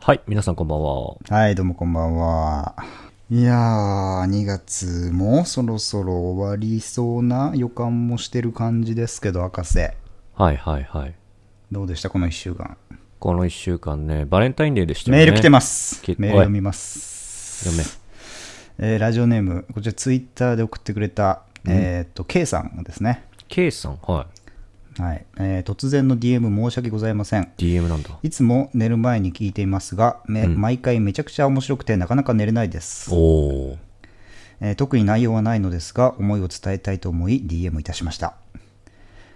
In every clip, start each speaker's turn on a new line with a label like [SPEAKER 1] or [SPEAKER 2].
[SPEAKER 1] はい、皆さんこんばんは。
[SPEAKER 2] はい、どうもこんばんは。いやー、2月もそろそろ終わりそうな予感もしてる感じですけど、博士。
[SPEAKER 1] はいはいはい。
[SPEAKER 2] どうでしたこの1週間。
[SPEAKER 1] この1週間ね、バレンタインデーでしたよね。。
[SPEAKER 2] メール来てますす。
[SPEAKER 1] 結構
[SPEAKER 2] メール読みます。
[SPEAKER 1] 読め。
[SPEAKER 2] えーラジオネーム、こちらツイッターで送ってくれた、えーっと、K さんですね。
[SPEAKER 1] K さん、は
[SPEAKER 2] はい、えー突然の DM 申し訳ございません。
[SPEAKER 1] い。DM なんだ。
[SPEAKER 2] いつも寝る前に聞いていますが、め毎回めちゃくちゃ面白くてなかなか寝れないです。
[SPEAKER 1] おー。
[SPEAKER 2] えー特に内容はないのですが思いを伝えたいと思い DM いたしました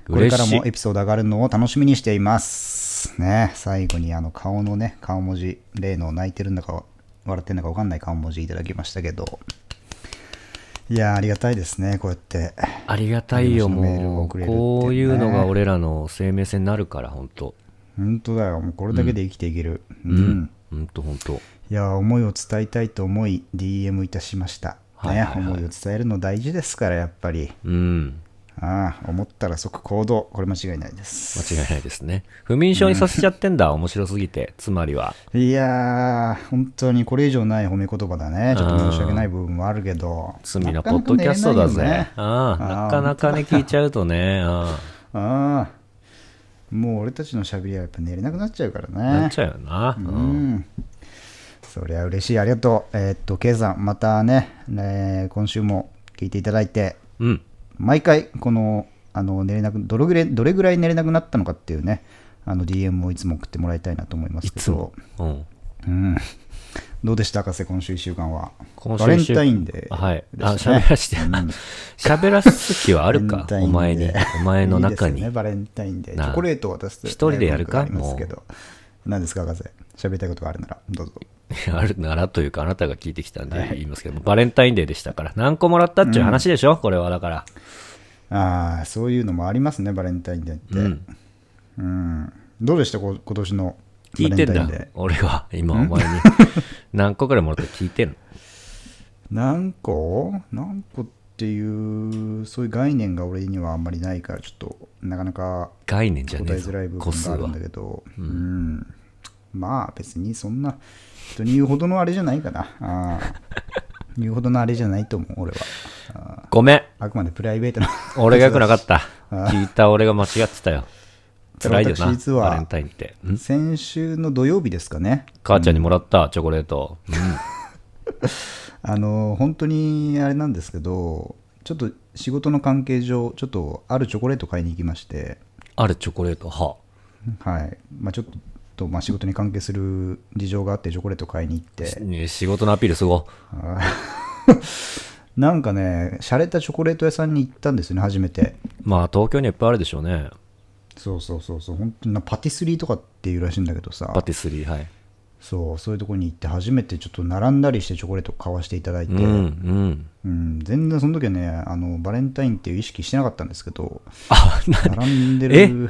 [SPEAKER 2] これ
[SPEAKER 1] 嬉
[SPEAKER 2] から
[SPEAKER 1] しい
[SPEAKER 2] も。エピソード上がるのを楽しみにしていますね最後にあの顔のね顔文字例の泣いてるんだか笑ってるんだか分かんない顔文字いただきましたけどいやーありがたいですねこうやって
[SPEAKER 1] ありがたいよ、
[SPEAKER 2] メールを
[SPEAKER 1] も
[SPEAKER 2] 送
[SPEAKER 1] う。
[SPEAKER 2] れるってね
[SPEAKER 1] こういうのが俺らの生命線になるから、ほんと。
[SPEAKER 2] 本当だよもうこれだけで生きていけるうん、
[SPEAKER 1] ほんとほんと。
[SPEAKER 2] いやー思いを伝えたいと思い DM いたしました、
[SPEAKER 1] はいはいはい
[SPEAKER 2] ね、思いを伝えるの大事ですからやっぱり
[SPEAKER 1] うん。
[SPEAKER 2] ああ思ったら即行動これ間違いないです
[SPEAKER 1] 間違いないですね。不眠症にさせちゃってんだ、面白すぎて。つまりは。
[SPEAKER 2] いやー、本当にこれ以上ない褒め言葉だね。ちょっと申し訳ない部分もあるけど。
[SPEAKER 1] 罪なポッドキャストだぜ。ああ、なかなかね、聞いちゃうとね。あ
[SPEAKER 2] ああ。もう俺たちのしゃべりはやっぱ寝れなくなっちゃうからね。
[SPEAKER 1] あ。なっちゃうよな。う
[SPEAKER 2] うんん。そりゃ嬉しい。ありがとう。えーっと、ケイさん、またね、ねー今週も聞いていただいて、
[SPEAKER 1] うん。
[SPEAKER 2] 毎回、この、あの、寝れなく、どれぐらい、どれぐらい寝れなくなったのかっていうね、あの、DM をいつも送ってもらいたいなと思いますけど。
[SPEAKER 1] うん。
[SPEAKER 2] うん。どうでした、博士、今週1週間は。
[SPEAKER 1] 今週
[SPEAKER 2] バレンタインデー。
[SPEAKER 1] はい。あ、
[SPEAKER 2] でしたね
[SPEAKER 1] 喋らして、 喋らす気はある
[SPEAKER 2] バレ
[SPEAKER 1] か
[SPEAKER 2] ン、タイ
[SPEAKER 1] お
[SPEAKER 2] ンデー
[SPEAKER 1] 前に、お前の中
[SPEAKER 2] いい
[SPEAKER 1] に。
[SPEAKER 2] ですよね、バレンタインデー。
[SPEAKER 1] なあ
[SPEAKER 2] チョコレートを渡すというね
[SPEAKER 1] 一人でやるか
[SPEAKER 2] 文化がありますけど。何ですか、博士。喋りたいことがあるなら、どうぞ。
[SPEAKER 1] あるならというか、あなたが聞いてきたんで言いますけども、バレンタインデーでしたから、何個もらったっていう話でしょ、これはだから。
[SPEAKER 2] ああ、そういうのもありますね、バレンタインデーって。うん。どうでした、こ今年の
[SPEAKER 1] 聞いてん
[SPEAKER 2] バレ
[SPEAKER 1] だ
[SPEAKER 2] ンタインデー、
[SPEAKER 1] 俺は、今お 前に。何個くらいもらったか聞いてんの。
[SPEAKER 2] 何個何個っていう、そういう概念が俺にはあんまりないから、ちょっと、なかなか
[SPEAKER 1] 概念じゃね
[SPEAKER 2] 答
[SPEAKER 1] え
[SPEAKER 2] えづらい
[SPEAKER 1] ぞ、
[SPEAKER 2] 部
[SPEAKER 1] 個
[SPEAKER 2] 分
[SPEAKER 1] 数
[SPEAKER 2] がある
[SPEAKER 1] は
[SPEAKER 2] んだ。けど、うん、まあ別にそんな人に言うほどのあれじゃないかな。 ああ言うほどのあれじゃないと思う、俺は。あ
[SPEAKER 1] ごめん、
[SPEAKER 2] ああくまでプライベートな。
[SPEAKER 1] 俺が良く なかった。聞いた俺が間違ってたよ。辛いよな
[SPEAKER 2] 私、実は
[SPEAKER 1] バレンタインって。うん
[SPEAKER 2] 先週の土曜日ですかね。
[SPEAKER 1] 母ちゃんにもらった、チョコレート。うん
[SPEAKER 2] あの、本当にあれなんですけど、ちょっと仕事の関係上、ちょっとあるチョコレート買いに行きまして、
[SPEAKER 1] あるチョコレート、は。
[SPEAKER 2] はい。まあちょっと、まあ、仕事に関係する事情があってチョコレート買いに行って
[SPEAKER 1] ね仕事のアピールすご。
[SPEAKER 2] あー なんかね、洒落たチョコレート屋さんに行ったんですよね、初めて。
[SPEAKER 1] まあ東京にはいっぱいあるでしょうね。
[SPEAKER 2] そうそうそうそう、本当になパティスリーとかっていうらしいんだけどさ、
[SPEAKER 1] パティスリー、はい。
[SPEAKER 2] そう、そういうとこに行って初めてちょっと並んだりしてチョコレート買わせていただいて、
[SPEAKER 1] うん、うん。
[SPEAKER 2] うん全然その時はねあの、バレンタインっていう意識してなかったんですけど、
[SPEAKER 1] あ、な、
[SPEAKER 2] 並んでる、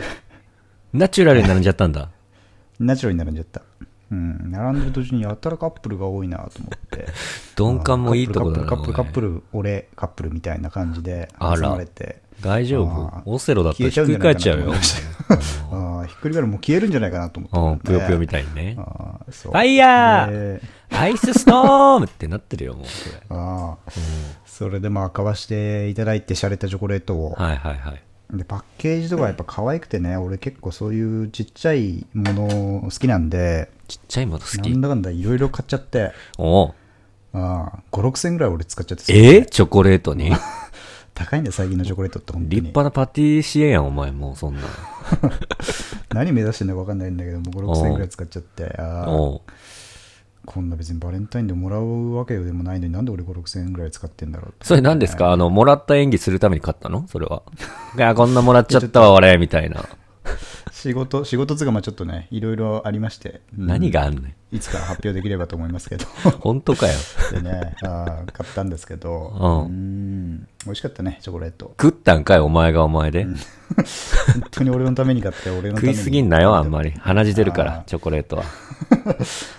[SPEAKER 1] ナチュラルに並んじゃったん だ。
[SPEAKER 2] ナチュラルに並んじゃった。うん、並んでる途中にやたらカップルが多いなと思って。
[SPEAKER 1] 鈍感もいいとこだな。
[SPEAKER 2] カップル、カップ
[SPEAKER 1] ル。
[SPEAKER 2] ル、カップル俺、カップルみたいな感じで
[SPEAKER 1] あら
[SPEAKER 2] 挟まれて。
[SPEAKER 1] 大丈
[SPEAKER 2] あ
[SPEAKER 1] 夫
[SPEAKER 2] ー
[SPEAKER 1] オセロだったらひっくり返っちゃうよ。
[SPEAKER 2] ああ、ひっくり返るもう消えるんじゃないかなと思
[SPEAKER 1] う
[SPEAKER 2] っ
[SPEAKER 1] ん、
[SPEAKER 2] て。
[SPEAKER 1] ぷよぷよみ
[SPEAKER 2] た
[SPEAKER 1] たいにね。
[SPEAKER 2] ああ、そ
[SPEAKER 1] フ
[SPEAKER 2] う。
[SPEAKER 1] ァイヤー
[SPEAKER 2] で
[SPEAKER 1] アイスストームってなってるよ、もう。これ
[SPEAKER 2] ああ、それでまあ、買わしていただいて、洒落たチョコレートを。
[SPEAKER 1] はいはいはい。
[SPEAKER 2] で、パッケージとかやっぱ可愛くてね、俺結構そういうちっちゃいもの好きなんで、
[SPEAKER 1] ちっちゃいもの好
[SPEAKER 2] な
[SPEAKER 1] き
[SPEAKER 2] ん。だかんだいろいろ買っちゃって、
[SPEAKER 1] おう
[SPEAKER 2] ああ、5、6千円ぐらい俺使っちゃって、
[SPEAKER 1] えーチョコレートに
[SPEAKER 2] 高いんだよ、最近のチョコレートって本当
[SPEAKER 1] 立
[SPEAKER 2] に。
[SPEAKER 1] 派なパティシエやん、お前、もうそんな。
[SPEAKER 2] 何目指してんのか分かんないんだけど、もう5、6千円ぐらい使っちゃって、ああ、
[SPEAKER 1] おう
[SPEAKER 2] こんな別にバレンタインでもらうわけでもないのになんで俺5、6千円ぐらい使ってんだろうって
[SPEAKER 1] それ何ですかあの、もらった演技するために買ったのそれは。 いや、こんなもらっちゃった わ、俺、みたいな。
[SPEAKER 2] 仕事、仕事つうか、まあちょっとね、いろいろありまして、う ん
[SPEAKER 1] 何があんねん。
[SPEAKER 2] いつか発表できればと思いますけ ど、
[SPEAKER 1] 本当かよ。
[SPEAKER 2] でね、あー買ったんですけど、
[SPEAKER 1] うん
[SPEAKER 2] ん美味しかったね、チョコレート。
[SPEAKER 1] 食ったんかい、お前がお前で。
[SPEAKER 2] 本当に俺のために買って、俺のた
[SPEAKER 1] 食
[SPEAKER 2] め
[SPEAKER 1] い
[SPEAKER 2] に。
[SPEAKER 1] すぎんなよ、あんまり。鼻血出るから
[SPEAKER 2] あ、ー
[SPEAKER 1] チョコレートは。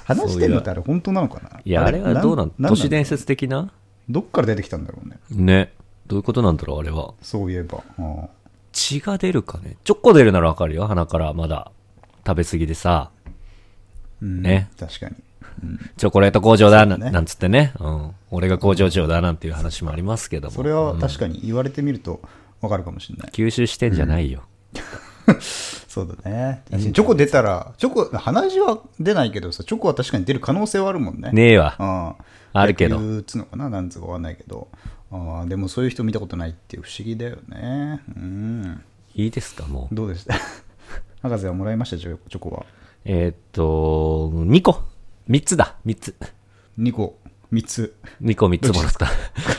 [SPEAKER 2] 話してんのってあれ、本当なのかない
[SPEAKER 1] いや、あれはどうなん都市伝説的な
[SPEAKER 2] どっから出てきたんだろうね、
[SPEAKER 1] ね。どういうことなんだろう、あれは。
[SPEAKER 2] そういえば。うん
[SPEAKER 1] 血が出るかね。チョコ出るならわかるよ、鼻から、まだ。食べ過ぎでさ。
[SPEAKER 2] うん
[SPEAKER 1] ね。
[SPEAKER 2] 確かに。うん
[SPEAKER 1] チョコレート工場だな、
[SPEAKER 2] そうね
[SPEAKER 1] なんつってね、うん。俺が工場長だなんていう話もありますけども。
[SPEAKER 2] それは確かに言われてみるとわかるかもしれない。
[SPEAKER 1] 吸収してんじゃないよ。
[SPEAKER 2] そうだね。確かにチョコ出たら、チョコ、鼻血は出ないけどさ、チョコは確かに出る可能性はあるもんね。
[SPEAKER 1] ねえわ。
[SPEAKER 2] あ
[SPEAKER 1] あるけど
[SPEAKER 2] 言うつうのかな、なんつうかわかんないけど。ああでもそういう人見たことないって不思議だよね。うん。
[SPEAKER 1] いいですか、もう。
[SPEAKER 2] どうでした 博士はもらいました、チョチョコは。
[SPEAKER 1] えーっと、2個。3つだ。3つ。
[SPEAKER 2] 2個、3つ。
[SPEAKER 1] 2個3つもらった。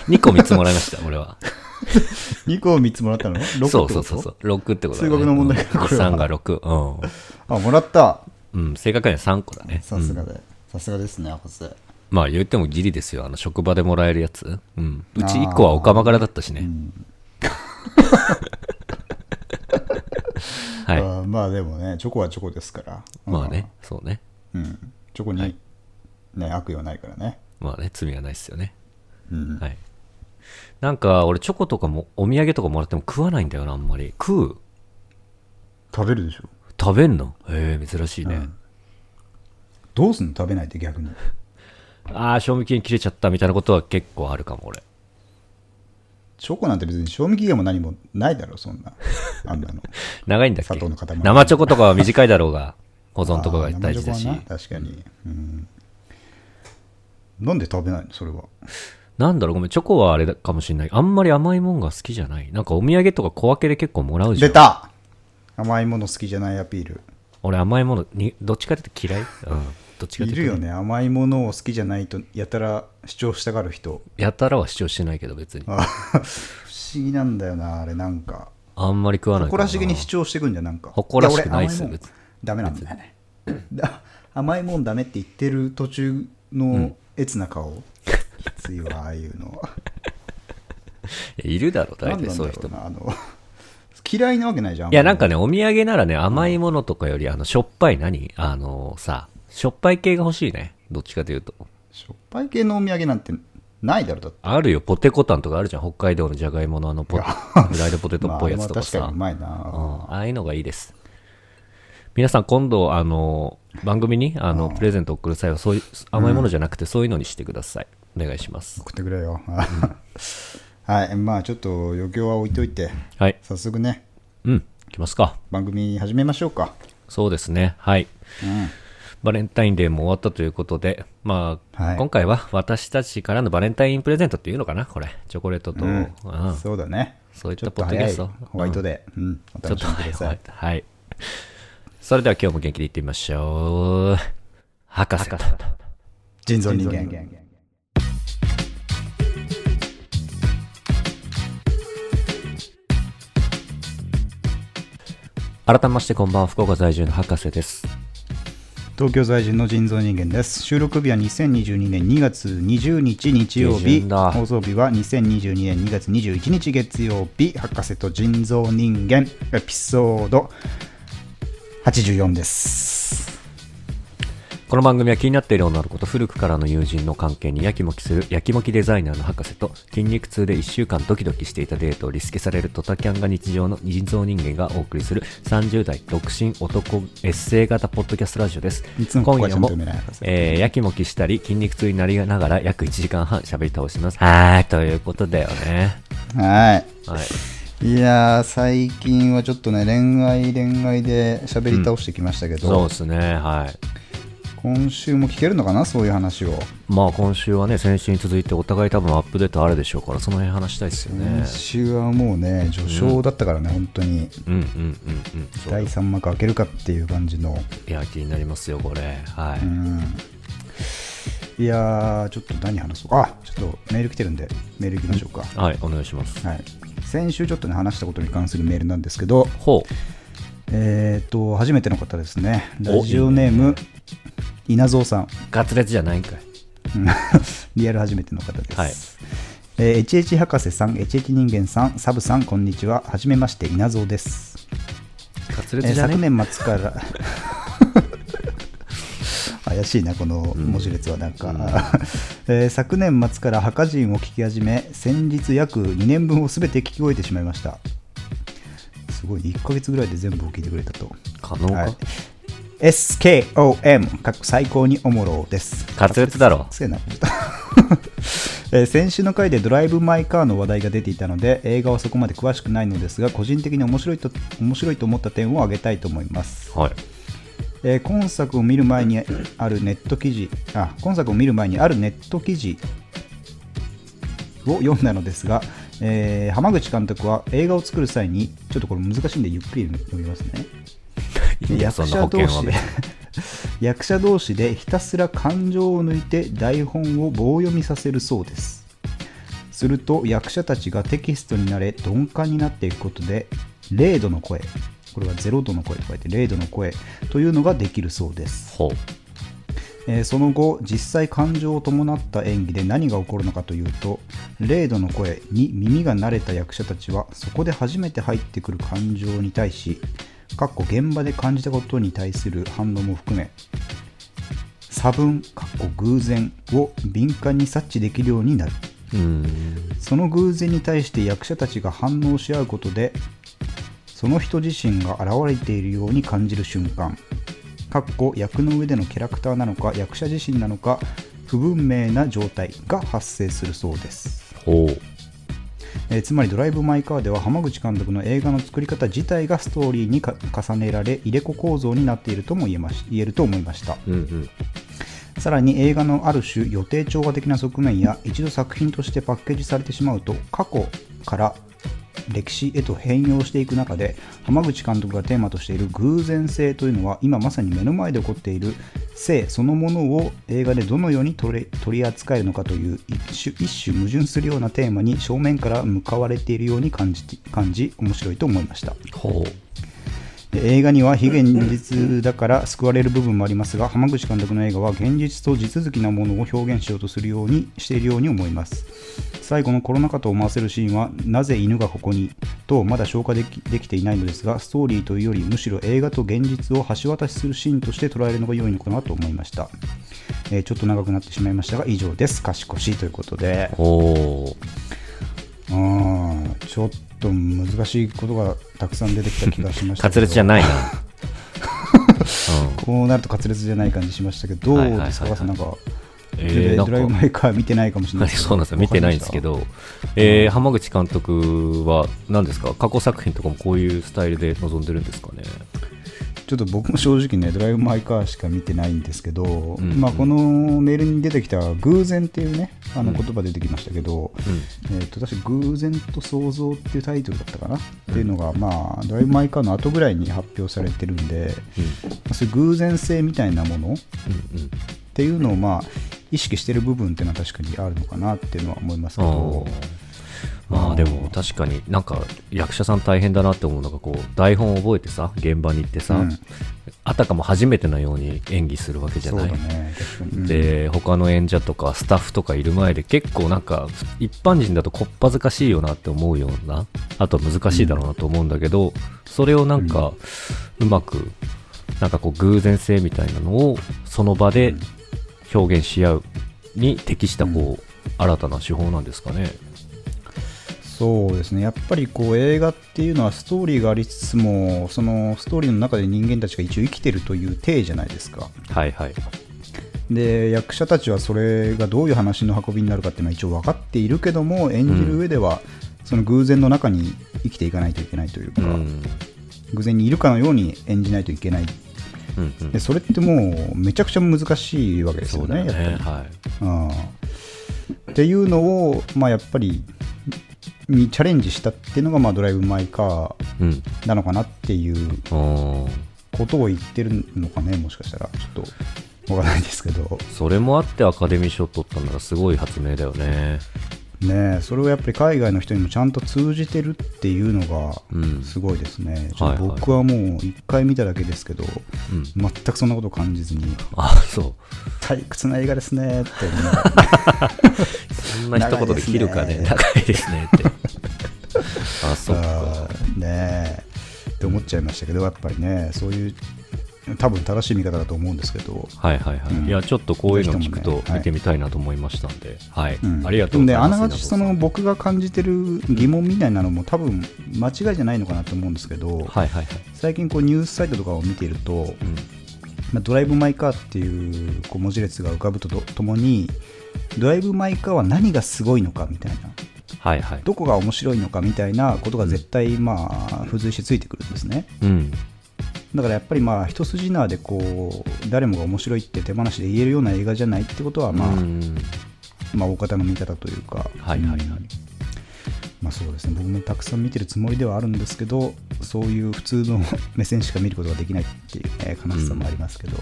[SPEAKER 1] 2個3つもらいました、俺は。
[SPEAKER 2] 2個3つもらったの ?6 個ってこ
[SPEAKER 1] そ
[SPEAKER 2] と
[SPEAKER 1] うそうそうそう。6ってことだ、ね。
[SPEAKER 2] 数学の問題
[SPEAKER 1] うん
[SPEAKER 2] これは
[SPEAKER 1] 3が6。
[SPEAKER 2] あ、もらった。
[SPEAKER 1] うん。うん、正確には3個だね。
[SPEAKER 2] さすがで。さすがですね、博士。
[SPEAKER 1] まあ言ってもギリですよ。あの、職場でもらえるやつ。うん。うち
[SPEAKER 2] あー
[SPEAKER 1] 1個はオカマからだったしね。はい。
[SPEAKER 2] あーまあでもね、チョコはチョコですから。
[SPEAKER 1] まあね、そうね。
[SPEAKER 2] うん。うん。チョコに、ね、悪意はないからね。
[SPEAKER 1] まあね、罪はないですよね。
[SPEAKER 2] うん。
[SPEAKER 1] はい。なんか、俺、チョコとかも、お土産とかもらっても食わないんだよな、あんまり。食う
[SPEAKER 2] 食べるでしょ。
[SPEAKER 1] 食べんのへえ、珍しいね。
[SPEAKER 2] うんどうすんの食べないって逆に。
[SPEAKER 1] ああ、賞味期限切れちゃったみたいなことは結構あるかも、俺。
[SPEAKER 2] チョコなんて別に賞味期限も何もないだろ、そんな。あんなの。
[SPEAKER 1] 長いんだっけ
[SPEAKER 2] 砂糖の塊
[SPEAKER 1] 生チョコとかは短いだろう が、 保存とかが大事だし
[SPEAKER 2] あー。生チョコはな確かに。うん。なんで食べないのそれは。
[SPEAKER 1] なんだろう、ごめん、チョコはあれだかもしれない。あんまり甘いもんが好きじゃない。なんかお土産とか小分けで結構もらうじゃ
[SPEAKER 2] 出
[SPEAKER 1] ん。
[SPEAKER 2] た甘いもの好きじゃないアピール。
[SPEAKER 1] 俺、甘いものに、どっちかというと 嫌いうん。どっちか
[SPEAKER 2] い
[SPEAKER 1] というと
[SPEAKER 2] るよね。甘いものを好きじゃないと、やたら主張したがる人。
[SPEAKER 1] やたらは主張してないけど、別に。
[SPEAKER 2] あ不思議なんだよな、あれなんか。
[SPEAKER 1] あんまり食わないか
[SPEAKER 2] 誇
[SPEAKER 1] ら
[SPEAKER 2] ら
[SPEAKER 1] な。
[SPEAKER 2] しげに主張してくんじゃん、なんか。
[SPEAKER 1] 誇らしくないっすよ
[SPEAKER 2] や俺甘もん
[SPEAKER 1] 別に
[SPEAKER 2] ダメなんだよね。だ甘いもんダメって言ってる途中の悦な顔。きつ いわ、ああいうのは。
[SPEAKER 1] いやいるだろ、
[SPEAKER 2] な
[SPEAKER 1] 大
[SPEAKER 2] んなん
[SPEAKER 1] 体
[SPEAKER 2] だ
[SPEAKER 1] そういう
[SPEAKER 2] ろ
[SPEAKER 1] 人
[SPEAKER 2] う
[SPEAKER 1] も。
[SPEAKER 2] な、あの、嫌いなわけないじゃん。
[SPEAKER 1] いや、なん
[SPEAKER 2] か、
[SPEAKER 1] かね、お土産ならね、甘いものとかより、あの、しょっぱい何あのさ、しょっぱい系が欲しいね。どっちかというと。
[SPEAKER 2] しょっぱい系のお土産なんてないだろ、だって。
[SPEAKER 1] あるよ、ポテコタンとかあるじゃん。北海道のじゃがいものあのポテ、フライドポテトっぽいやつとかさ。
[SPEAKER 2] まああれは確かにう
[SPEAKER 1] う
[SPEAKER 2] まいな。
[SPEAKER 1] ん、ああいうのがいいです。皆さん、今度、あの、番組に、あの、プレゼント送る際は、そういう、甘いものじゃなくて、そういうのにしてください。お願いします。
[SPEAKER 2] 送ってくれよ。はい、まあちょっと余興は置いといて、
[SPEAKER 1] はい。
[SPEAKER 2] 早速ね、
[SPEAKER 1] うん、いきますか。
[SPEAKER 2] 番組始めましょうか。
[SPEAKER 1] そうですね。はい。
[SPEAKER 2] うん
[SPEAKER 1] バレンタインデーも終わったということで、まあ、
[SPEAKER 2] はい
[SPEAKER 1] 今回は私たちからのバレンタインプレゼントっていうのかなこれ。チョコレートと、うん
[SPEAKER 2] そうだね。
[SPEAKER 1] そういっ
[SPEAKER 2] ち
[SPEAKER 1] た
[SPEAKER 2] ょっ
[SPEAKER 1] ポ
[SPEAKER 2] と
[SPEAKER 1] ッドキ
[SPEAKER 2] 早
[SPEAKER 1] ャ
[SPEAKER 2] い
[SPEAKER 1] スト。
[SPEAKER 2] ホワイトで、うん、お
[SPEAKER 1] ちょっ
[SPEAKER 2] 楽し
[SPEAKER 1] と
[SPEAKER 2] みくださ
[SPEAKER 1] はいい。。はい。それでは今日も元気でいってみましょう。博士と。
[SPEAKER 2] 人造人間。
[SPEAKER 1] 改めましてこんばんは、福岡在住の博士です。
[SPEAKER 2] 東京在住の人造人間です。収録日は2022年2月20日日
[SPEAKER 1] 下
[SPEAKER 2] 曜日、
[SPEAKER 1] 旬だ
[SPEAKER 2] 放送日は2022年2月21日月曜日、博士と人造人間、エピソード84です。
[SPEAKER 1] この番組は気になっている女の子と古くからの友人の関係にやきもきするやきもきデザイナーの博士と筋肉痛で1週間ドキドキしていたデートをリスケされるドタキャンが日常の人造人間がお送りする30代独身男エッセイ型ポッドキャストラジオです。
[SPEAKER 2] いつもここはちゃんと読めない博士
[SPEAKER 1] えーやきもきしたり筋肉痛になりながら約1時間半喋り倒します。はーい、ということだよね。
[SPEAKER 2] はい。
[SPEAKER 1] はい。
[SPEAKER 2] いやー最近はちょっとね恋愛恋愛で喋り倒してきましたけど、
[SPEAKER 1] そうですね、はい。
[SPEAKER 2] 今週も聞けるのかなそういう話を
[SPEAKER 1] まあ今週はね、先週に続いてお互い多分アップデートあるでしょうから、その辺話したいですよね
[SPEAKER 2] 今。週はもうね序章だったからね、本当に
[SPEAKER 1] うんうんうんうん。そう
[SPEAKER 2] 第3幕開けるかっていう感じの、
[SPEAKER 1] いや、気になりますよ、これ。はい。
[SPEAKER 2] うん、いやーちょっと何話そうかあちょっとメール来てるんでメール行きましょうか、
[SPEAKER 1] はい、お願いします。
[SPEAKER 2] はい、先週ちょっとね話したことに関するメールなんですけど
[SPEAKER 1] ほ
[SPEAKER 2] えっ、と初めての方ですねラジオネーム稲造さん
[SPEAKER 1] う、ガツレツじゃないんかい。
[SPEAKER 2] うんリアル初めての方です。
[SPEAKER 1] はい
[SPEAKER 2] えー HH 博士さん、HH 人間さん、サブさん、こんにちは。はじめまして、稲造です。
[SPEAKER 1] ガツ
[SPEAKER 2] え
[SPEAKER 1] レツ
[SPEAKER 2] ー
[SPEAKER 1] じゃね
[SPEAKER 2] 昨
[SPEAKER 1] え
[SPEAKER 2] 年末から 怪しいなこの文字列はなんか、 えー昨年末から墓人を聞き始め先日約2年分を全て聞き終えてしまいましたすごい1ヶ月ぐらいで全部を聞いてくれたと
[SPEAKER 1] 可能か、
[SPEAKER 2] はい SKOM、かっこ最高におもろです。
[SPEAKER 1] 滑舌だろ
[SPEAKER 2] せえな。 えー先週の回でドライブ・マイ・カーの話題が出ていたので映画はそこまで詳しくないのですが個人的に面白いと面白いと思った点を挙げたいと思います、
[SPEAKER 1] はい。
[SPEAKER 2] えー今作を見る前にあるネット記事あ今作を見る前にあるネット記事を読んだのですが、えー浜口監督は映画を作る際にちょっとこれ難しいんでゆっくり読みますね
[SPEAKER 1] いいよそんな保険は
[SPEAKER 2] で
[SPEAKER 1] 別に
[SPEAKER 2] 役者同士でひたすら感情を抜いて台本を棒読みさせるそうですすると役者たちがテキストに慣れ鈍感になっていくことで0度の声これは0度の声と書いて0度の声というのができるそうです、
[SPEAKER 1] ほう。
[SPEAKER 2] えーその後実際感情を伴った演技で何が起こるのかというと0度の声に耳が慣れた役者たちはそこで初めて入ってくる感情に対しかっこ現場で感じたことに対する反応も含め差分かっこ偶然を敏感に察知できるようになる
[SPEAKER 1] うーん。
[SPEAKER 2] その偶然に対して役者たちが反応し合うことでその人自身が現れているように感じる瞬間かっこ役の上でのキャラクターなのか役者自身なのか不文明な状態が発生するそうです、
[SPEAKER 1] ほう。
[SPEAKER 2] えーつまり「ドライブ・マイ・カー」では浜口監督の映画の作り方自体がストーリーにか重ねられ入れ子構造になっているとも言えまし言えると思いました
[SPEAKER 1] うんうん。
[SPEAKER 2] さらに映画のある種予定調和的な側面や一度作品としてパッケージされてしまうと過去から歴史へと変容していく中で浜口監督がテーマとしている偶然性というのは今まさに目の前で起こっている性そのものを映画でどのように取れ取り扱えるのかという一種一種矛盾するようなテーマに正面から向かわれているように感じて感じ面白いと思いました。
[SPEAKER 1] ほ
[SPEAKER 2] で映画には非現実だから救われる部分もありますが浜口監督の映画は現実と地続きなものを表現しようとするようにしているように思います最後のコロナ禍と思わせるシーンはなぜ犬がここにとまだ消化できできていないのですがストーリーというよりむしろ映画と現実を橋渡しするシーンとして捉えるのが良いのかなと思いました、えーちょっと長くなってしまいましたが以上です賢しということで
[SPEAKER 1] う。ほ
[SPEAKER 2] うんちょっと難しいことがたくさん出てきた気がしま
[SPEAKER 1] う。
[SPEAKER 2] し た
[SPEAKER 1] 滑
[SPEAKER 2] けど
[SPEAKER 1] 舌じゃないな。うん。
[SPEAKER 2] こうなると滑舌じゃない感じしましたけど、どうですか、
[SPEAKER 1] はいはいはいはい
[SPEAKER 2] なんか、
[SPEAKER 1] えーなんか
[SPEAKER 2] ドライブ・マイ・カー見てないかもしれな
[SPEAKER 1] はいい そうなんですよ見てないんですけ。
[SPEAKER 2] わ
[SPEAKER 1] ど、えー浜口監督は何ですか過去作品とかもこういうスタイルで臨んでるんですかね
[SPEAKER 2] かりましたちょっと僕も正直ね、ドライブ・マイ・カーしか見てないんですけど、
[SPEAKER 1] んうん
[SPEAKER 2] まあ、このメールに出てきた偶然っていうね、あの言葉出てきましたけど、えー、と私、偶然と想像っていうタイトルだったかな、っていうのが、まあ、ドライブ・マイ・カーの後ぐらいに発表されてるんで、まあそういう偶然性みたいなものっていうのを、まあ、意識してる部分っていうのは確かにあるのかなっていうのは思いますけど。
[SPEAKER 1] まあでも確かになんか役者さん大変だなって思うのがこう台本を覚えてさ現場に行ってさ、
[SPEAKER 2] うん
[SPEAKER 1] あたかも初めてのように演技するわけじゃない、
[SPEAKER 2] そうだね、確かに。うん
[SPEAKER 1] で他の演者とかスタッフとかいる前で結構なんかふ一般人だとこっぱずかしいよなって思うようなあとは難しいだろうなと思うんだけど、それをなんかうまくなんかこう偶然性みたいなのをその場で表現し合うに適したこう新たな手法なんですかね。
[SPEAKER 2] そうですねやっぱりこう映画っていうのはストーリーがありつつもそのストーリーの中で人間たちが一応生きてるという体じゃないですか
[SPEAKER 1] はいはい。
[SPEAKER 2] で役者たちはそれがどういう話の運びになるかっていうのは一応分かっているけども演じる上では、その偶然の中に生きていかないといけないという
[SPEAKER 1] う
[SPEAKER 2] か、
[SPEAKER 1] ん。うん
[SPEAKER 2] 偶然にいるかのように演じないといけない
[SPEAKER 1] うん
[SPEAKER 2] でそれってもうめちゃくちゃ難しいわけです
[SPEAKER 1] そ
[SPEAKER 2] よ
[SPEAKER 1] うだ
[SPEAKER 2] ね
[SPEAKER 1] よ
[SPEAKER 2] やっぱり
[SPEAKER 1] ね。はい。
[SPEAKER 2] うんっていうのを、まあ、やっぱりにチャレンジしたっていうのが、まあ、ドライブ・マイ・カ
[SPEAKER 1] うん。
[SPEAKER 2] ーなのかなっていう
[SPEAKER 1] あー
[SPEAKER 2] ことを言ってるのかねもしかしたらちょっとわからないですけど
[SPEAKER 1] それもあってアカデミー賞取ったんならすごい発明だよね。
[SPEAKER 2] ねえそれをやっぱり海外の人にもちゃんと通じてるっていうのが
[SPEAKER 1] うん
[SPEAKER 2] すごいですね、ちょっと
[SPEAKER 1] はいはい
[SPEAKER 2] 僕はもう1回見ただけですけど、
[SPEAKER 1] うん
[SPEAKER 2] 全くそんなことを感じずに
[SPEAKER 1] あ、そう。
[SPEAKER 2] 退屈な映画ですねって思いながら
[SPEAKER 1] そんな一言で切るかね、 長いですねって。あ、そっか。
[SPEAKER 2] あーねえって思っちゃいましたけどやっぱりねそういう多分正しい見方だと思うんですけど、
[SPEAKER 1] はいはいはい。いや、ちょっとこういうの聞く
[SPEAKER 2] ぜ
[SPEAKER 1] と
[SPEAKER 2] ひともね
[SPEAKER 1] 見てみたいなと思いましたんで、はい。
[SPEAKER 2] うん
[SPEAKER 1] ありがとうございます。
[SPEAKER 2] でもねあながちその
[SPEAKER 1] 稲
[SPEAKER 2] 僕が感じてる疑問みたいなのも多分間違いじゃないのかなと思うんですけど、
[SPEAKER 1] 造さんはいはいはい。
[SPEAKER 2] 最近こうニュースサイトとかを見ていると、
[SPEAKER 1] うん
[SPEAKER 2] まあドライブ・マイ・カーっていうこう文字列が浮かぶととともにドライブ・マイ・カーは何がすごいのかみたいな
[SPEAKER 1] はいはい。
[SPEAKER 2] どこが面白いのかみたいなことが絶対まあ付随してついてくるんですね
[SPEAKER 1] うん。
[SPEAKER 2] だからやっぱりまあ一筋縄でこう誰もが面白いって手放しで言えるような映画じゃないってことはまあ、
[SPEAKER 1] うん
[SPEAKER 2] まあ大方の見方というか
[SPEAKER 1] はいはいはい
[SPEAKER 2] うんまあそうですね僕もたくさん見てるつもりではあるんですけどそういう普通の目線しか見ることができないっていう、ね、悲しさもありますけど、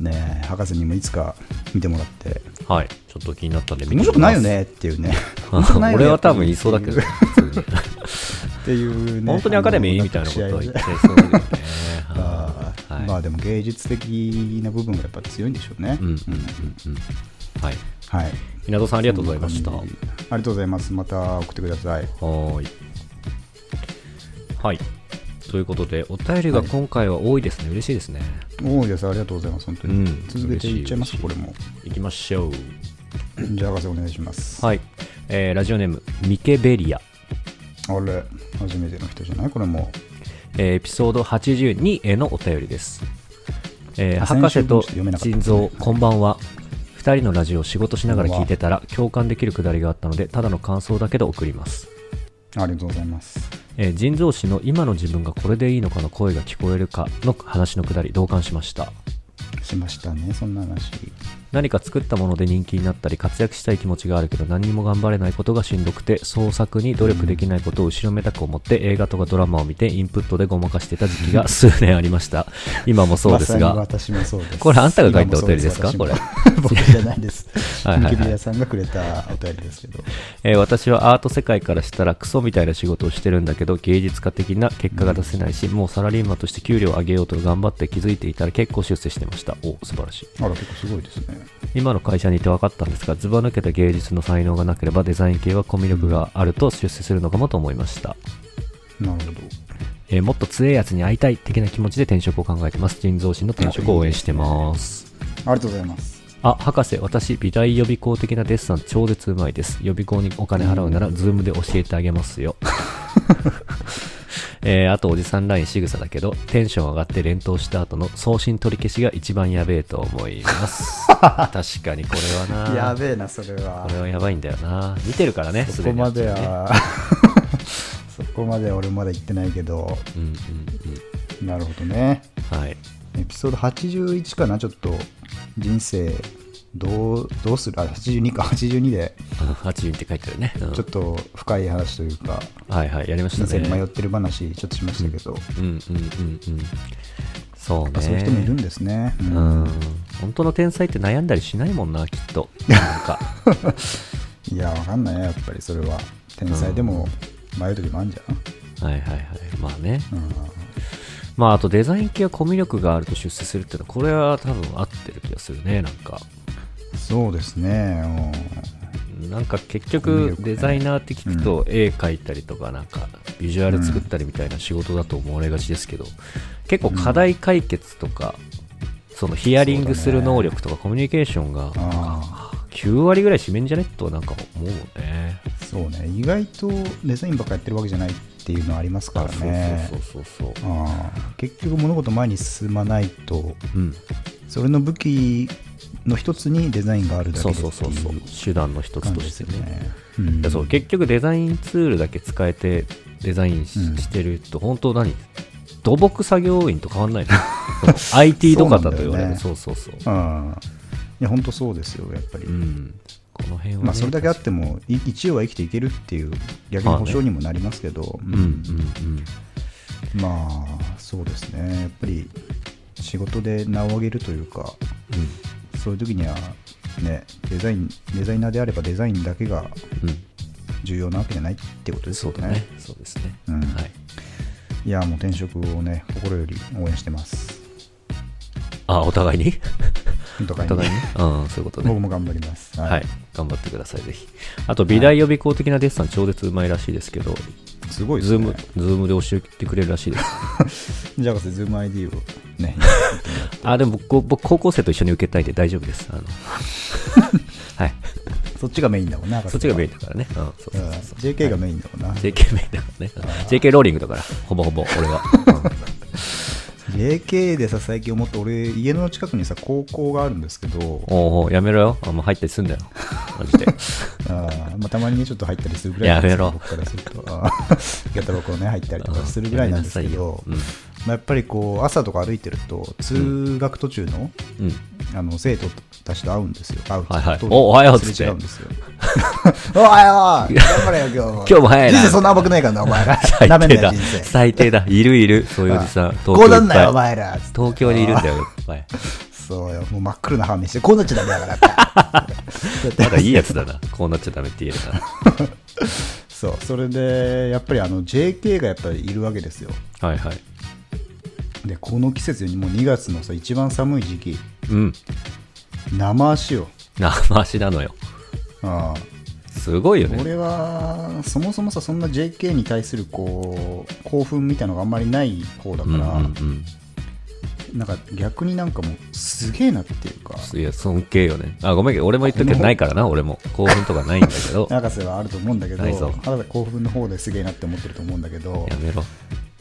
[SPEAKER 2] ねえ博士にもいつか見てもらって
[SPEAKER 1] はい。ちょっと気になったんで見てみ
[SPEAKER 2] 面
[SPEAKER 1] ます
[SPEAKER 2] 白くないよ。ねっていうね 面白くないよ ね
[SPEAKER 1] 俺は多分言いそうだけど、普通に。
[SPEAKER 2] っていう ね
[SPEAKER 1] 本当にアカデミーみたいなことを言ってそうだよね。
[SPEAKER 2] あ
[SPEAKER 1] は
[SPEAKER 2] ー
[SPEAKER 1] い。
[SPEAKER 2] まあでも芸術的な部分がやっぱ強いんでしょうね。
[SPEAKER 1] うんうんうん
[SPEAKER 2] うん
[SPEAKER 1] うん。はい。
[SPEAKER 2] はい。あ
[SPEAKER 1] 港さんありがとうございました。
[SPEAKER 2] あ
[SPEAKER 1] は
[SPEAKER 2] りがとうございます。また送ってください。
[SPEAKER 1] ーい。はい。ということで、お便りが今回は多いですね。嬉しいですね。
[SPEAKER 2] おお、さんありがとうございます。本当に。
[SPEAKER 1] うん
[SPEAKER 2] 続けていっちゃい
[SPEAKER 1] 嬉
[SPEAKER 2] ま
[SPEAKER 1] し
[SPEAKER 2] す、
[SPEAKER 1] い
[SPEAKER 2] これも。
[SPEAKER 1] いきましょう。
[SPEAKER 2] じゃあ、博士お願いします。
[SPEAKER 1] はい、えーラジオネームミケベリア、
[SPEAKER 2] あれ、初めての人じゃないこれも。
[SPEAKER 1] えーエピソード82へのお便りです、えー
[SPEAKER 2] あ
[SPEAKER 1] 博士と
[SPEAKER 2] 先週分ちょっと読めなかった
[SPEAKER 1] 腎臓こんばんは2人のラジオを仕事しながら聞いてたら共感できるくだりがあったのでただの感想だけど送ります
[SPEAKER 2] ありがとうございます。
[SPEAKER 1] えー腎臓師の今の自分がこれでいいのかの声が聞こえるかの話のくだり同感しました
[SPEAKER 2] しましたね、そんな話。
[SPEAKER 1] 何か作ったもので人気になったり活躍したい気持ちがあるけど何にも頑張れないことがしんどくて創作に努力できないことを後ろめたく思って映画とかドラマを見てインプットでごまかしてた時期が数年ありました今もそうです
[SPEAKER 2] まさに
[SPEAKER 1] が
[SPEAKER 2] 私もそうです。
[SPEAKER 1] これあんたが書いたお便りですか
[SPEAKER 2] 今もそう私も 僕じゃないです。
[SPEAKER 1] はいはいはい
[SPEAKER 2] ミキビリアさんがくれたお便りですけど。
[SPEAKER 1] えー私はアート世界からしたらクソみたいな仕事をしてるんだけど芸術家的な結果が出せないしもうサラリーマンとして給料を上げようと頑張って気づいていたら結構出世してましたお素晴らしい
[SPEAKER 2] あら、結構すごいですね。
[SPEAKER 1] 今の会社にいて分かったんですがずば抜けた芸術の才能がなければデザイン系はコミュ力があると出世するのかもと思いました、
[SPEAKER 2] なるほど。
[SPEAKER 1] えーもっと強いやつに会いたい的な気持ちで転職を考えてます腎臓師の転職を応援してます
[SPEAKER 2] ありがとうございます。
[SPEAKER 1] あ博士私美大予備校的なデッサン超絶うまいです予備校にお金払うならズームで教えてあげますよ えーあとおじさんライン仕草だけどテンション上がって連投した後の送信取り消しが一番やべえと思います 確かにこれはな
[SPEAKER 2] やべえな、それは
[SPEAKER 1] こ。れはやばいんだよな見てるからね
[SPEAKER 2] そこまで
[SPEAKER 1] 既にあっ
[SPEAKER 2] は、 そこまでは俺まだ行ってないけど、
[SPEAKER 1] ちはねうんうん
[SPEAKER 2] なるほどね。
[SPEAKER 1] うんはい
[SPEAKER 2] エピソード81かな、ちょっと、人生、どう、どうするあ、82か、82で、
[SPEAKER 1] あの82って書いてあるね、うん
[SPEAKER 2] ちょっと深い話というか、
[SPEAKER 1] はいはいやりました
[SPEAKER 2] 人
[SPEAKER 1] ね
[SPEAKER 2] 生に迷ってる話、ちょっとしましたけど、や
[SPEAKER 1] うんうんうんうんそう
[SPEAKER 2] っぱ
[SPEAKER 1] ね
[SPEAKER 2] そういう人もいるんですね。う
[SPEAKER 1] うんん本当の天才って悩んだりしないもんなきっとなん か
[SPEAKER 2] いや、わかんないやっぱりそれは。天才でも迷う時もあるんじゃん。
[SPEAKER 1] はいはいはいまあね
[SPEAKER 2] うん
[SPEAKER 1] まああとデザイン系はコミュ力があると出世するってのはこれは多分合ってる気がするねなんか
[SPEAKER 2] そうですね。
[SPEAKER 1] なんか結
[SPEAKER 2] コミ
[SPEAKER 1] 局
[SPEAKER 2] ュ力
[SPEAKER 1] デ
[SPEAKER 2] ね
[SPEAKER 1] ザイナーって聞くと絵描いたりとかなんかビジュアル作ったりみたいな仕事だと思われがちですけど結構課題解決とかそのヒアリングする能力とかコミュニケーションが
[SPEAKER 2] うんあ
[SPEAKER 1] 9割ぐらい占めんじゃねとはなんか思うね
[SPEAKER 2] あそうね。意外とデザインばっかやってるわけじゃないっていうのはありますからね
[SPEAKER 1] そ。うそうそうそうそう
[SPEAKER 2] ああ結局物事前に進まないと、
[SPEAKER 1] うん
[SPEAKER 2] それの武器の一つにデザインがあるだけ
[SPEAKER 1] そう
[SPEAKER 2] でってい
[SPEAKER 1] そううそうそう手段の一つ
[SPEAKER 2] 感
[SPEAKER 1] と
[SPEAKER 2] じで
[SPEAKER 1] し
[SPEAKER 2] す
[SPEAKER 1] て
[SPEAKER 2] よ
[SPEAKER 1] ね
[SPEAKER 2] ね。うん
[SPEAKER 1] いやそう結局デザインツールだけ使えてデザインし,、
[SPEAKER 2] うん
[SPEAKER 1] てると本当何土木作業員と変わん ないのその IT 土方と言われるそ,、
[SPEAKER 2] そう
[SPEAKER 1] そうそう
[SPEAKER 2] うんいや本当そうですよやっぱり、
[SPEAKER 1] うんこの辺は、ね
[SPEAKER 2] まあ、それだけあってもい一応は生きていけるっていう逆に保証にもなりますけど、
[SPEAKER 1] うんうんうん
[SPEAKER 2] まあそうですねやっぱり仕事で名を上げるというかそういう時にはねデザインデザイナーであればデザインだけが
[SPEAKER 1] うんうん
[SPEAKER 2] 重要なわけじゃないってことです
[SPEAKER 1] そ
[SPEAKER 2] よ
[SPEAKER 1] うだねそうですね、
[SPEAKER 2] うん
[SPEAKER 1] はい
[SPEAKER 2] いやもう転職をね心より応援してます
[SPEAKER 1] あお互いに
[SPEAKER 2] と か
[SPEAKER 1] お
[SPEAKER 2] に、
[SPEAKER 1] 互いにうんそういうことね
[SPEAKER 2] 僕も頑張ります
[SPEAKER 1] はい、頑張ってください、ぜひ。あと、美大予備校的なデッサン、超絶うまいらしいですけど、
[SPEAKER 2] すごいです
[SPEAKER 1] ズー
[SPEAKER 2] ね
[SPEAKER 1] ム、ズームで教えてくれるらしいです。
[SPEAKER 2] じゃあズーム ID を ね
[SPEAKER 1] あ、でも僕、僕高校生と一緒に受けたいんで大丈夫です。あの はい。
[SPEAKER 2] そっちがメインだもんな
[SPEAKER 1] そっちがメイン
[SPEAKER 2] ン
[SPEAKER 1] だからね。うん、そうそうそうそう。
[SPEAKER 2] JK がメインだもんな、
[SPEAKER 1] JK メインだからね。JK ローリングだから、ほぼほぼ、俺は。
[SPEAKER 2] AK でさ最近思って俺家の近くにさ高校があるんですけど
[SPEAKER 1] おうおうやめろよ。あもう入ったりすんだよ。マ ジで。
[SPEAKER 2] あーまあ、たまにねちょっと入ったりするぐらいなんですけど
[SPEAKER 1] やめろ
[SPEAKER 2] 僕からするとあー やたらこうね入ったりとかするぐらいなんですけど、
[SPEAKER 1] うんやめなさ
[SPEAKER 2] まあ、やっぱりこう朝とか歩いてると通学途中の,、
[SPEAKER 1] うん。
[SPEAKER 2] あの生徒たちと会うんですよ会う
[SPEAKER 1] はいはい
[SPEAKER 2] と
[SPEAKER 1] おおはようっつって
[SPEAKER 2] すれ違うんですよ おはよう頑張れよ今日
[SPEAKER 1] 今日も早いな
[SPEAKER 2] 人生そんな甘くないからなお 前ら
[SPEAKER 1] 最
[SPEAKER 2] なめん
[SPEAKER 1] 低
[SPEAKER 2] なよ
[SPEAKER 1] だ
[SPEAKER 2] 人。生
[SPEAKER 1] 最低だ。いるいる。そういうおじさん。東京
[SPEAKER 2] こう
[SPEAKER 1] いっぱ
[SPEAKER 2] ないんなよお前らつって
[SPEAKER 1] 東京にいるんだよ、いっぱい。
[SPEAKER 2] そうよもう真っ黒な歯にしてこうなっちゃダメだから
[SPEAKER 1] まだいいやつだな。こうなっちゃダメって言える
[SPEAKER 2] そうそれでやっぱりあの JK がやっぱりいるわけですよ
[SPEAKER 1] な。はいはい。
[SPEAKER 2] でこの季節にもう2月のさ一番寒い時期
[SPEAKER 1] うん。
[SPEAKER 2] 生足よ
[SPEAKER 1] 生足なのよ。
[SPEAKER 2] ああ
[SPEAKER 1] すごいよね。
[SPEAKER 2] 俺はそもそもさそんな JK に対するこう興奮みたいのがあんまりない方だ
[SPEAKER 1] う
[SPEAKER 2] か
[SPEAKER 1] んうん
[SPEAKER 2] ら、
[SPEAKER 1] うん。
[SPEAKER 2] なんか逆になんかもうすげえなっていうか
[SPEAKER 1] いや、尊敬よね。あ、ごめんけど、俺も言っとくけど、ないからな、俺も。興奮とかないんだけど。
[SPEAKER 2] 博士 はあると思うんだけど
[SPEAKER 1] ないぞ
[SPEAKER 2] 博士興奮の方ですげえなって思ってると思うんだけど
[SPEAKER 1] やめろ。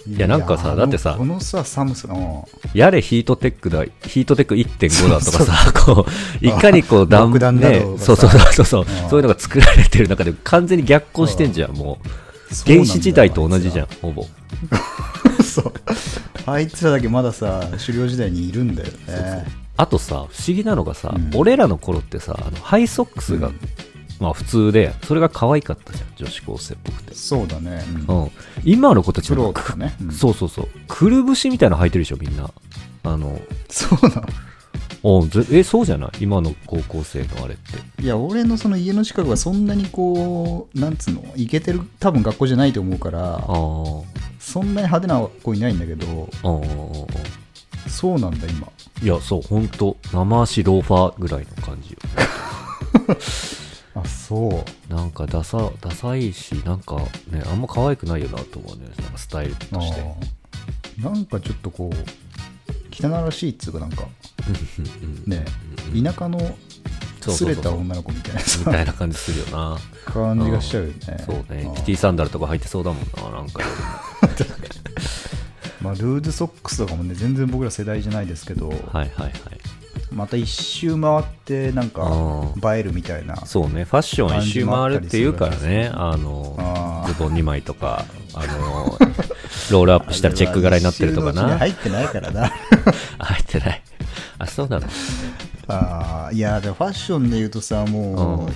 [SPEAKER 1] いや、なんか
[SPEAKER 2] いや
[SPEAKER 1] さ、
[SPEAKER 2] あの
[SPEAKER 1] だってさ
[SPEAKER 2] こ、のさ寒さの
[SPEAKER 1] やれヒートテックだ、ヒートテック1.5だとかさ、こう、いかにこう、
[SPEAKER 2] あ
[SPEAKER 1] 断
[SPEAKER 2] 爆弾な
[SPEAKER 1] ね
[SPEAKER 2] ど、うか
[SPEAKER 1] そ
[SPEAKER 2] さ
[SPEAKER 1] うそうそうそう、
[SPEAKER 2] うん
[SPEAKER 1] そういうのが作られてる中で完全に逆行してんじゃん、もう。原始時代と同じじゃん、ほぼ。
[SPEAKER 2] そうあいつらだけまださ狩猟時代にいるんだよね
[SPEAKER 1] あとさ、不思議なのがさ、
[SPEAKER 2] うん
[SPEAKER 1] 俺らの頃ってさ、あのハイソックスが、
[SPEAKER 2] うん
[SPEAKER 1] まあ普通で、それが可愛かったじゃん、女子高生っぽくて。
[SPEAKER 2] そうだね、うん
[SPEAKER 1] うん。今の子たち
[SPEAKER 2] 黒
[SPEAKER 1] の
[SPEAKER 2] とかね、うん
[SPEAKER 1] そうそうそう。くるぶしみたいなの履いてるでしょ、みんな。あの、
[SPEAKER 2] そうなの
[SPEAKER 1] おずえ、そうじゃない今の高校生のあれって。
[SPEAKER 2] いや俺のその家の近くはそんなにこうなんつうのいけてる多分学校じゃないと思うか
[SPEAKER 1] あ
[SPEAKER 2] ら
[SPEAKER 1] ー
[SPEAKER 2] そんなに派手な子いないんだけど
[SPEAKER 1] あー。
[SPEAKER 2] そうなんだ今
[SPEAKER 1] いや、そう、ほんと、生足ローファーぐらいの感じよ。
[SPEAKER 2] あそう
[SPEAKER 1] なんか、ダサ、ダサいし、なんかね、あんま可愛くないよなと思うね。なんかスタイルとして。
[SPEAKER 2] なんかちょっとこう汚らしいっつうかなんかね田舎の
[SPEAKER 1] そう
[SPEAKER 2] す
[SPEAKER 1] そう
[SPEAKER 2] れ
[SPEAKER 1] そう
[SPEAKER 2] た
[SPEAKER 1] そう
[SPEAKER 2] 女の子みたいな
[SPEAKER 1] み
[SPEAKER 2] さ
[SPEAKER 1] たいな感じするよな。
[SPEAKER 2] 感じがしちゃ うよね
[SPEAKER 1] そうね
[SPEAKER 2] あ。ー
[SPEAKER 1] キティサンダルとか履いてそうだもんな、なんかよりも。
[SPEAKER 2] まあ、ルーズソックスとかもね全然僕ら世代じゃないですけど、
[SPEAKER 1] はいはいはい。
[SPEAKER 2] また一周回ってなんか
[SPEAKER 1] う
[SPEAKER 2] 映えるみたいな
[SPEAKER 1] そうね、ファッションは一周回るっていうからね、あ
[SPEAKER 2] あ
[SPEAKER 1] の、
[SPEAKER 2] ー
[SPEAKER 1] ズボン2枚とか、あの、 ロールアップしたらチェック柄になってるとか
[SPEAKER 2] あれ
[SPEAKER 1] な。
[SPEAKER 2] は
[SPEAKER 1] 入
[SPEAKER 2] 一周のうちに入ってないから
[SPEAKER 1] っ
[SPEAKER 2] な
[SPEAKER 1] てない。あ、そうなの
[SPEAKER 2] あーいやでもファッションで言うとさも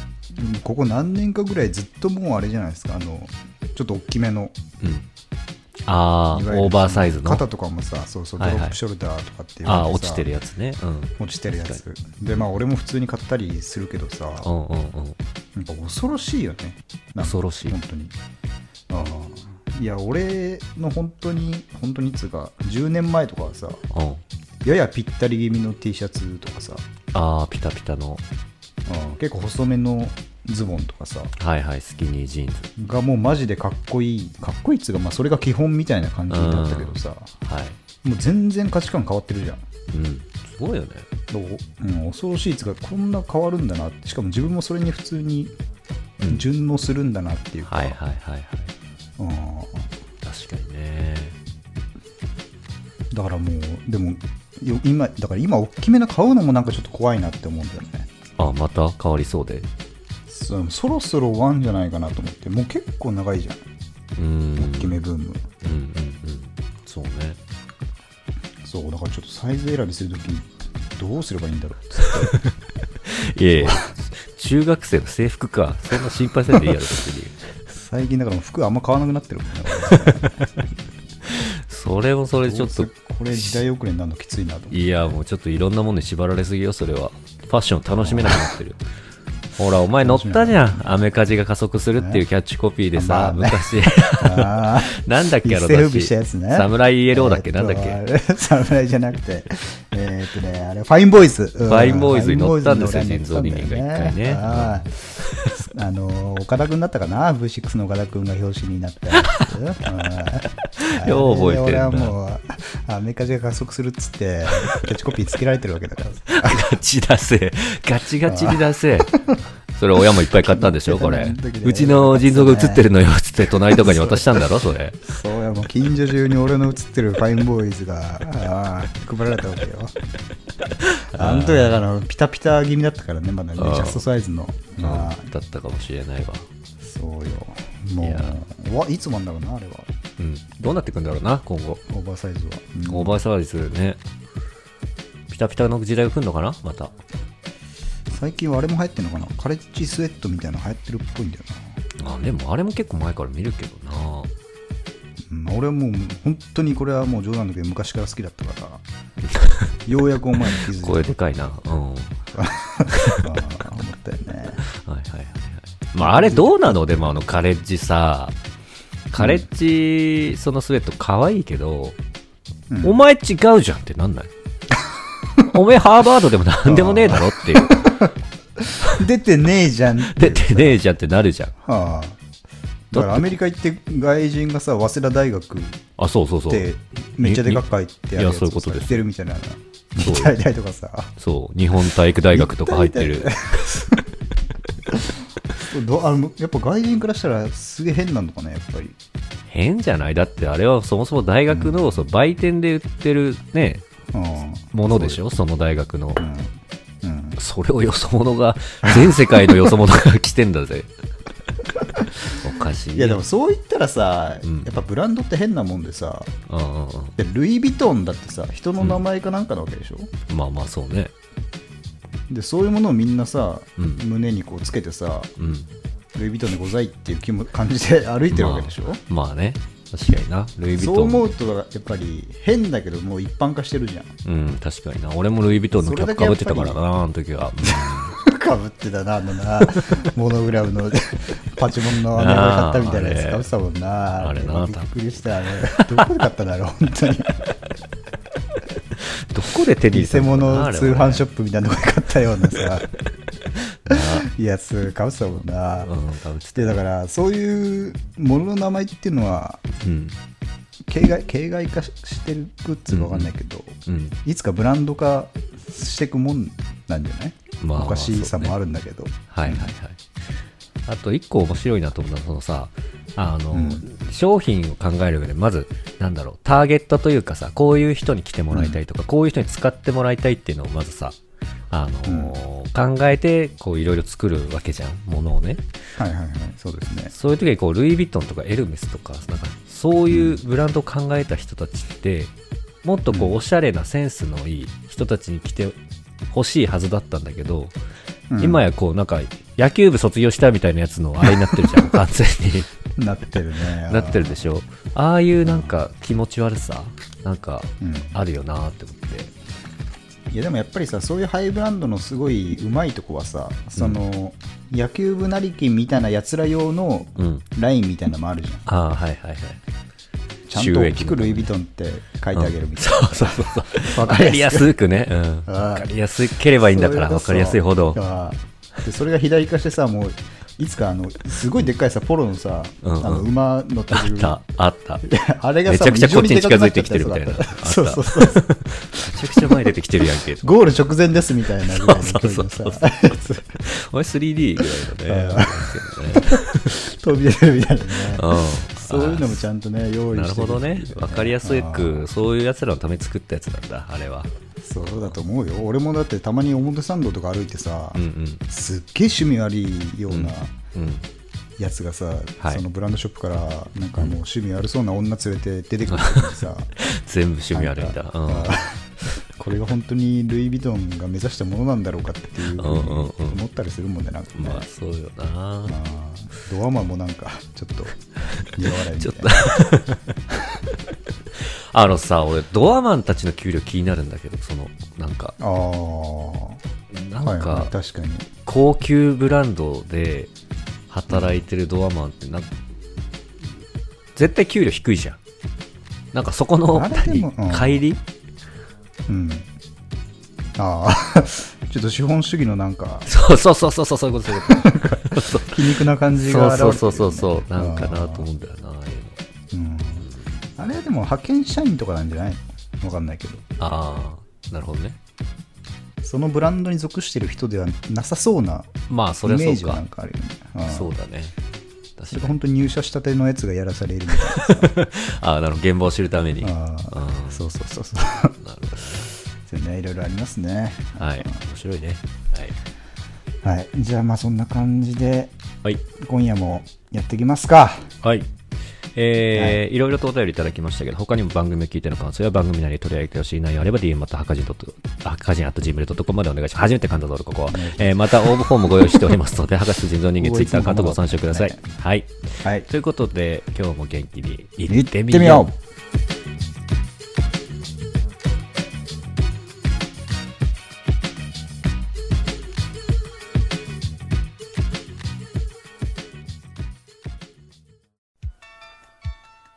[SPEAKER 2] う、ここ何年かぐらいずっともうあれじゃないですかあのちょっと大きめの
[SPEAKER 1] うん。あ
[SPEAKER 2] いわゆ
[SPEAKER 1] あ、
[SPEAKER 2] る
[SPEAKER 1] オーバーサイズの。
[SPEAKER 2] 肩とかもさそうそうドロ
[SPEAKER 1] はい
[SPEAKER 2] ッ
[SPEAKER 1] はい
[SPEAKER 2] プショルダーとかっていうの
[SPEAKER 1] あ
[SPEAKER 2] がさ
[SPEAKER 1] あ、落ちてるやつね。うん。
[SPEAKER 2] 落ちてるやつでまあ俺も普通に買ったりするけどさ
[SPEAKER 1] うんうんうん。
[SPEAKER 2] なんか恐ろしいよね。なんか
[SPEAKER 1] 恐ろしい
[SPEAKER 2] 本当に。ああ。いや、俺の本当に、本当にっつうか、10年前とかはさ、
[SPEAKER 1] うん、
[SPEAKER 2] ややぴったり気味の T シャツとかさ、
[SPEAKER 1] ああ、ピタピタの。
[SPEAKER 2] うん結構細めのズボンとかさ、
[SPEAKER 1] はいはい、スキニージーンズ。
[SPEAKER 2] がもうマジでかっこいい、かっこいいっつうか、まあそれが基本みたいな感じだったけどさ、
[SPEAKER 1] はい。
[SPEAKER 2] もう全然価値観変わってるじゃん。
[SPEAKER 1] うん。すごいよね。
[SPEAKER 2] どううん、恐ろしいっつうか、こんな変わるんだなって、しかも自分もそれに普通に順応するんだなっていうか、
[SPEAKER 1] はいはいはいはい。
[SPEAKER 2] うん
[SPEAKER 1] 確かにね。
[SPEAKER 2] だからもうでもよ今だから今大きめの買うのもなんかちょっと怖いなって思うんだよね
[SPEAKER 1] あ、また変わりそうで。
[SPEAKER 2] そそろそろワンじゃないかなと思ってもう結構長いじゃん
[SPEAKER 1] うん。
[SPEAKER 2] 大きめブーム、
[SPEAKER 1] うんうんうん。そうね。
[SPEAKER 2] そうだからちょっとサイズ選びするときどうすればいいんだろうって
[SPEAKER 1] いやいや、 中学生の制服か。そんな心配せんでいいやろ、別に。
[SPEAKER 2] 最近だからもう服あんま買わなくなってるもんね
[SPEAKER 1] それもそれ
[SPEAKER 2] 俺
[SPEAKER 1] ちょっ
[SPEAKER 2] ど
[SPEAKER 1] と
[SPEAKER 2] う、せこれ時代遅れになるのきついなと思って
[SPEAKER 1] いや、もうちょっといろんなものに縛られすぎよ、それは。ファッション楽しめなくな ってる。ほら、お前乗ったじゃん。アメカジが加速するっていうキャッチコピーで
[SPEAKER 2] ま
[SPEAKER 1] さ
[SPEAKER 2] あ、ね
[SPEAKER 1] 昔。
[SPEAKER 2] あ
[SPEAKER 1] なんだっけ、あの雑
[SPEAKER 2] 一世風靡
[SPEAKER 1] 誌、
[SPEAKER 2] したやつね
[SPEAKER 1] サムライイエローだっけ、
[SPEAKER 2] え
[SPEAKER 1] なん
[SPEAKER 2] ー
[SPEAKER 1] だ
[SPEAKER 2] と
[SPEAKER 1] っ け。
[SPEAKER 2] あれ 侍じゃなくてえーっとねあれファインボーイズフ
[SPEAKER 1] ファインボーイズに乗ったんですよ人造人間が一回ね
[SPEAKER 2] あーあのー岡田君だったかな V6 の岡田君が表紙になったやつうんあれ
[SPEAKER 1] よう覚えてるな
[SPEAKER 2] 俺はもうアメリカ人が加速するっつってキャッチコピーつけられてるわけだから
[SPEAKER 1] ガチだせ。ガチガチにだせ。それ親もいっぱい買ったんでしょこれ
[SPEAKER 2] その時ね
[SPEAKER 1] うちの腎臓が映ってるのよっつって隣とかに渡したんだろそれ
[SPEAKER 2] そうやもう近所中に俺の映ってるファインボーイズがあー配られたわけよあの時だからピタピタ気味だったからねまだねジ
[SPEAKER 1] あー
[SPEAKER 2] ャストサイズの
[SPEAKER 1] うん
[SPEAKER 2] ま
[SPEAKER 1] だ
[SPEAKER 2] あ
[SPEAKER 1] ったかもしれないわ
[SPEAKER 2] そうよ
[SPEAKER 1] い
[SPEAKER 2] も
[SPEAKER 1] や
[SPEAKER 2] ううわいつもなんだろうなあれは
[SPEAKER 1] うんどうなってくんだろうな今後
[SPEAKER 2] オーバーサイズは、うん
[SPEAKER 1] オーバーサービスねピタピタの時代が来るのかなまた
[SPEAKER 2] 最近はあれも流行ってるのかなカレッジスウェットみたいなの流行ってるっぽいんだよ
[SPEAKER 1] あでもあれも結構前から見るけどな
[SPEAKER 2] な、うん、俺はもう本当にこれはもう冗談だけど昔から好きだったからようやくお前に気づいた
[SPEAKER 1] 声でかいなうんはい
[SPEAKER 2] あー思ったよね
[SPEAKER 1] はいはいはいまああれどうなのでもあのカレッジさカレッジ、そのスウェット可愛いけど、
[SPEAKER 2] うん
[SPEAKER 1] お前違うじゃんってなんない お前ハーバードでもなんでもねえだろって いう
[SPEAKER 2] 出てねえじゃんって
[SPEAKER 1] 出てねえじゃんってなるじゃん
[SPEAKER 2] はあ、だからアメリカ行って外人がさ早稲田大学っ
[SPEAKER 1] あそうそうそう
[SPEAKER 2] てめっちゃでかく書いてあるや
[SPEAKER 1] いやそういう
[SPEAKER 2] つ
[SPEAKER 1] こ
[SPEAKER 2] を
[SPEAKER 1] と
[SPEAKER 2] さ
[SPEAKER 1] です
[SPEAKER 2] 着てるみたいな
[SPEAKER 1] そう
[SPEAKER 2] 日体大とかさ
[SPEAKER 1] そう日本体育大学とか入ってる
[SPEAKER 2] どあのやっぱ外人からしたらすげえ変なのかなやっぱり
[SPEAKER 1] 変じゃないだってあれはそもそも大学の,、その売店で売ってるね
[SPEAKER 2] うん
[SPEAKER 1] ものでしょその大学の、
[SPEAKER 2] うんうん
[SPEAKER 1] それをよそ者が全世界のよそ者が来てんだ ぜおかしい
[SPEAKER 2] いやでもそう言ったらさ、
[SPEAKER 1] うん
[SPEAKER 2] やっぱブランドって変なもんでさ
[SPEAKER 1] うんうんう
[SPEAKER 2] でルイ・ヴィトンだってさ人の名前かなんかなわけでしょ、
[SPEAKER 1] んまあまあそうね
[SPEAKER 2] でそういうものをみんなさ、
[SPEAKER 1] うん
[SPEAKER 2] 胸にこうつけてさ
[SPEAKER 1] うん
[SPEAKER 2] ルイ・ヴィトンでございっていう気も感じで歩いてるわけでしょ、
[SPEAKER 1] まあ、まあね確かになルイ・ヴィトン
[SPEAKER 2] そう思うとやっぱり変だけどもう一般化してるじゃん
[SPEAKER 1] うん確かにな俺もルイ・ヴィトンのキャップかぶってたからなあの時は
[SPEAKER 2] かぶってたなあ のなモノグラムの パチモンのあれ
[SPEAKER 1] なあ
[SPEAKER 2] 買ったみたいなやつ
[SPEAKER 1] あれ
[SPEAKER 2] かぶってたもんな
[SPEAKER 1] あれな
[SPEAKER 2] びっくりしたあれどこで買ったんだろ う本当に
[SPEAKER 1] うんどこで手に入れ
[SPEAKER 2] 偽
[SPEAKER 1] たのかな
[SPEAKER 2] 物通販ショ
[SPEAKER 1] ッ
[SPEAKER 2] ップみたいなとこで買ったよう なさやつかぶってたもんな、
[SPEAKER 1] うんかぶってた
[SPEAKER 2] でだからそういうものの名前っていうのは
[SPEAKER 1] うん
[SPEAKER 2] 形骸形骸化ししてるグッズが分かんないけど、
[SPEAKER 1] うん
[SPEAKER 2] いつかブランド化していくもんなんじゃない、
[SPEAKER 1] まあ
[SPEAKER 2] おかしさもあるんだけど、
[SPEAKER 1] はいはいはい。あと一個面白いなと思ったのは、そのさ、あの、
[SPEAKER 2] うん
[SPEAKER 1] 商品を考える上で、まず、なんだろう、ターゲットというかさ、こういう人に来てもらいたいとか、こういう人に使ってもらいたいっていうのをまずさ、あのー考えて、こういろいろ作るわけじゃん、ものをね。
[SPEAKER 2] はいはいはいそうですね
[SPEAKER 1] そういう時にこう、ルイ・ヴィトンとかエルメスとか、なんか、そういうブランドを考えた人たちって、もっとこ
[SPEAKER 2] う
[SPEAKER 1] う、おしゃれなセンスのいい人たちに来てほしいはずだったんだけど、
[SPEAKER 2] うん
[SPEAKER 1] 今やこうなんか野球部卒業したみたいなやつのあれになってるじゃん完全に
[SPEAKER 2] なってるね
[SPEAKER 1] なってるで
[SPEAKER 2] ょ、
[SPEAKER 1] しょああいうなんか気持ち悪さなんか
[SPEAKER 2] うん、
[SPEAKER 1] あるよなって思って
[SPEAKER 2] いやでもやっぱりさそういうハイブランドのすごいうまいとこはさその、野球部なりきみたいなやつら用の
[SPEAKER 1] うん
[SPEAKER 2] ラインみたいなのもあるじゃん
[SPEAKER 1] ああはいはいはい
[SPEAKER 2] ちゃんと大き
[SPEAKER 1] 収益の
[SPEAKER 2] く
[SPEAKER 1] ね
[SPEAKER 2] ルイ・ヴィトンって書いてあげるみたい
[SPEAKER 1] そうそうそうそう わ
[SPEAKER 2] わか
[SPEAKER 1] か
[SPEAKER 2] りや
[SPEAKER 1] りやす
[SPEAKER 2] すく
[SPEAKER 1] くねうん
[SPEAKER 2] あー
[SPEAKER 1] わかりやすければ
[SPEAKER 2] な、
[SPEAKER 1] いいんだからわかりやすいほど
[SPEAKER 2] ああでそれが肥大化してさもういつかあのすごいでっかいさポロのさ、
[SPEAKER 1] うんうん
[SPEAKER 2] あの馬乗って
[SPEAKER 1] あっ
[SPEAKER 2] る
[SPEAKER 1] たあっためち
[SPEAKER 2] あれがさ
[SPEAKER 1] めちゃくちゃこっちに近づいてきてるみたいな
[SPEAKER 2] 異常にでかくっちゃったやつがあったそうそうそう。
[SPEAKER 1] ゃくちゃ前出てきてるやんけ
[SPEAKER 2] ゴール直前ですみたいなぐらいの距離の さ
[SPEAKER 1] そうそう、
[SPEAKER 2] やつ
[SPEAKER 1] お前 3D ぐらいのね
[SPEAKER 2] あ飛び出るみたいなね。
[SPEAKER 1] うん
[SPEAKER 2] そういうのもちゃんとね、用意して
[SPEAKER 1] なるほどねわかりやすくそういうやつらのために作ったやつなんだあれは
[SPEAKER 2] あーそうだと思うよ。俺もだってたまに表参道とか歩いてさ
[SPEAKER 1] う、ん
[SPEAKER 2] すっげえ趣味悪いような
[SPEAKER 1] うんうん
[SPEAKER 2] やつがさ
[SPEAKER 1] は、い
[SPEAKER 2] そのブランドショップから、なんかもう趣味悪そうな女連れて出てくる時にさ、
[SPEAKER 1] 全部趣味悪いんだ
[SPEAKER 2] なん
[SPEAKER 1] う
[SPEAKER 2] か
[SPEAKER 1] ん
[SPEAKER 2] あー これが本当にルイ・ヴィトンが目指したものなんだろうかっていうふうに思ったりするもんね、なんかね。
[SPEAKER 1] まあそうよな
[SPEAKER 2] あードアマンもなんかちょ っと苦笑いみたいな
[SPEAKER 1] ちょっと あのさ俺ドアマンたちの給料気になるんだけどそのなんか
[SPEAKER 2] あー
[SPEAKER 1] なん
[SPEAKER 2] はいは
[SPEAKER 1] か
[SPEAKER 2] い、確かに
[SPEAKER 1] 高級ブランドで働いてるドアマンってなんか絶対給料低いじゃんなんかそこの
[SPEAKER 2] あれでも
[SPEAKER 1] 何
[SPEAKER 2] うん
[SPEAKER 1] 帰り
[SPEAKER 2] うんああ ちょっと資本主義のなんか
[SPEAKER 1] そうそうそうそうそうそういうことそういう こと
[SPEAKER 2] 皮肉な感じ
[SPEAKER 1] そ
[SPEAKER 2] が
[SPEAKER 1] う
[SPEAKER 2] 現れて
[SPEAKER 1] そ
[SPEAKER 2] る
[SPEAKER 1] う
[SPEAKER 2] よ
[SPEAKER 1] そう
[SPEAKER 2] ね
[SPEAKER 1] そうそうなんかなと
[SPEAKER 2] あ
[SPEAKER 1] 思うんだよなああいうの
[SPEAKER 2] ーうんあれはでも派遣社員とかなんじゃないわかんないけど
[SPEAKER 1] ああなるほどね
[SPEAKER 2] そのブランドに属してる人ではなさそうな
[SPEAKER 1] まあ
[SPEAKER 2] イ
[SPEAKER 1] そ
[SPEAKER 2] メ
[SPEAKER 1] りゃ
[SPEAKER 2] ージ
[SPEAKER 1] そう
[SPEAKER 2] はなん
[SPEAKER 1] か
[SPEAKER 2] かあるよね。うん
[SPEAKER 1] そうだね
[SPEAKER 2] そ
[SPEAKER 1] 確
[SPEAKER 2] れ
[SPEAKER 1] かに
[SPEAKER 2] が本当に入社したてのやつがやらされるみたい
[SPEAKER 1] ああなるほど現場を知るために
[SPEAKER 2] な
[SPEAKER 1] う
[SPEAKER 2] あー。
[SPEAKER 1] ん
[SPEAKER 2] そうそうそうそう。
[SPEAKER 1] なるほ
[SPEAKER 2] そうね、いろいろありますね。
[SPEAKER 1] どはい面白いねはい
[SPEAKER 2] はい。じゃあまあそんな感じで、
[SPEAKER 1] はい
[SPEAKER 2] 今夜もやっていきますか。
[SPEAKER 1] はい。えーい、ろいろとお便りいただきましたけど、他にも番組を聞いての感想や番組内で取り上げてほしい内容あれば、DM またはかじんと、はかじん at gmail.com までお願いします。初めて噛んだぞ、俺ここは。えーまた応募フォームご用意しておりますので、博士と人造人間
[SPEAKER 2] おー
[SPEAKER 1] Twitter アカウントご参照ください
[SPEAKER 2] いつ。
[SPEAKER 1] はい。
[SPEAKER 2] はい。
[SPEAKER 1] ということで、今日も元気にい
[SPEAKER 2] 行
[SPEAKER 1] っ
[SPEAKER 2] って
[SPEAKER 1] てみ
[SPEAKER 2] み
[SPEAKER 1] よう。
[SPEAKER 2] よう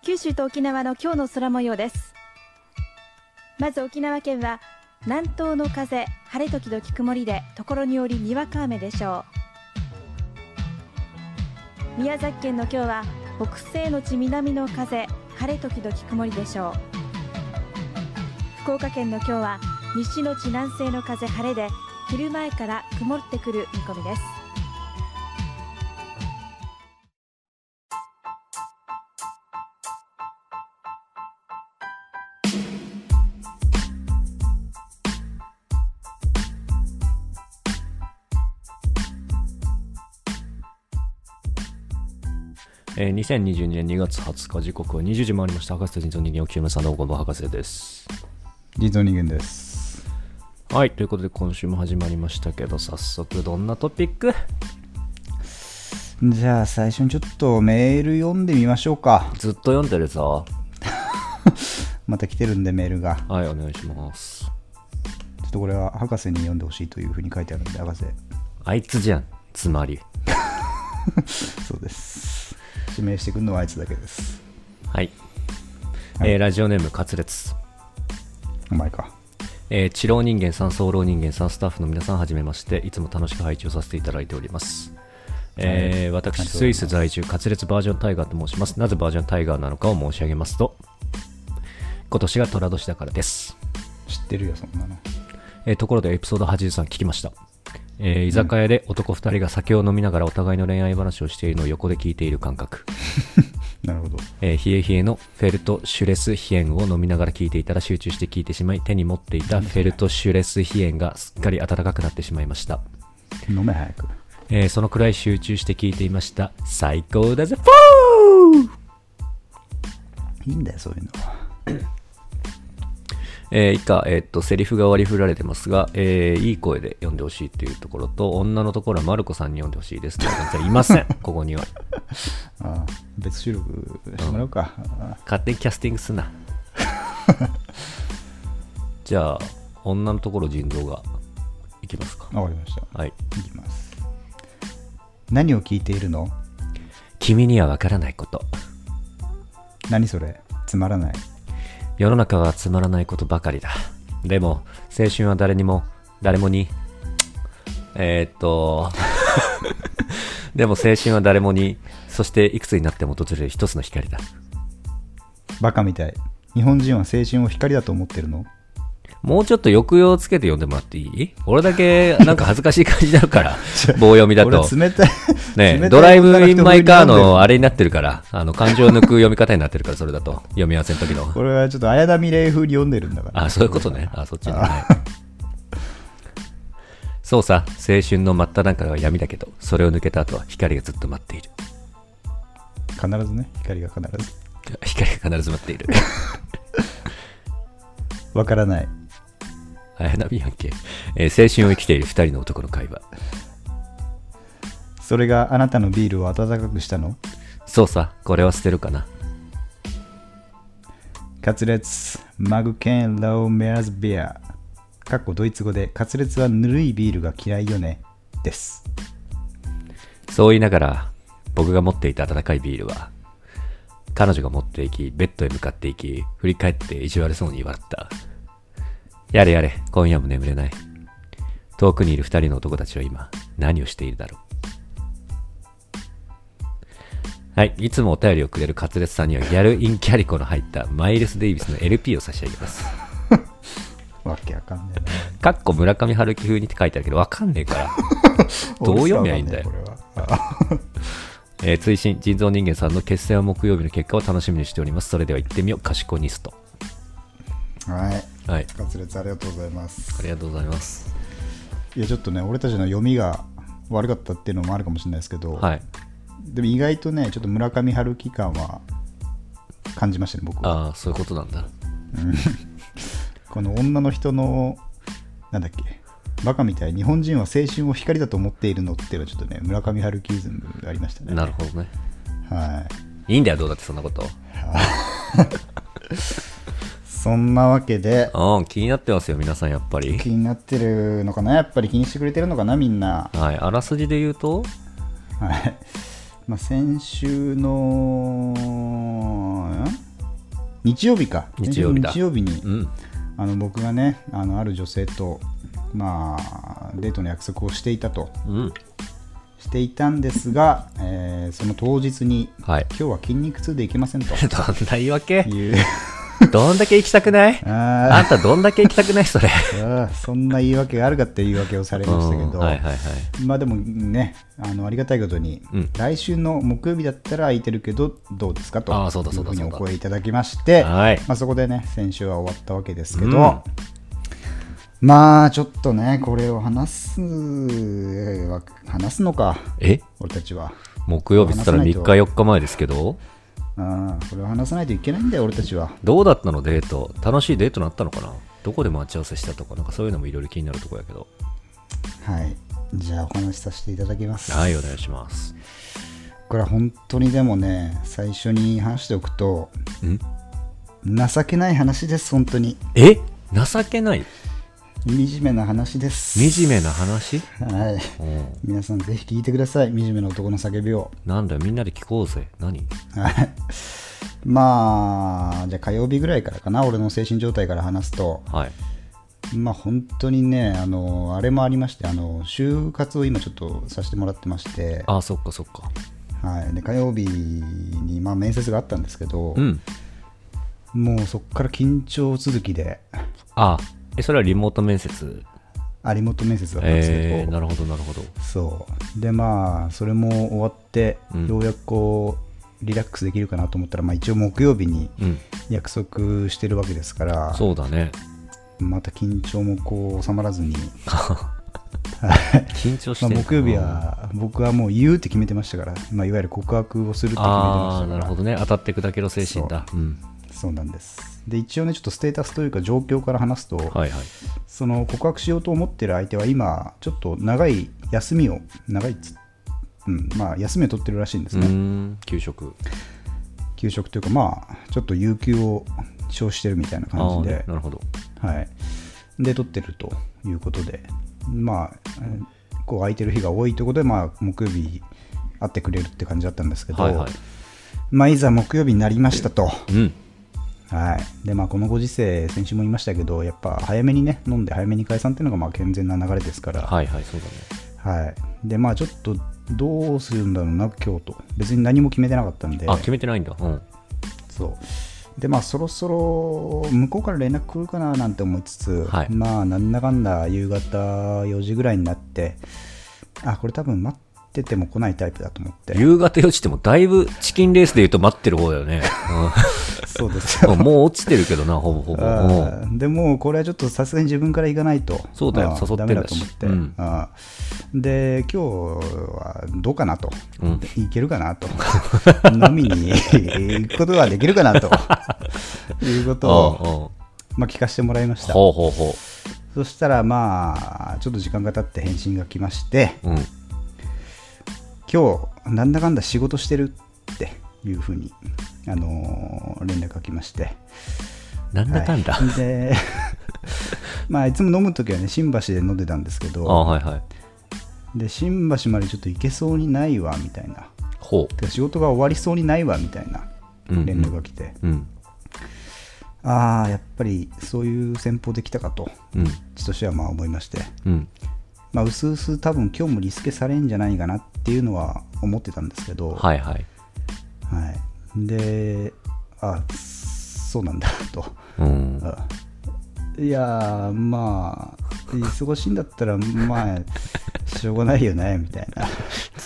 [SPEAKER 3] 九州と沖縄の今日の空模様ですまず沖縄県は南東の風晴れ時々曇りでところによりにわか雨でしょう宮崎県の今日は北西の地南の風晴れ時々曇りでしょう福岡県の今日は西の地南西の風晴れで昼前から曇ってくる見込みです
[SPEAKER 1] えー2022年2月20日時刻は20時回りました。博士と人造人間を清めさんのごぼ博士です。
[SPEAKER 2] 人造人間です。
[SPEAKER 1] はい。ということで、今週も始まりましたけど、早速、どんなトピック
[SPEAKER 2] じゃあ最初にちょっとメール読んでみましょうか。
[SPEAKER 1] ずっと読んでるぞ。
[SPEAKER 2] また来てるんでメールが。ち
[SPEAKER 1] はい、お願いします。
[SPEAKER 2] ょっとこれは博士に読んでほしいというふうに書いてあるんで、博士。
[SPEAKER 1] あいつじゃん、つまり。
[SPEAKER 2] そうです。指名してくるのはあいつだけです。
[SPEAKER 1] はい。
[SPEAKER 2] はい
[SPEAKER 1] えーラジオネーム、カツレツ。
[SPEAKER 2] お前か。
[SPEAKER 1] えー、治療人間さん、早漏人間さん、スタッフの皆さん、はじめまして、いつも楽しく配置をさせていただいております。えー私、スイス在住、カツレツバージョンタイガーと申します。なぜバージョンタイガーなのかを申し上げますと、今年が寅年だからです。
[SPEAKER 2] 知ってるよ、そんなの。
[SPEAKER 1] えーところでエピソード83聞きました、えー居酒屋で男2人が酒を飲みながらお互いの恋愛話をしているのを横で聞いている感覚
[SPEAKER 2] なるほど。
[SPEAKER 1] えー冷え冷えのフェルトシュレスヒエンを飲みながら聞いていたら集中して聞いてしまい手に持っていたフェルトシュレスヒエンがすっかり暖かくなってしまいました、
[SPEAKER 2] 飲め早く。
[SPEAKER 1] えーそのくらい集中して聞いていました最高だぜフォー
[SPEAKER 2] いいんだよ、そういうのは。
[SPEAKER 1] えー以下、えーっと、セリフが割り振られてますが、えーいい声で読んでほしいというところと、女のところはマルコさんに読んでほしいですという感じで、いません、ここには。
[SPEAKER 2] ああ別収録してもらうか。あ
[SPEAKER 1] 勝手にキャスティングすなじゃあ女のところ腎臓がいきますか
[SPEAKER 2] あわかりました。
[SPEAKER 1] はい
[SPEAKER 2] いきます。何を聞いているの
[SPEAKER 1] 君にはわからないこと
[SPEAKER 2] 何それつまらない。
[SPEAKER 1] 世の中はつまらないことばかりだでも青春は誰にも誰もにえーっと でも青春は誰もにそしていくつになっても訪れる一つの光だ
[SPEAKER 2] バカみたい。日本人は青春を光だと思ってるの
[SPEAKER 1] もうちょっと抑揚つけて読んでもらっていい俺だけなんか恥ずかしい感じになる から棒読みだと
[SPEAKER 2] 俺は冷たい。
[SPEAKER 1] ね
[SPEAKER 2] 冷たい
[SPEAKER 1] ドライブインマイカー
[SPEAKER 2] 女の人風に読んでる
[SPEAKER 1] のあれになってるから、あの、感情を抜く読み方になってるから、それだと。読み合わせの時の。
[SPEAKER 2] これはちょっと綾波レイ風に読んでるんだから。
[SPEAKER 1] あ、そういうことね。あ、そっちね。はいそうさ、青春の真った中は闇だけど、それを抜けた後は光がずっと待っている。
[SPEAKER 2] 必ずね、光が必ず。
[SPEAKER 1] 光が必ず待ってい る。
[SPEAKER 2] わからない。
[SPEAKER 1] 綾波やんけ。えー青春を生きている二人の男の会話。
[SPEAKER 2] それがあなたのビールを温かくしたの
[SPEAKER 1] そうさ、これは捨てるかな。
[SPEAKER 2] カツレツ、マグケン・ロー・メアズ・ビア。かっこドイツ語で、カツレツはぬるいビールが嫌いよね。です。
[SPEAKER 1] そう言いながら、僕が持っていた温かいビールは、彼女が持っていき、ベッドへ向かっていき、振り返って意地悪そうに笑った。やれやれ、今夜も眠れない。遠くにいる二人の男たちは今、何をしているだろう。はい、いつもお便りをくれるカツレツさんには、ギャル・イン・キャリコの入ったマイルス・デイビスの LP を差し上げます。
[SPEAKER 2] わけわかんないな。
[SPEAKER 1] かっこ村上春樹風にって書いてあるけど、わかんねえ から。どう読みゃいいんだよ
[SPEAKER 2] 俺すらわかんねえこれは。あ
[SPEAKER 1] えー、追伸人造人間さんの決戦は木曜日の結果を楽しみにしております。それでは行ってみよう、賢ニスト。
[SPEAKER 2] はい。
[SPEAKER 1] はい。
[SPEAKER 2] カツレツありがとうございま
[SPEAKER 1] あ
[SPEAKER 2] す。
[SPEAKER 1] りがとうございます。
[SPEAKER 2] いや、ちょっとね、俺たちの読みが悪かったっていうのもあるかもしれないですけど、
[SPEAKER 1] はい。
[SPEAKER 2] でも意外とね、ちょっと村上春樹感は感じましたね、僕は。
[SPEAKER 1] ああ、そういうことなんだ。
[SPEAKER 2] この女の人の、なんだっけ、バカみたい、日本人は青春を光だと思っているのっていうのは、ちょっとね、村上春樹イズムがありましたね。
[SPEAKER 1] なるほどね。
[SPEAKER 2] はい。
[SPEAKER 1] いいんだよ、どうだってそんなこと。
[SPEAKER 2] そんなわけで、
[SPEAKER 1] うん、気になってますよ、皆さん、やっぱり。
[SPEAKER 2] 気になってるのかな、やっぱり気にしてくれてるのかな、みんな。
[SPEAKER 1] はい。あらすじで言うと、
[SPEAKER 2] はい。 まあ、先週の、ん日曜日か。
[SPEAKER 1] 日曜日だ
[SPEAKER 2] 先週の日曜日に、
[SPEAKER 1] うん。
[SPEAKER 2] あの僕がね、あのある女性と、まあ、デートの約束をしていたと。
[SPEAKER 1] うん。
[SPEAKER 2] していたんですが、えーその当日に、
[SPEAKER 1] はい。
[SPEAKER 2] 今日は筋肉痛でいけませんと
[SPEAKER 1] どんな言い訳
[SPEAKER 2] いう
[SPEAKER 1] どんだけ行きたくない あ
[SPEAKER 2] あ
[SPEAKER 1] んたどんだけ行きたくないそれ。
[SPEAKER 2] ーあーそんな言い訳があるかって言い訳をされましたけ
[SPEAKER 1] うん
[SPEAKER 2] ど、
[SPEAKER 1] はいはいはい。
[SPEAKER 2] まあでもねあのありがたいことに、
[SPEAKER 1] うん
[SPEAKER 2] 来週の木曜日だったら空いてるけどどうですかと
[SPEAKER 1] あーそうだそうだ
[SPEAKER 2] いうふう
[SPEAKER 1] そう
[SPEAKER 2] に
[SPEAKER 1] だ
[SPEAKER 2] お声いただきまして、
[SPEAKER 1] はい
[SPEAKER 2] まあ、そこでね先週は終わったわけですけど、
[SPEAKER 1] うん
[SPEAKER 2] まあちょっとねこれを話すえーわ話すのか
[SPEAKER 1] え
[SPEAKER 2] 俺たちは。
[SPEAKER 1] 木曜日っつったら3日4日前ですけど、
[SPEAKER 2] うんこれを話さないといけないんだよ、俺たちは。
[SPEAKER 1] どうだったのデート楽しいデートになったのかなどこで待ち合わせしたとか、なんかそういうのもいろいろ気になるとこやけど。
[SPEAKER 2] はい。じゃあお話しさせていただきます。
[SPEAKER 1] はい、お願いします。
[SPEAKER 2] これは本当にでもね、最初に話しておくと、
[SPEAKER 1] ん
[SPEAKER 2] 情けない話です、本当に。
[SPEAKER 1] え情けない
[SPEAKER 2] 惨めな話です。
[SPEAKER 1] 惨めな話
[SPEAKER 2] はい。
[SPEAKER 1] うん。
[SPEAKER 2] 皆さんぜひ聞いてください、惨めな男の叫びを。
[SPEAKER 1] なんだよ、みんなで聞こうぜ。何
[SPEAKER 2] はい。まあ、じゃあ火曜日ぐらいからかな、俺の精神状態から話すと、
[SPEAKER 1] はい。
[SPEAKER 2] まあ本当にね、あの、あれもありまして、あの、就活を今ちょっとさせてもらってまして、
[SPEAKER 1] あ、そっかそっか。
[SPEAKER 2] はい、で火曜日に、まあ、面接があったんですけど、
[SPEAKER 1] うん。
[SPEAKER 2] もうそこから緊張続きで、
[SPEAKER 1] あ、え、それはリモート面接。
[SPEAKER 2] あリモート面接だったんです
[SPEAKER 1] えー、
[SPEAKER 2] けど、
[SPEAKER 1] なるほどなるほど。
[SPEAKER 2] そうでまあそれも終わって、
[SPEAKER 1] うん
[SPEAKER 2] ようやくこうリラックスできるかなと思ったら、まあ、一応木曜日に
[SPEAKER 1] うん。
[SPEAKER 2] 約束してるわけですから、
[SPEAKER 1] そうだね。
[SPEAKER 2] また緊張もこう収まらずに、
[SPEAKER 1] 緊張して
[SPEAKER 2] まあ、
[SPEAKER 1] るかな
[SPEAKER 2] 木曜日は僕はもう言うって決めてましたから、まあ、いわゆる告白をするって決めてま
[SPEAKER 1] あ
[SPEAKER 2] し
[SPEAKER 1] あ
[SPEAKER 2] た
[SPEAKER 1] な
[SPEAKER 2] か
[SPEAKER 1] る
[SPEAKER 2] ら
[SPEAKER 1] ほどね当たって砕けろ精神だうん
[SPEAKER 2] そうなんですで一応ねちょっとステータスというか状況から話すと、
[SPEAKER 1] はいはい
[SPEAKER 2] その告白しようと思ってる相手は今ちょっと長い休みを長いっつうんまあ休みを取ってるらしいんで
[SPEAKER 1] う
[SPEAKER 2] す
[SPEAKER 1] ー
[SPEAKER 2] ね、
[SPEAKER 1] ん給食
[SPEAKER 2] 休職というかまあちょっと有給を消してるみたいな
[SPEAKER 1] ああ
[SPEAKER 2] 感じで
[SPEAKER 1] なるほど
[SPEAKER 2] はいで取ってるということでまあえーこう空いてる日が多いということでまあ木曜日会ってくれるって感じだったんですけど、
[SPEAKER 1] はいはい
[SPEAKER 2] まあいざ木曜日になりましたと
[SPEAKER 1] うん
[SPEAKER 2] はいでまあ、このご時世、先週も言いましたけど、やっぱ早めにね、飲んで早めに解散っていうのがまあ健全な流れですから、
[SPEAKER 1] はいはいそうだね
[SPEAKER 2] はい、でまあちょっとどうするんだろうな今日と別に何も決めてなかったんで
[SPEAKER 1] あ決めてないんだうん
[SPEAKER 2] そうでまあそろそろ向こうから連絡来るかななんて思いつつ、
[SPEAKER 1] はい
[SPEAKER 2] まあなんだかんだ夕方4時ぐらいになってあこれ多分待ってても来ないタイプだと思って
[SPEAKER 1] 夕方4時ってもだいぶチキンレースで言うと待ってる方だよね
[SPEAKER 2] そう で
[SPEAKER 1] う
[SPEAKER 2] す よ
[SPEAKER 1] んもう落ちてるけどなほぼほぼうん
[SPEAKER 2] あーでもこれはちょっとさすがに自分から行かないと
[SPEAKER 1] そうだよ
[SPEAKER 2] あー
[SPEAKER 1] 誘ってんだし
[SPEAKER 2] ダメだと思って、
[SPEAKER 1] うん
[SPEAKER 2] あーで今日はどうかなと、
[SPEAKER 1] うん
[SPEAKER 2] 行けるかなと 飲みに行くことができる かなというこ
[SPEAKER 1] う
[SPEAKER 2] と
[SPEAKER 1] ん
[SPEAKER 2] を、
[SPEAKER 1] うん
[SPEAKER 2] まあ、聞かせてもらいました
[SPEAKER 1] ほうほうほ
[SPEAKER 2] そしたらまあちょっと時間が経って返信が来まして
[SPEAKER 1] ううん
[SPEAKER 2] 今日なんだかんだ仕事してるっていうふうに、あのー連絡が来まして
[SPEAKER 1] なんだかんだ
[SPEAKER 2] はい、 でまあいつも飲む時はね新橋で飲んでたんですけ
[SPEAKER 1] あ
[SPEAKER 2] ど
[SPEAKER 1] はいはい
[SPEAKER 2] で新橋までちょっと行けそうにないわみたいな
[SPEAKER 1] ほ
[SPEAKER 2] てか仕事が終わりそうにないわみたいな
[SPEAKER 1] うんうん
[SPEAKER 2] 連絡が来て、
[SPEAKER 1] ううん
[SPEAKER 2] ああやっぱりそういう戦法できたかと
[SPEAKER 1] うん
[SPEAKER 2] ちとしてはまあ思いまして
[SPEAKER 1] うん
[SPEAKER 2] まあうすうす多分今日もリスケされんじゃないかなっていうのは思ってたんですけど、
[SPEAKER 1] はいはい
[SPEAKER 2] はい、であそうなんだと
[SPEAKER 1] うん
[SPEAKER 2] あいやーまあ忙しいんだったら、まあ、しょうがないよね、み たいな。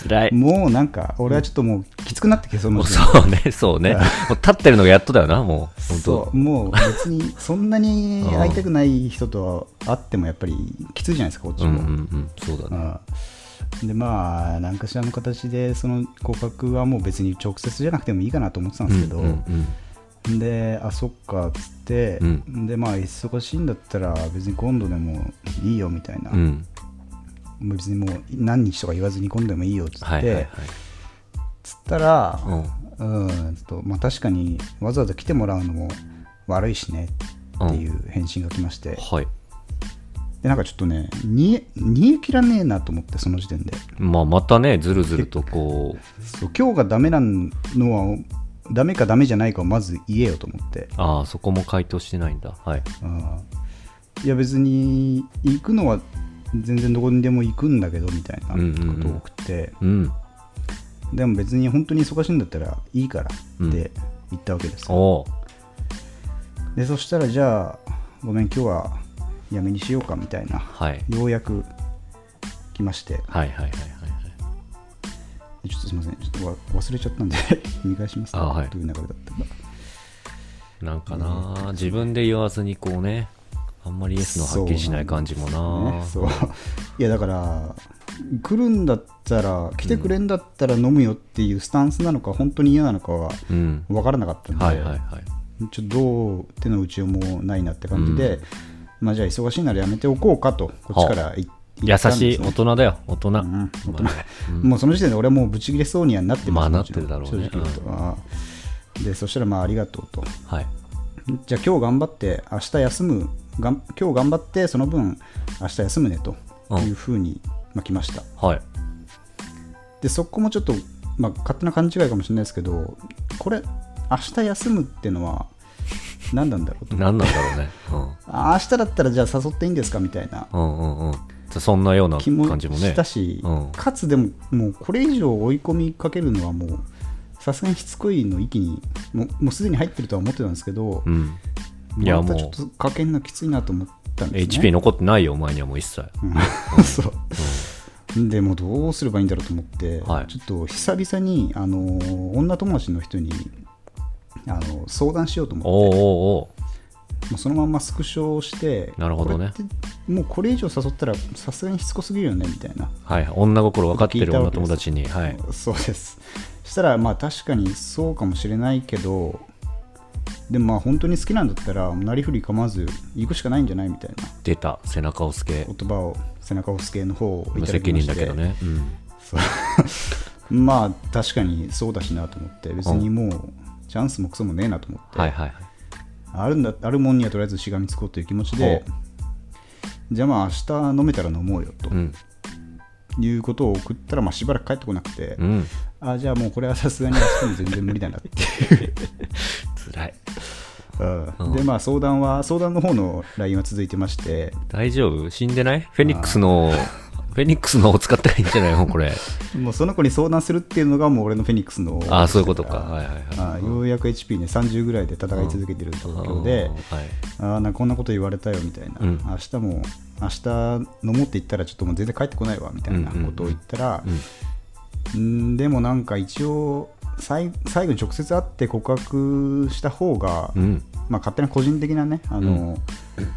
[SPEAKER 1] 辛い。
[SPEAKER 2] もうなんか、俺はちょっともうきつくなってきて、そ
[SPEAKER 1] も
[SPEAKER 2] の
[SPEAKER 1] う
[SPEAKER 2] 時点
[SPEAKER 1] そうね、そうね。もう立ってるのがやっとだよな、もう。
[SPEAKER 2] で
[SPEAKER 1] 本
[SPEAKER 2] そ
[SPEAKER 1] 当
[SPEAKER 2] う、もう別に、そんな に会いたくない人と会ってもやっぱりきついじゃないですか、こっち
[SPEAKER 1] うんうん
[SPEAKER 2] も。
[SPEAKER 1] うん、そうだね。
[SPEAKER 2] うんでまあ何かしらの形でその告白はもう別に直接じゃなくてもいいかなと思ってたんですけど、
[SPEAKER 1] うんうん
[SPEAKER 2] であそっかっつって、
[SPEAKER 1] うん
[SPEAKER 2] でまあ忙しいんだったら別に今度でもいいよみたいな、
[SPEAKER 1] うん、うん
[SPEAKER 2] もう別にもう何日とか言わずに今度でもいいよっつって、
[SPEAKER 1] はいはいはい。
[SPEAKER 2] つったら、
[SPEAKER 1] うん
[SPEAKER 2] うんちょっとまあ、確かにわざわざ来てもらうのも悪いしねっていう返信が来まして、
[SPEAKER 1] はい。
[SPEAKER 2] でなんかちょっとね煮え煮え切らねえなと思ってその時点で。
[SPEAKER 1] まあ、またね、ずるずるとこう、
[SPEAKER 2] そう今日がダメなのはダメかダメじゃないかをまず言えよと思って、
[SPEAKER 1] ああ、そこも回答してないんだ。はい。
[SPEAKER 2] うんいや別に行くのは全然どこにでも行くんだけどみたいなことを送って、
[SPEAKER 1] うん。
[SPEAKER 2] でも別に本当に忙しいんだったらいいからって言ったわけです、
[SPEAKER 1] おお
[SPEAKER 2] でそしたらじゃあごめん今日はやめにしようかみたいな
[SPEAKER 1] はい。
[SPEAKER 2] ようやく来まして
[SPEAKER 1] はいはいはいはいはい。
[SPEAKER 2] ちょっとすみませんちょっとわ忘れちゃったんで 見返しますね
[SPEAKER 1] あはい
[SPEAKER 2] どういう流れだったか
[SPEAKER 1] なんかな、自分で言わずにこうね、あんまりイエスのはっきりしない感じもな。
[SPEAKER 2] ね、そういやだから来るんだったら来てくれんだったら飲むよっていうスタンスなのか、本当に嫌なのかは
[SPEAKER 1] うん。
[SPEAKER 2] 分からなかったんで、
[SPEAKER 1] はいはいはい。
[SPEAKER 2] ちょっとどう手の内容もないなって感じで、まあ、じゃあ忙しいならやめておこうかとこっちから言
[SPEAKER 1] 優
[SPEAKER 2] ったん
[SPEAKER 1] し
[SPEAKER 2] で
[SPEAKER 1] い
[SPEAKER 2] す
[SPEAKER 1] 大人だよ、大人。
[SPEAKER 2] ん大人
[SPEAKER 1] まあ
[SPEAKER 2] もうその時点で俺はもうブチ切れそうにはなって
[SPEAKER 1] まあ
[SPEAKER 2] ます
[SPEAKER 1] なってるだろうね
[SPEAKER 2] 正直言うと、ああでそしたらまあありがとうと
[SPEAKER 1] はい。
[SPEAKER 2] じゃあ今日頑張って明日休むがん今日頑張ってその分明日休むねというふうに、まあ、来ました
[SPEAKER 1] はい。
[SPEAKER 2] でそこもちょっと、まあ、勝手な勘違いかもしれないですけどこれ明日休むってのは何なんだろうと
[SPEAKER 1] 何なんだろうね。うん。
[SPEAKER 2] あ明日だったらじゃあ誘っていいんですかみたいな
[SPEAKER 1] うんうんうん。そんなような
[SPEAKER 2] 気も
[SPEAKER 1] 感じもね。
[SPEAKER 2] したし、
[SPEAKER 1] うん
[SPEAKER 2] かつでももうこれ以上追い込みかけるのはもうさすがにしつこいの域にもうもうすでに入ってるとは思ってたんですけど、
[SPEAKER 1] うん。いや
[SPEAKER 2] また
[SPEAKER 1] もう
[SPEAKER 2] ちょっとかけんのきついなと思ったんですね
[SPEAKER 1] HP 残ってないよ、お前にはもう一切。
[SPEAKER 2] うん そうでもうどうすればいいんだろうと思って、
[SPEAKER 1] はい
[SPEAKER 2] ちょっと久々にあの女友達の人にあの相談しようと思って
[SPEAKER 1] おうおうお
[SPEAKER 2] もうそのまんまスクショをして
[SPEAKER 1] なるほどね
[SPEAKER 2] これってもうこれ以上誘ったらさすがにしつこすぎるよねみたいな、
[SPEAKER 1] うはい。女心分かって
[SPEAKER 2] 聞い
[SPEAKER 1] る
[SPEAKER 2] た
[SPEAKER 1] 女
[SPEAKER 2] わけです
[SPEAKER 1] 友達に。はい。
[SPEAKER 2] そうですそしたらまあ確かにそうかもしれないけどでもまあ本当に好きなんだったらなりふり構わず行くしかないんじゃないみたいな
[SPEAKER 1] 出た、背中をつけ。
[SPEAKER 2] 言葉を背中を押す系の方をい
[SPEAKER 1] 無
[SPEAKER 2] ただき
[SPEAKER 1] 責
[SPEAKER 2] ま
[SPEAKER 1] 任
[SPEAKER 2] して
[SPEAKER 1] だけどね。うん。
[SPEAKER 2] そう まあ確かにそうだしなと思って別にもうチャンスもクソもねえなと思って、
[SPEAKER 1] はいはいはい。
[SPEAKER 2] あるんだあるもんにはとりあえずしがみつこうという気持ちでじゃあまあ明日飲めたら飲もうよと
[SPEAKER 1] うん。
[SPEAKER 2] いうことを送ったら、まあ、しばらく帰ってこなくて、
[SPEAKER 1] うん。
[SPEAKER 2] あじゃあもうこれはさすがに明日も全然無理だ なっていう、
[SPEAKER 1] 辛い。
[SPEAKER 2] うんでまあ相談は相談の方の LINE は続いてまして
[SPEAKER 1] 大丈夫死んでないフェニックス の、フェニックスのを使ったらいいんじゃないのこれ。
[SPEAKER 2] もうその子に相談するっていうのがもう俺のフェニックスの
[SPEAKER 1] ああ、そういうことか。はいはいはい。
[SPEAKER 2] あようやく HP ね30ぐらいで戦い続けてる状況で、
[SPEAKER 1] うんはい。
[SPEAKER 2] あーなんかこんなこと言われたよみたいな、
[SPEAKER 1] うん
[SPEAKER 2] 明日も明日飲もうって言ったらちょっともう全然帰ってこないわみたいなことを言ったら、うんでもなんか一応最最後に直接会って告白した方が、
[SPEAKER 1] うん。
[SPEAKER 2] まあ、勝手な個人的なねあの、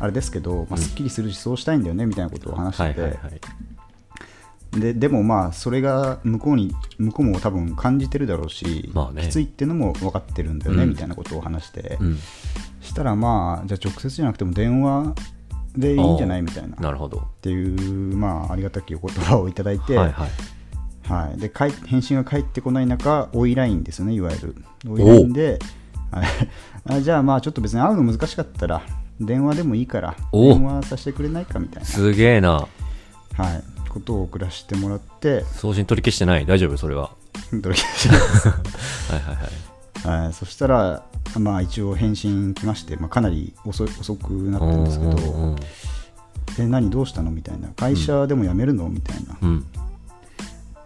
[SPEAKER 2] あれですけど、まあ、すっきりするしそうしたいんだよねみたいなことを話し
[SPEAKER 1] は
[SPEAKER 2] て
[SPEAKER 1] い
[SPEAKER 2] て、
[SPEAKER 1] はいはい。
[SPEAKER 2] ででもまあそれが向こうに向こうも多分感じてるだろうし、
[SPEAKER 1] まあね
[SPEAKER 2] きついってのも分かってるんだよね、
[SPEAKER 1] うん
[SPEAKER 2] みたいなことを話して。
[SPEAKER 1] うん。
[SPEAKER 2] したらまあじゃあ直接じゃなくても電話でいいんじゃないみたいなっ
[SPEAKER 1] なるほど。
[SPEAKER 2] ていうまあありがたきお言葉をいただいて、
[SPEAKER 1] は
[SPEAKER 2] はいい
[SPEAKER 1] はい。
[SPEAKER 2] で返返信が返ってこない中追いラインですよねいわゆる追いラインではい あじゃあまあちょっと別に会うの難しかったら電話でもいいから
[SPEAKER 1] お
[SPEAKER 2] 電話させてくれないかみたい
[SPEAKER 1] すげえな。
[SPEAKER 2] な、はい、ことを送らせても らって
[SPEAKER 1] 送信取り消してない。大丈夫それは。
[SPEAKER 2] 驚きました
[SPEAKER 1] はいはいはい。
[SPEAKER 2] はい、そしたら、まあ、一応返信来まして、まあ、かなり遅い遅くなったんですけど、
[SPEAKER 1] うんうんうん
[SPEAKER 2] え何どうしたのみたいな会社でも辞めるのみたいな、
[SPEAKER 1] うん。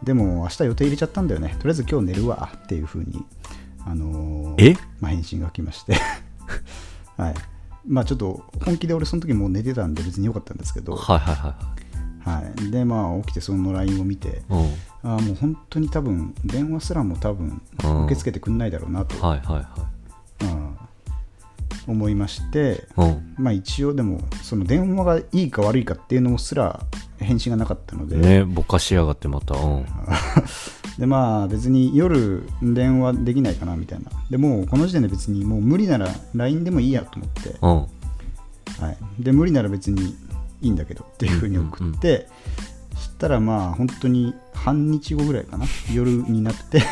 [SPEAKER 2] でも明日予定入れちゃったんだよねとりあえず今日寝るわっていうふうに、あのー
[SPEAKER 1] え
[SPEAKER 2] まあ、返信が来まして、はい、まあちょっと本気で俺その時もう寝てたんで別に良かったんですけど、は、
[SPEAKER 1] はいはいはい
[SPEAKER 2] でまあ起きてその LINE を見て
[SPEAKER 1] い。うん。
[SPEAKER 2] ああもう本当に多分電話すらも多分
[SPEAKER 1] うん
[SPEAKER 2] 受け付けてくんないだろうなと、
[SPEAKER 1] はいはいは
[SPEAKER 2] うん思いまして、
[SPEAKER 1] い。うん。
[SPEAKER 2] まあ一応でもその電話がいいか悪いかっていうのもすら返信がなかったので、
[SPEAKER 1] ねぼかしやがってまた。うん。
[SPEAKER 2] でまあ別に夜電話できないかなみたいなでもうこの時点で別にもう無理なら LINE でもいいやと思って、
[SPEAKER 1] うん。
[SPEAKER 2] はい、で無理なら別にいいんだけどっていうふうに送って、そしたらまあ本当に半日後ぐらいかな夜になって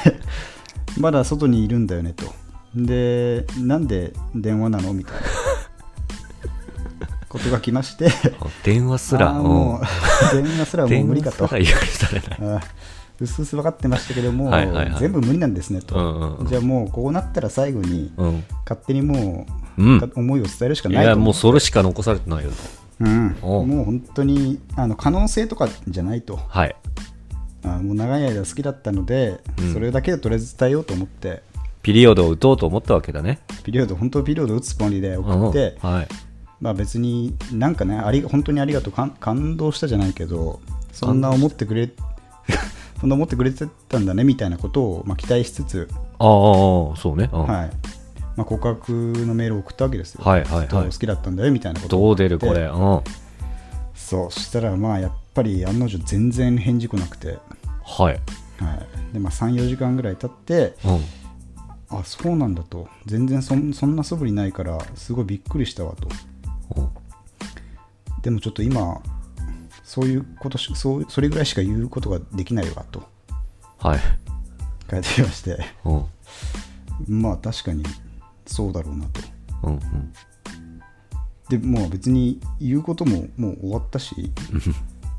[SPEAKER 2] まだ外にいるんだよねとでなんで電話なのみ たいなことが来まして
[SPEAKER 1] あ電話すら、
[SPEAKER 2] あー
[SPEAKER 1] う
[SPEAKER 2] も
[SPEAKER 1] ん。
[SPEAKER 2] う電話すらもう
[SPEAKER 1] 電
[SPEAKER 2] 無理か
[SPEAKER 1] 話す
[SPEAKER 2] と
[SPEAKER 1] ら許されない。
[SPEAKER 2] あうすうす分かってましたけども、
[SPEAKER 1] はいはいはい
[SPEAKER 2] 全部無理なんですねと、
[SPEAKER 1] うんうんうん
[SPEAKER 2] じゃあもうこうなったら最後に
[SPEAKER 1] うん。
[SPEAKER 2] 勝手にもう、
[SPEAKER 1] うん
[SPEAKER 2] か思いを伝えるしか
[SPEAKER 1] い
[SPEAKER 2] ないと
[SPEAKER 1] や、もうそれしか残されてないよ。
[SPEAKER 2] うん、
[SPEAKER 1] おう
[SPEAKER 2] もう本当にあの可能性とかじゃないと
[SPEAKER 1] はい。
[SPEAKER 2] あもう長い間好きだったので、
[SPEAKER 1] うん
[SPEAKER 2] それだけでとりあえず伝えようと思って
[SPEAKER 1] ピリオドを打とうと思ったわけだね。
[SPEAKER 2] ピリオド本当ピリオド打つつもりで
[SPEAKER 1] うん。
[SPEAKER 2] 送って、
[SPEAKER 1] はい。
[SPEAKER 2] まあ、別になんかねあり本当にありがとう感感動したじゃないけどそんな思ってくれ そんな思ってくれてたんだねみたいなことを、まあ、期待しつつ
[SPEAKER 1] ああ、そうね。うん
[SPEAKER 2] はいまあ、告白のメールを送ったわけですよ。
[SPEAKER 1] はいはいはい
[SPEAKER 2] ずっと好きだったんだよみたいなこと
[SPEAKER 1] ど
[SPEAKER 2] を
[SPEAKER 1] う出るこれ。うん。は。
[SPEAKER 2] そうそしたらまあやっぱり案の定全然返事来なくて、はいいでまあ、34時間ぐらい経って
[SPEAKER 1] うん。
[SPEAKER 2] あそうなんだと全然そんそんな素振りないからすごいびっくりしたわと
[SPEAKER 1] うん
[SPEAKER 2] でもちょっと今そういうことしそうそれぐらいしか言うことができないわと
[SPEAKER 1] はい。
[SPEAKER 2] 書いてきまして
[SPEAKER 1] うん。うん
[SPEAKER 2] まあ確かにそうだろうなと
[SPEAKER 1] うん。
[SPEAKER 2] でもう別に言うことももう終わったし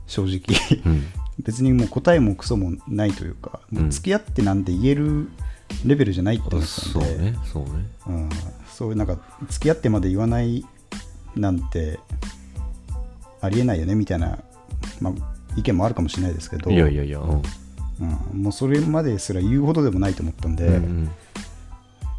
[SPEAKER 2] 正 直
[SPEAKER 1] うん。
[SPEAKER 2] 別にもう答えもクソもないというか、もう付き合ってなんて言えるレベルじゃないって思った
[SPEAKER 1] そ
[SPEAKER 2] んで、
[SPEAKER 1] うね。そうね。
[SPEAKER 2] うん、そういうなんか付き合ってまで言わないなんてありえないよねみたいな、まあ、意見もあるかもしれないですけど
[SPEAKER 1] いやいやいや。うん。
[SPEAKER 2] うん、もうそれまですら言うほどでもないと思ったんで、
[SPEAKER 1] うんうん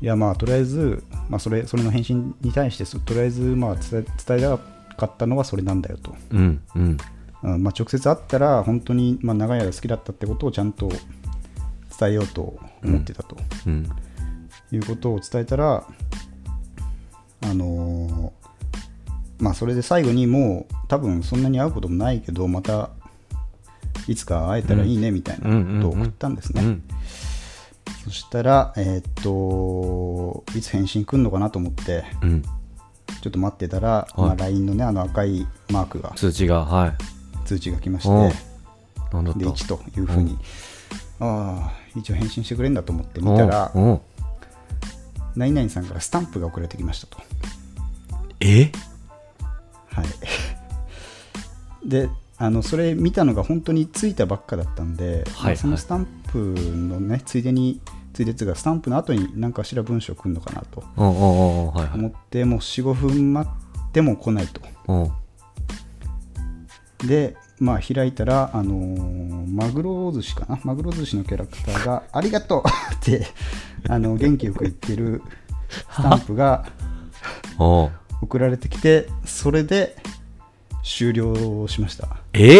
[SPEAKER 2] いやまあとりあえず、まあ、それそれの返信に対してそとりあえずまあ伝え伝えたかったのはそれなんだよと。
[SPEAKER 1] うんうん
[SPEAKER 2] うんまあ、直接会ったら本当に、まあ、長い間好きだったってことをちゃんと伝えようと思ってたと、
[SPEAKER 1] うん
[SPEAKER 2] いうことを伝えたらあのーまあそれで最後にもう多分そんなに会うこともないけどまたいつか会えたらいいねみたいなことを送ったんです
[SPEAKER 1] う
[SPEAKER 2] ね、
[SPEAKER 1] ん
[SPEAKER 2] そしたらえーっといつ返信来るのかなと思って
[SPEAKER 1] うん
[SPEAKER 2] ちょっと待ってたら、
[SPEAKER 1] い
[SPEAKER 2] まあ、LINE のねあの赤いマークが
[SPEAKER 1] 通知がはい
[SPEAKER 2] 通知が来まして、
[SPEAKER 1] うんなんだった
[SPEAKER 2] で1というふうに、ああ一応返信してくれるんだと思って
[SPEAKER 1] うん
[SPEAKER 2] 見たら
[SPEAKER 1] うん
[SPEAKER 2] ナイナインさんからスタンプが送られてきましたと
[SPEAKER 1] え
[SPEAKER 2] はい であのそれ見たのが本当についたばっかだったんで、
[SPEAKER 1] はいはい
[SPEAKER 2] そのスタンプのねついでについでつがスタンプの後に何かしら文章来るのかなと
[SPEAKER 1] うんうんうんうんはいは
[SPEAKER 2] 思
[SPEAKER 1] い
[SPEAKER 2] って、もう45分待っても来ないと
[SPEAKER 1] うん
[SPEAKER 2] でまあ開いたら、あのーマグロ寿司かなマグロ寿司のキャラクターが「ありがとう!」 ってあの元気よく言ってるスタンプが
[SPEAKER 1] うん
[SPEAKER 2] 送られてきてそれで終了しました
[SPEAKER 1] えー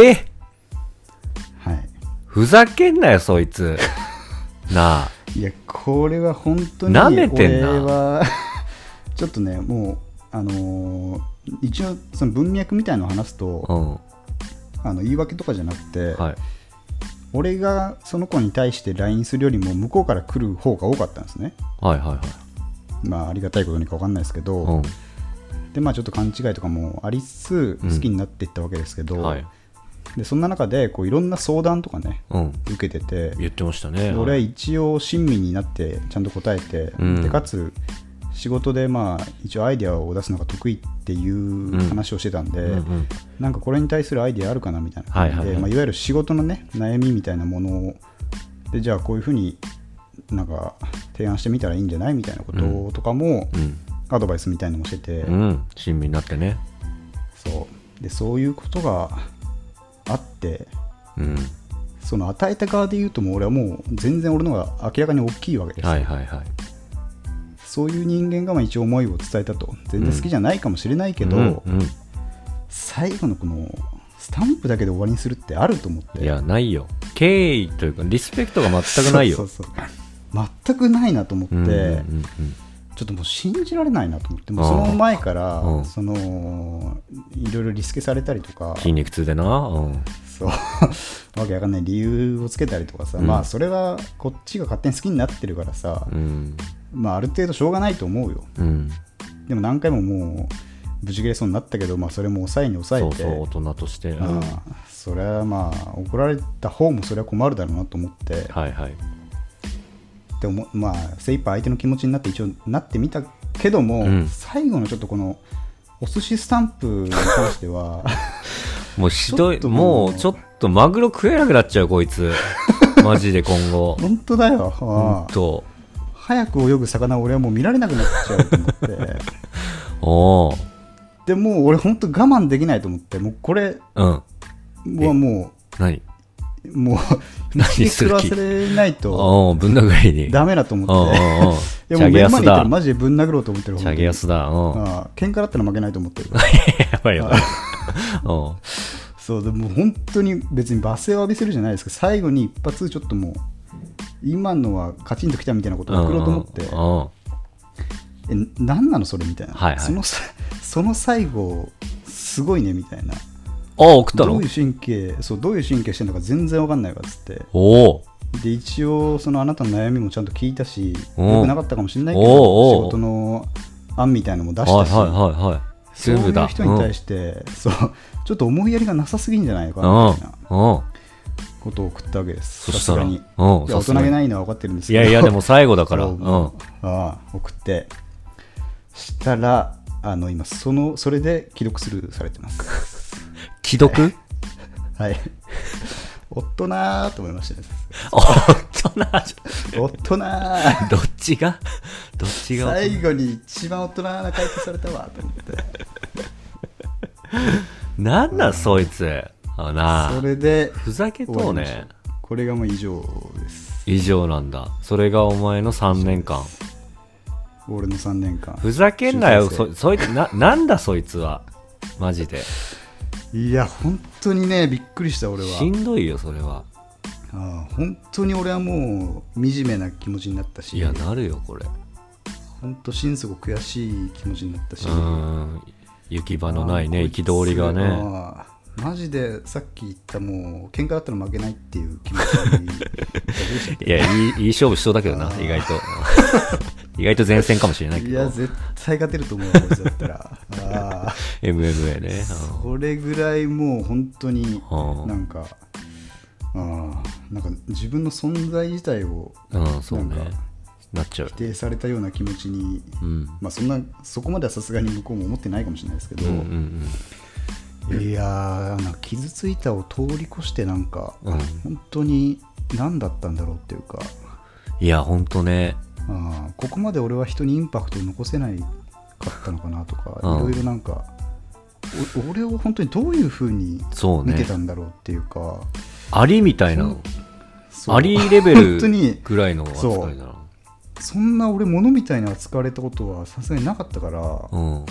[SPEAKER 2] はい
[SPEAKER 1] ふざけんなよそいつ なあ
[SPEAKER 2] いやこれは本当に
[SPEAKER 1] 舐めてんな
[SPEAKER 2] 俺は ちょっとねもうあのー一応その文脈みたいのを話す
[SPEAKER 1] う
[SPEAKER 2] と
[SPEAKER 1] ん
[SPEAKER 2] あの言い訳とかじゃなくて、
[SPEAKER 1] はい
[SPEAKER 2] 俺がその子に対して LINE するよりも向こうから来る方が多かったんですね
[SPEAKER 1] はいはいはい
[SPEAKER 2] まあありがたいことにか分かんないですけど、
[SPEAKER 1] うん
[SPEAKER 2] でまあちょっと勘違いとかもありつつ
[SPEAKER 1] う
[SPEAKER 2] 好
[SPEAKER 1] ん
[SPEAKER 2] きになっていったわけですけど、
[SPEAKER 1] はい
[SPEAKER 2] でそんな中でこういろんな相談とかね
[SPEAKER 1] うん
[SPEAKER 2] 受けてて
[SPEAKER 1] 言ってましたね
[SPEAKER 2] で俺は一応親身になってちゃんと答えて、
[SPEAKER 1] うん
[SPEAKER 2] でかつ仕事でまあ一応アイデアを出すのが得意っていう話をしてたんで、
[SPEAKER 1] うんうん
[SPEAKER 2] なんかこれに対するアイデアあるかなみたいな感じで、
[SPEAKER 1] はいいはいはい
[SPEAKER 2] まあ、いわゆる仕事のね悩みみたいなものをでじゃあこういうふうになんか提案してみたらいいんじゃないみたいなこととかも
[SPEAKER 1] うん
[SPEAKER 2] アドバイスみたいなのもしてて、
[SPEAKER 1] うん親身になってね
[SPEAKER 2] そうでそういうことがあって
[SPEAKER 1] うん
[SPEAKER 2] その与えた側で言うともう俺はもう全然俺の方が明らかに大きいわけですよ、
[SPEAKER 1] はいはいはい
[SPEAKER 2] そういう人間がまあ一応思いを伝えたと全然好きじゃないかもしれないけど、
[SPEAKER 1] うんうん
[SPEAKER 2] 最後のこのスタンプだけで終わりにするってあると思って
[SPEAKER 1] いやないよ敬意というかリスペクトが全くないよ
[SPEAKER 2] そうそうそう全くないなと思って、
[SPEAKER 1] うんうんうん
[SPEAKER 2] ちょっともう信じられないなと思っても
[SPEAKER 1] あ
[SPEAKER 2] う
[SPEAKER 1] ー
[SPEAKER 2] その前から、
[SPEAKER 1] うん
[SPEAKER 2] そのいろいろリスケされたりとか
[SPEAKER 1] 筋肉痛でな、うん
[SPEAKER 2] そう わけわかんない理由をつけたりとかさ、
[SPEAKER 1] うん
[SPEAKER 2] まあそれはこっちが勝手に好きになってるからさ、
[SPEAKER 1] うん
[SPEAKER 2] まあある程度しょうがないと思うよ
[SPEAKER 1] うん、
[SPEAKER 2] でも何回ももうぶち切れそうになったけど、まあ、それも抑えに抑
[SPEAKER 1] そ
[SPEAKER 2] え
[SPEAKER 1] う
[SPEAKER 2] て
[SPEAKER 1] そう大人として、
[SPEAKER 2] うん
[SPEAKER 1] はい
[SPEAKER 2] それはまあ怒られた方もそれは困るだろうなと思って、
[SPEAKER 1] はい
[SPEAKER 2] でもまあ精一杯相手の気持ちになって一応なってみたけども、
[SPEAKER 1] うん
[SPEAKER 2] 最後のちょっとこのお寿司スタンプに関して は
[SPEAKER 1] もうひどい
[SPEAKER 2] ちょっとも
[SPEAKER 1] も
[SPEAKER 2] う
[SPEAKER 1] うちょっとマグロ食えなくなっちゃうこい つマジで今後
[SPEAKER 2] 本当だよ、
[SPEAKER 1] ほんと
[SPEAKER 2] 早く泳ぐ魚を俺はもう見られなくなっちゃうと思って
[SPEAKER 1] おお
[SPEAKER 2] でもう俺本当我慢できないと思ってもうこれ
[SPEAKER 1] うん
[SPEAKER 2] はも
[SPEAKER 1] 何
[SPEAKER 2] うもう
[SPEAKER 1] 何
[SPEAKER 2] 口に
[SPEAKER 1] する気
[SPEAKER 2] 食わせれないと
[SPEAKER 1] おおぶん殴りに
[SPEAKER 2] ダメだと
[SPEAKER 1] おお
[SPEAKER 2] 思って
[SPEAKER 1] お
[SPEAKER 2] いやも
[SPEAKER 1] チ
[SPEAKER 2] う
[SPEAKER 1] ャゲ
[SPEAKER 2] 目
[SPEAKER 1] ヤ
[SPEAKER 2] の前
[SPEAKER 1] ス
[SPEAKER 2] にいたら
[SPEAKER 1] だ
[SPEAKER 2] マジでぶん殴ろうと思ってる
[SPEAKER 1] チ
[SPEAKER 2] 本
[SPEAKER 1] ャ
[SPEAKER 2] 当
[SPEAKER 1] ゲ
[SPEAKER 2] に
[SPEAKER 1] ヤスだ うん
[SPEAKER 2] ああ喧嘩だったら負けないと思ってる
[SPEAKER 1] やばいやばいお
[SPEAKER 2] そうでもう本当に別に罵声を浴びせるじゃないですか最後に一発ちょっともう今のはカチンときたみたいなことを送ろうと思って、え何なのそれみたいな、
[SPEAKER 1] はいはい
[SPEAKER 2] そのさその最後すごいねみたいな
[SPEAKER 1] おお送った
[SPEAKER 2] ど
[SPEAKER 1] の
[SPEAKER 2] ういう神経そうどういう神経してるのか全然わかんないわっつって
[SPEAKER 1] おお
[SPEAKER 2] で一応そのあなたの悩みもちゃんと聞いたし
[SPEAKER 1] うん
[SPEAKER 2] 良くなかったかもしれないけど
[SPEAKER 1] おうおう
[SPEAKER 2] 仕事の案みたいなのも出した
[SPEAKER 1] はい
[SPEAKER 2] し、
[SPEAKER 1] はいはいはい
[SPEAKER 2] そう
[SPEAKER 1] 全部
[SPEAKER 2] いう
[SPEAKER 1] だ
[SPEAKER 2] 人に対
[SPEAKER 1] し
[SPEAKER 2] して、そうちょっと思いやりがなさすぎんじゃないか
[SPEAKER 1] う
[SPEAKER 2] なんみたいな
[SPEAKER 1] うん
[SPEAKER 2] ことを送ったわけで
[SPEAKER 1] そ
[SPEAKER 2] す。
[SPEAKER 1] したら
[SPEAKER 2] さすがに。
[SPEAKER 1] う
[SPEAKER 2] い
[SPEAKER 1] ん
[SPEAKER 2] や大
[SPEAKER 1] さす
[SPEAKER 2] 人
[SPEAKER 1] がに
[SPEAKER 2] げないのは分かってるんです
[SPEAKER 1] い
[SPEAKER 2] けど。
[SPEAKER 1] やいやでも最後だから
[SPEAKER 2] そううんああ送って。したら、あの今その、それで既読スルーされてます。
[SPEAKER 1] 既 読
[SPEAKER 2] はい。大人ーと思いましたね。
[SPEAKER 1] お大人じ
[SPEAKER 2] 大人ー
[SPEAKER 1] ゃどっちがどっちが
[SPEAKER 2] 最後に一番大人な回答されたわと思って。
[SPEAKER 1] なんだそいつあな
[SPEAKER 2] それで、
[SPEAKER 1] ふざけ
[SPEAKER 2] 終わ
[SPEAKER 1] とう
[SPEAKER 2] りました
[SPEAKER 1] ね。
[SPEAKER 2] これがもう以上です。
[SPEAKER 1] 以上なんだそれがお前の3年間
[SPEAKER 2] 俺の3年間。
[SPEAKER 1] ふざけんなよ
[SPEAKER 2] 中
[SPEAKER 1] そそいつななんだそいつはマジで
[SPEAKER 2] いや、本当にね、びっくりした俺は。
[SPEAKER 1] しんどいよそれは
[SPEAKER 2] ああ本当に俺はもう惨めな気持ちになったし
[SPEAKER 1] いやなるよこれ
[SPEAKER 2] 本当心底悔しい気持ちになったし
[SPEAKER 1] うーん行き場のない
[SPEAKER 2] あ
[SPEAKER 1] ね
[SPEAKER 2] あこいつ
[SPEAKER 1] 憤りがね
[SPEAKER 2] ああマジでさっき言ったもう喧嘩だったら負けないっていう気持ち に
[SPEAKER 1] いやいいいい勝負しそうだけどな意外と 意外と前線かもしれないけ
[SPEAKER 2] い
[SPEAKER 1] ど
[SPEAKER 2] や絶対勝てると思うよこいつだったらああ
[SPEAKER 1] MMA ねうん
[SPEAKER 2] それぐらいもう本当に
[SPEAKER 1] ああ
[SPEAKER 2] なんかああなんか自分の存在自体を
[SPEAKER 1] うんそう
[SPEAKER 2] なん
[SPEAKER 1] ね
[SPEAKER 2] か
[SPEAKER 1] なっちゃう
[SPEAKER 2] 否定されたような気持ちに
[SPEAKER 1] うん
[SPEAKER 2] まあ、そんなそこまではさすがに向こうも思ってないかもしれないですけど、
[SPEAKER 1] うんうん
[SPEAKER 2] いやーなんか傷ついたを通り越してなんか、
[SPEAKER 1] うん
[SPEAKER 2] 本当に何だったんだろうっていうか
[SPEAKER 1] いやほんとね
[SPEAKER 2] あーここまで俺は人にインパクトを残せないかったのかなとか、
[SPEAKER 1] うん
[SPEAKER 2] いろいろなんかお俺を本当にどういうふうに
[SPEAKER 1] そう
[SPEAKER 2] 見て
[SPEAKER 1] ね
[SPEAKER 2] たんだろうっていうか
[SPEAKER 1] アリみたいな
[SPEAKER 2] そう
[SPEAKER 1] アリレベル
[SPEAKER 2] 本当に
[SPEAKER 1] ぐらいの扱いだな
[SPEAKER 2] そんな俺物みたいに扱われたことはさすがになかったから、
[SPEAKER 1] うん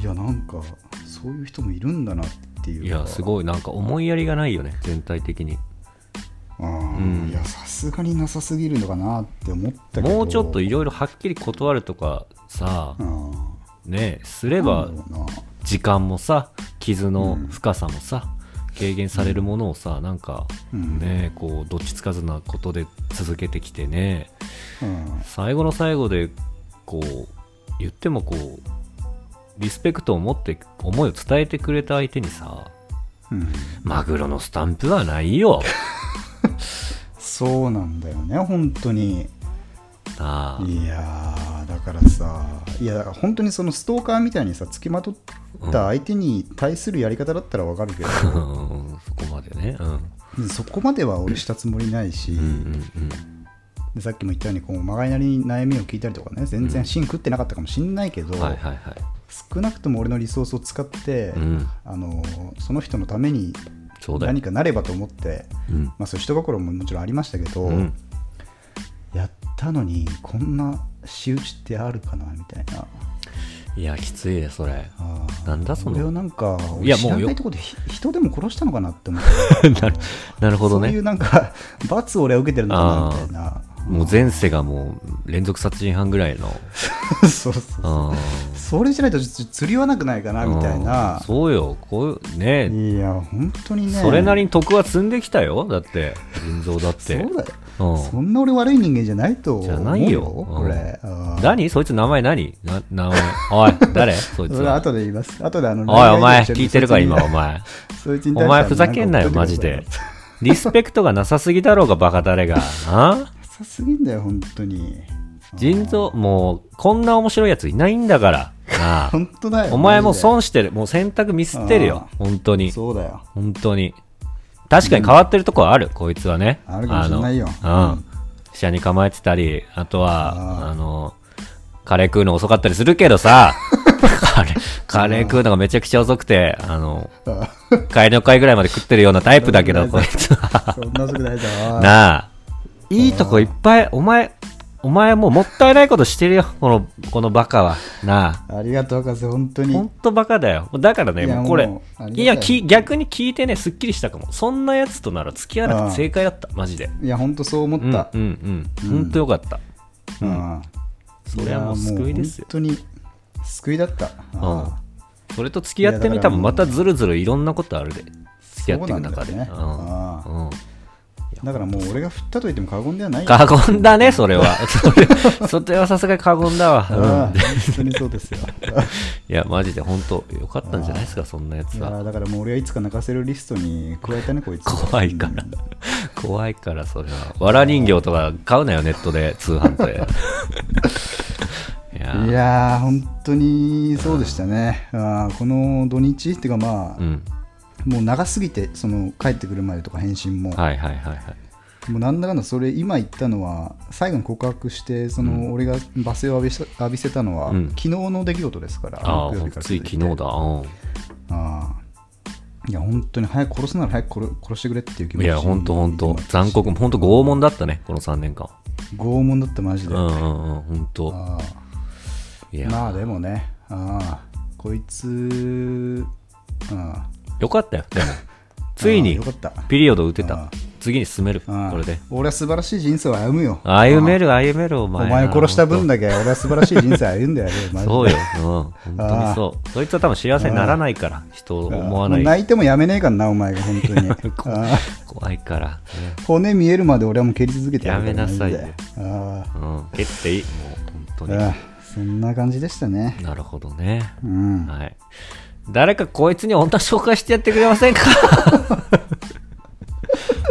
[SPEAKER 2] いやなんかそういう人もいるんだなっていうか
[SPEAKER 1] いやすごいなんか思いやりがないよね全体的に
[SPEAKER 2] うん
[SPEAKER 1] うん
[SPEAKER 2] いやさすがになさすぎるのかなって思ったけど
[SPEAKER 1] もうちょっといろいろはっきり断るとかさ
[SPEAKER 2] うん
[SPEAKER 1] ねすれ
[SPEAKER 2] な
[SPEAKER 1] ば
[SPEAKER 2] んだろうな
[SPEAKER 1] 時間もさ傷の深さもさ軽減されるものをさなんか
[SPEAKER 2] うん
[SPEAKER 1] ねこうどっちつかずなことで続けてきてね
[SPEAKER 2] うん
[SPEAKER 1] 最後の最後でこう言ってもこうリスペクトを持って思いを伝えてくれた相手にさ
[SPEAKER 2] うん
[SPEAKER 1] マグロのスタンプはない よ
[SPEAKER 2] そうなんだよね本当に
[SPEAKER 1] なあ
[SPEAKER 2] いやーだからさいや本当にそのストーカーみたいにさつきまとった相手に対するやり方だったらわかるけど、
[SPEAKER 1] うん そこまでねうん
[SPEAKER 2] そこまでは俺したつもりないし、
[SPEAKER 1] うんうん
[SPEAKER 2] でさっきも言ったようにこうまがいなりに悩みを聞いたりとかね全然芯食ってなかったかもしんないけど、
[SPEAKER 1] うんはいはいはい
[SPEAKER 2] 少なくとも俺のリソースを使って、
[SPEAKER 1] うん
[SPEAKER 2] あのその人のために
[SPEAKER 1] そうだよ
[SPEAKER 2] 何かなればと思って、
[SPEAKER 1] うん
[SPEAKER 2] まあ、そういう人心ももちろんありましたけど、
[SPEAKER 1] うん
[SPEAKER 2] やっったのにこんな仕打ちってあるかなみたいない
[SPEAKER 1] や、きついね、それ。
[SPEAKER 2] あー
[SPEAKER 1] なんだその
[SPEAKER 2] 俺はなんか
[SPEAKER 1] いや
[SPEAKER 2] 知ら
[SPEAKER 1] もう
[SPEAKER 2] な
[SPEAKER 1] よ
[SPEAKER 2] いところでひ人でも殺したのかなって思っ
[SPEAKER 1] なるなるほど
[SPEAKER 2] そうい
[SPEAKER 1] ね
[SPEAKER 2] う。なんか罰を俺は受けてるのかなみたいな
[SPEAKER 1] もう前世がもう連続殺人犯ぐらいの。
[SPEAKER 2] そうそう
[SPEAKER 1] うん
[SPEAKER 2] それじゃないとちょっと釣りはなくないかなみたい
[SPEAKER 1] うん
[SPEAKER 2] な、
[SPEAKER 1] そうよ、こういう、ね
[SPEAKER 2] いや本当にね
[SPEAKER 1] それなりに徳は積んできたよ、だって、腎臓だっ
[SPEAKER 2] そ
[SPEAKER 1] て。
[SPEAKER 2] うだよ
[SPEAKER 1] うん
[SPEAKER 2] そんな俺悪い人間じゃないと思う
[SPEAKER 1] じゃないよ
[SPEAKER 2] これうん
[SPEAKER 1] 何そいつ名前何な名前。おい、 誰そいつ
[SPEAKER 2] それは
[SPEAKER 1] は。
[SPEAKER 2] 後で言います後であの
[SPEAKER 1] おい、お前、
[SPEAKER 2] 恋愛で
[SPEAKER 1] 聞いてるか、
[SPEAKER 2] そつに
[SPEAKER 1] 今、お 前。
[SPEAKER 2] そいつに対
[SPEAKER 1] お
[SPEAKER 2] してあ
[SPEAKER 1] 前、
[SPEAKER 2] の
[SPEAKER 1] ふざけんなよ、
[SPEAKER 2] か
[SPEAKER 1] マ
[SPEAKER 2] 送っ
[SPEAKER 1] ジ
[SPEAKER 2] といて
[SPEAKER 1] で
[SPEAKER 2] ください。
[SPEAKER 1] リスペクトがなさすぎだろうが、バカ誰が。あ
[SPEAKER 2] なさすぎんだよ本当に
[SPEAKER 1] 腎臓、もう、こんな面白いやついないんだ から。なあ
[SPEAKER 2] 本当だよ
[SPEAKER 1] お前もう
[SPEAKER 2] マ
[SPEAKER 1] 損してる。もう選択ミスってるよ。本当
[SPEAKER 2] ジ
[SPEAKER 1] に
[SPEAKER 2] で。そうだよ
[SPEAKER 1] 本当に。確かに変わってるとこはある、こいつはね。
[SPEAKER 2] あるかもしれないよ
[SPEAKER 1] あのうん。飛車に構えてたり、あとは、あの、カレー食うの遅かったりするけど さ、カレー、カレー食うのがめちゃくちゃ遅くて、あの、
[SPEAKER 2] あ
[SPEAKER 1] 帰りの会ぐらいまで食ってるようなタイプだけど、こいつは。
[SPEAKER 2] そんな遅くないぞ
[SPEAKER 1] なあ。いいとこいっぱい、お前、お前もうもったいないことしてるよ、この、このバカは。なあ。
[SPEAKER 2] ありがとう博士本当に
[SPEAKER 1] ほんとバカだよ。だからね、
[SPEAKER 2] いや
[SPEAKER 1] もうこれ
[SPEAKER 2] もうありがた。い
[SPEAKER 1] いや、き逆に聞いてね、すっきりしたかも。そんなやつとなら付き合わなくて正解だった、マジで。
[SPEAKER 2] いや本当そう思
[SPEAKER 1] う
[SPEAKER 2] っ
[SPEAKER 1] ん、う
[SPEAKER 2] た、
[SPEAKER 1] ん、うん。ほんとよかった。
[SPEAKER 2] うん
[SPEAKER 1] それはもう救いですよ
[SPEAKER 2] やもう本当に救いだった
[SPEAKER 1] うん
[SPEAKER 2] あ。
[SPEAKER 1] それと付き合って
[SPEAKER 2] い
[SPEAKER 1] み
[SPEAKER 2] や
[SPEAKER 1] た
[SPEAKER 2] だから
[SPEAKER 1] ら、またずるずるいろんなことあるで。付き合っていく中で。
[SPEAKER 2] そう
[SPEAKER 1] う
[SPEAKER 2] なんだよねああ
[SPEAKER 1] んうん。
[SPEAKER 2] あだからもう俺が振ったと言っても過言ではないよ
[SPEAKER 1] 過言だね、それは。 それそれはさすがに過言だわ。
[SPEAKER 2] ああ
[SPEAKER 1] うん。
[SPEAKER 2] 本当にそうです よ
[SPEAKER 1] いや、マジで本当よかったんじゃないですか、そんなや
[SPEAKER 2] い
[SPEAKER 1] つは。
[SPEAKER 2] やだからもう俺はいつか泣かせるリストに加えたねこいつ
[SPEAKER 1] 怖いから
[SPEAKER 2] うん。
[SPEAKER 1] 怖いから、それは。わら人形とか買うなよ、ネットで、通販で。いや
[SPEAKER 2] いやー本当にそうでしたね、あーこの土日っていうか、まあ
[SPEAKER 1] うん。
[SPEAKER 2] もう長すぎて、その帰ってくるまでとか返信も、
[SPEAKER 1] はいはいはいはい。
[SPEAKER 2] もうなんだかんだ、それ、今言ったのは、最後に告白して、その俺が罵声を浴びせ浴びせたのは、
[SPEAKER 1] うん
[SPEAKER 2] 昨日の出来事ですから、
[SPEAKER 1] ああ、
[SPEAKER 2] 木曜
[SPEAKER 1] ほん
[SPEAKER 2] 日
[SPEAKER 1] と
[SPEAKER 2] から
[SPEAKER 1] つい昨日
[SPEAKER 2] 続
[SPEAKER 1] だ。う
[SPEAKER 2] て
[SPEAKER 1] ん
[SPEAKER 2] あーいや、本当に早く殺すなら早く殺殺してくれっていう気持
[SPEAKER 1] い
[SPEAKER 2] ち
[SPEAKER 1] や、ほんとほんと。残酷、ほんと拷問だったね、この3年間。
[SPEAKER 2] 拷問だった、マジ
[SPEAKER 1] う
[SPEAKER 2] で。
[SPEAKER 1] んうん
[SPEAKER 2] あ
[SPEAKER 1] うん、ほんと。
[SPEAKER 2] ー
[SPEAKER 1] いや、
[SPEAKER 2] まあでもね、あーこいつ、あ
[SPEAKER 1] よかったよ、でも。
[SPEAKER 2] ー
[SPEAKER 1] つい
[SPEAKER 2] あー
[SPEAKER 1] に
[SPEAKER 2] よか、った。
[SPEAKER 1] ピリオド打てた
[SPEAKER 2] あ。
[SPEAKER 1] 次に進める、
[SPEAKER 2] うん
[SPEAKER 1] これで。
[SPEAKER 2] 俺は素晴らしい人生を歩むよ
[SPEAKER 1] 歩める、歩める、お
[SPEAKER 2] お
[SPEAKER 1] 前は。
[SPEAKER 2] 前を殺した分
[SPEAKER 1] だ
[SPEAKER 2] だけ俺は素晴らしい人生を歩んだよね マジで
[SPEAKER 1] そうよ、うん、本当に
[SPEAKER 2] ああ
[SPEAKER 1] そう。そいつは多分幸せにならないから、人を思わな
[SPEAKER 2] もう
[SPEAKER 1] い。
[SPEAKER 2] 泣いてもやめねえからなお前が本当に あ
[SPEAKER 1] 怖いから。ね
[SPEAKER 2] あ骨見えるまで俺はもう蹴り続けてるから
[SPEAKER 1] やめなさいよ
[SPEAKER 2] マジであ
[SPEAKER 1] うん、蹴っていい、もう本当
[SPEAKER 2] あ
[SPEAKER 1] に。
[SPEAKER 2] ああそんな感じでしたね
[SPEAKER 1] なるほどね。
[SPEAKER 2] うん
[SPEAKER 1] はい。誰かこいつに女紹介してやってくれませんか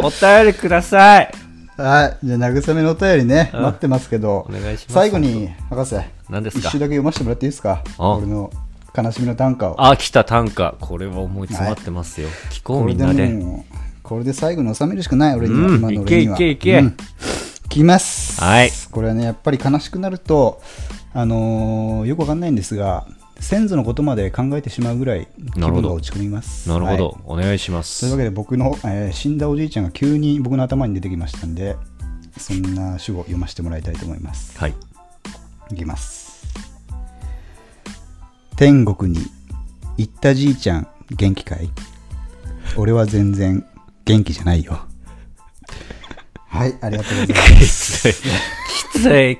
[SPEAKER 1] お便りください。
[SPEAKER 2] はいじゃあ慰めのお便りね
[SPEAKER 1] うん
[SPEAKER 2] 待ってますけど
[SPEAKER 1] お願いします
[SPEAKER 2] 最後に博士
[SPEAKER 1] 何です
[SPEAKER 2] 一
[SPEAKER 1] か
[SPEAKER 2] 首だけ読ませてもらっていいですか
[SPEAKER 1] あ
[SPEAKER 2] 俺の悲しみの短歌を
[SPEAKER 1] あ、来た短歌。これは思い詰まってますよ。聞こう、みんなで。
[SPEAKER 2] もうこれで最後に収めるしかない俺には、
[SPEAKER 1] うん
[SPEAKER 2] 今の俺にはい
[SPEAKER 1] けいけいけ
[SPEAKER 2] うんきます
[SPEAKER 1] はい
[SPEAKER 2] これはねやっぱり悲しくなるとあのーよくわかんないんですが先祖のことまで考えてしまうぐらい気
[SPEAKER 1] なるほ
[SPEAKER 2] 分
[SPEAKER 1] ど
[SPEAKER 2] が落ち込みます
[SPEAKER 1] なるほど、
[SPEAKER 2] はい
[SPEAKER 1] お願いしま
[SPEAKER 2] というわ
[SPEAKER 1] す。
[SPEAKER 2] けで僕の、えー死んだおじいちゃんが急に僕の頭に出てきましたんでそんな主語を読ませてもらいたいと思います
[SPEAKER 1] はい。
[SPEAKER 2] いきます天国に行ったじいちゃん元気かい俺は全然元気じゃないよはいありがとうございます
[SPEAKER 1] きつい。きつい。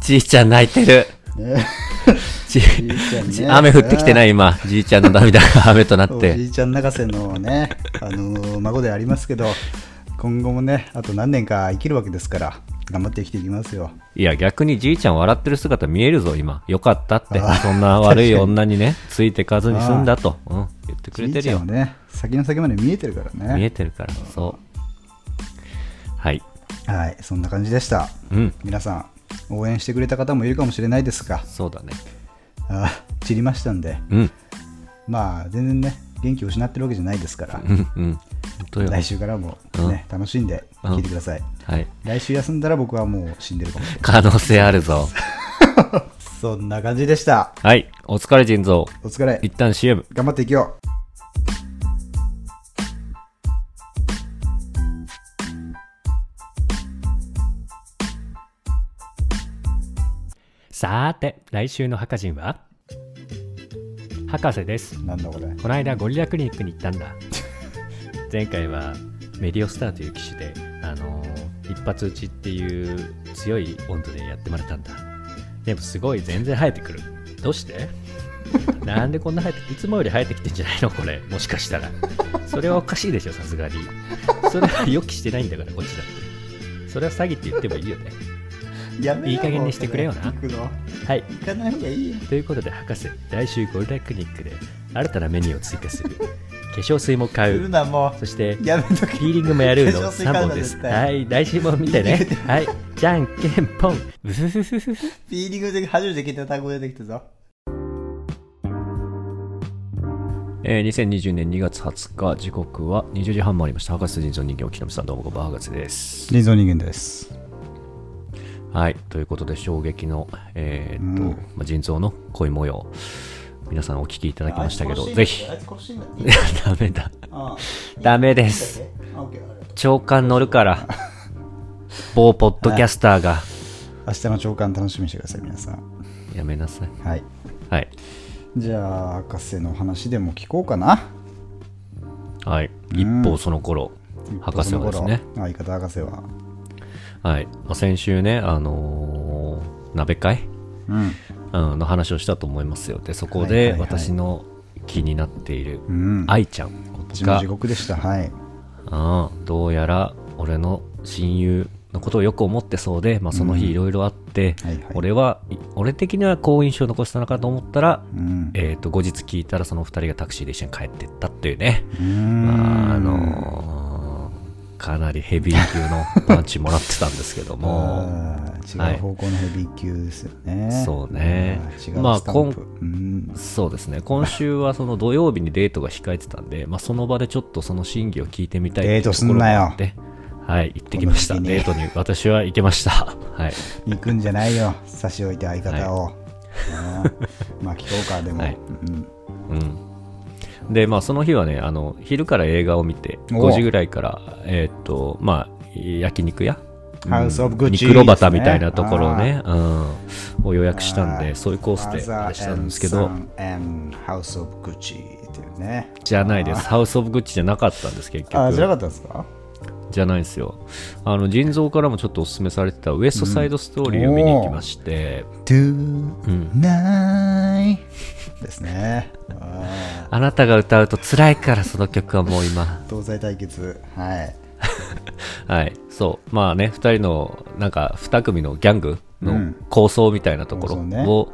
[SPEAKER 1] じいちゃん泣いてる。
[SPEAKER 2] ね
[SPEAKER 1] じ
[SPEAKER 2] じいちゃんね
[SPEAKER 1] じ雨降ってきてない今。じいちゃんの涙が雨となっ
[SPEAKER 2] お
[SPEAKER 1] て
[SPEAKER 2] じ。いちゃん泣かせのね、あのー孫でありますけど今後もねあと何年か生きるわけですから頑張って生きていきますよ
[SPEAKER 1] いや、逆にじいちゃん笑ってる姿見えるぞ、今。よかったって
[SPEAKER 2] あ。
[SPEAKER 1] そん な悪い女にね、ついてかずに済んだと。うん。言ってくれてる
[SPEAKER 2] じいちゃん
[SPEAKER 1] よ
[SPEAKER 2] は。ね先の先まで見えてるからね
[SPEAKER 1] 見えてるから、そう。はい。
[SPEAKER 2] はいそんな感じでした
[SPEAKER 1] うん。
[SPEAKER 2] 皆さん応援してくれた方もいるかもしれないですが
[SPEAKER 1] そうだね。
[SPEAKER 2] あー散りましたんで
[SPEAKER 1] うん。
[SPEAKER 2] まあ全然ね元気を失ってるわけじゃないですから
[SPEAKER 1] うん。うん。本当よ。
[SPEAKER 2] 来週からも、ね楽しんで聞いてください、
[SPEAKER 1] はい。
[SPEAKER 2] 来週休んだら僕はもう死んでるかもしれ
[SPEAKER 1] 可能性あるぞ。
[SPEAKER 2] ないそんな感じでした
[SPEAKER 1] はい。お疲れ腎臓。
[SPEAKER 2] お疲れ
[SPEAKER 1] 一旦 CM。
[SPEAKER 2] 頑張っていきよう
[SPEAKER 1] さーて、来週の博人は博士です。
[SPEAKER 2] なんだこれ。
[SPEAKER 1] この間ゴリラクリニックに行ったんだ。 前回はメディオスターという機種で、あのー一発打ちっていう強い温度でやってもらったんだ。でもすごい全然生えてくる。どうして なんでこんな生えていつもより生えてきてんじゃないのこれ。もしかしたら。それはおかしいでしょ、さすがに。それは予期してないんだから、こっちだって。それは詐欺って言ってもいいよね。
[SPEAKER 2] やめろ
[SPEAKER 1] いい加減にしてくれよな
[SPEAKER 2] 行くの。
[SPEAKER 1] はい。
[SPEAKER 2] 行かない方がいいよ。
[SPEAKER 1] ということで博士来週ゴリラクリニックで新たなメニューを追加する化粧水も買
[SPEAKER 2] する
[SPEAKER 1] う
[SPEAKER 2] な、も
[SPEAKER 1] そして
[SPEAKER 2] う。やめとけ。
[SPEAKER 1] ヒーリングもやるの
[SPEAKER 2] 化粧水
[SPEAKER 1] 3
[SPEAKER 2] 買う
[SPEAKER 1] 本
[SPEAKER 2] な
[SPEAKER 1] です
[SPEAKER 2] 絶対
[SPEAKER 1] はい来週も見てね
[SPEAKER 2] 見てね
[SPEAKER 1] はいじゃんけんぽんブフフフフフ
[SPEAKER 2] ピーリングで初めて聞いた単語出てきたぞ。
[SPEAKER 1] えー、2020年2月20日時刻は20時半もありました博士人造人間おきのみさんどうもこんばんは博士です
[SPEAKER 2] リゾ人間です。
[SPEAKER 1] はいということで衝撃のえーっと、
[SPEAKER 2] うん
[SPEAKER 1] まあ、腎臓の恋模様皆さんお聞きいただきましたけどぜひ
[SPEAKER 2] あいつ殺してんだ。
[SPEAKER 1] ダメだ
[SPEAKER 2] あ
[SPEAKER 1] ダメで
[SPEAKER 2] あ
[SPEAKER 1] す
[SPEAKER 2] あオッケーありがとう
[SPEAKER 1] 長官乗るから某ポッドキャスターが
[SPEAKER 2] 明日の朝刊楽しみにしてください、皆さん。
[SPEAKER 1] やめなさい
[SPEAKER 2] はい。
[SPEAKER 1] はい
[SPEAKER 2] じゃあ、博士の話でも聞こうかな。
[SPEAKER 1] はい
[SPEAKER 2] ん
[SPEAKER 1] 一方その頃博士はですね
[SPEAKER 2] その頃相方博士は。
[SPEAKER 1] はい、まあ先週ねあのー鍋会
[SPEAKER 2] うん。
[SPEAKER 1] うんの話をしたと思いますよでそこで
[SPEAKER 2] はいはいはい
[SPEAKER 1] 私の気になっている
[SPEAKER 2] うん。
[SPEAKER 1] 愛ちゃん
[SPEAKER 2] 地
[SPEAKER 1] が
[SPEAKER 2] 獄地獄でした。はい。
[SPEAKER 1] うんどうやら俺の親友のことをよく思ってそうで、まあ、その
[SPEAKER 2] うん
[SPEAKER 1] 日いろいろあって、
[SPEAKER 2] はいはい
[SPEAKER 1] 俺はい俺的には好印象を残したのかと思ったら、
[SPEAKER 2] うん。
[SPEAKER 1] えー、と後日聞いたらその2人がタクシーで一緒に帰ってったっていうね、
[SPEAKER 2] うーん
[SPEAKER 1] まあ、あのーかなりヘビー級のパンチもらってたんですけども
[SPEAKER 2] あー
[SPEAKER 1] は
[SPEAKER 2] 違
[SPEAKER 1] いう
[SPEAKER 2] 方向のヘビー級ですよね。
[SPEAKER 1] そうね
[SPEAKER 2] あー違う
[SPEAKER 1] まあ
[SPEAKER 2] スタンプ
[SPEAKER 1] こ
[SPEAKER 2] うん
[SPEAKER 1] そうですね今週はその土曜日にデートが控えてたんで、まあ、その場でちょっとその真偽を聞いてみたい
[SPEAKER 2] デートすんなよ
[SPEAKER 1] っていうところがあってはい行ってきました
[SPEAKER 2] この時期
[SPEAKER 1] デ
[SPEAKER 2] に
[SPEAKER 1] ートに私は行けました はい
[SPEAKER 2] 行くんじゃないよ、差し置いて相方を。うんまあ、聞こうか、でも。
[SPEAKER 1] はい
[SPEAKER 2] うん
[SPEAKER 1] うん、でまあその日はねあの昼から映画を見て
[SPEAKER 2] お
[SPEAKER 1] 5時ぐらいからえーっとまあ焼肉屋
[SPEAKER 2] ハウスオブグッチ
[SPEAKER 1] 肉ロバタみたいなところをね、うん、を予約したんで、そういうコースでしたんですけど、。
[SPEAKER 2] ハウス・オブ・グッチっていうね。
[SPEAKER 1] じゃないです。ハウス・オブ・グッチじゃなかったんです、結
[SPEAKER 2] あ、じゃな
[SPEAKER 1] 局。
[SPEAKER 2] かったですか
[SPEAKER 1] じゃないですよ。あの、腎臓からもちょっとお勧めされてた、ウエスト・サイド・ストーリーを見に行きまして、
[SPEAKER 2] ?Tonight ですね。あ
[SPEAKER 1] あなたが歌うと辛いから、その曲はもう今。
[SPEAKER 2] ー東西対決。はい。
[SPEAKER 1] はい、そう、まあね、2人のなんか2組のギャングの構想みたいなところ
[SPEAKER 2] うん構想ね
[SPEAKER 1] を、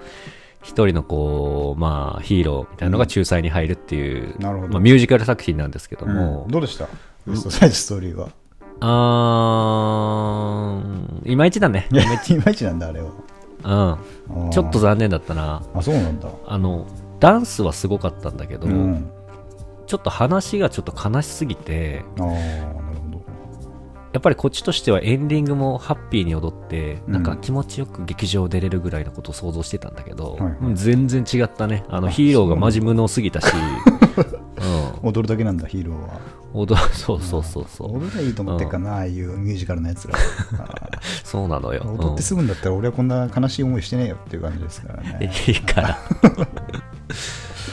[SPEAKER 1] 1人のこう、まあ、ヒーローみたいなのが仲裁に入るっていう、
[SPEAKER 2] なるほど
[SPEAKER 1] まあ、ミュージカル作品なんですけども、
[SPEAKER 2] どうでしたウエストサイドストーリーは。
[SPEAKER 1] あーいまいちだね、
[SPEAKER 2] いや、いまいちなんだ、あれは。
[SPEAKER 1] う
[SPEAKER 2] あー
[SPEAKER 1] ん、ちょっと残念だったな、
[SPEAKER 2] あ、そうなんだ。
[SPEAKER 1] あのダンスはすごかったんだけど、
[SPEAKER 2] うん。
[SPEAKER 1] ちょっと話がちょっと悲しすぎて、
[SPEAKER 2] ああ、なるほど。
[SPEAKER 1] やっぱりこっちとしてはエンディングもハッピーに踊って、なんか気持ちよく劇場出れるぐらいのことを想像してたんだけど、
[SPEAKER 2] はいはい
[SPEAKER 1] うん全然違ったねあのヒーローがマジ無能すぎ たし、う
[SPEAKER 2] 踊るだけなんだ、ヒーローは。
[SPEAKER 1] ん、踊そうそうそうそう
[SPEAKER 2] 踊ればいいと思ってっかな、ああいうミュージカルの やつら。
[SPEAKER 1] そうなのよ、うん
[SPEAKER 2] 踊ってすぐんだったら俺はこんな悲しい思いしてねえよっていう感じですからね。
[SPEAKER 1] いい から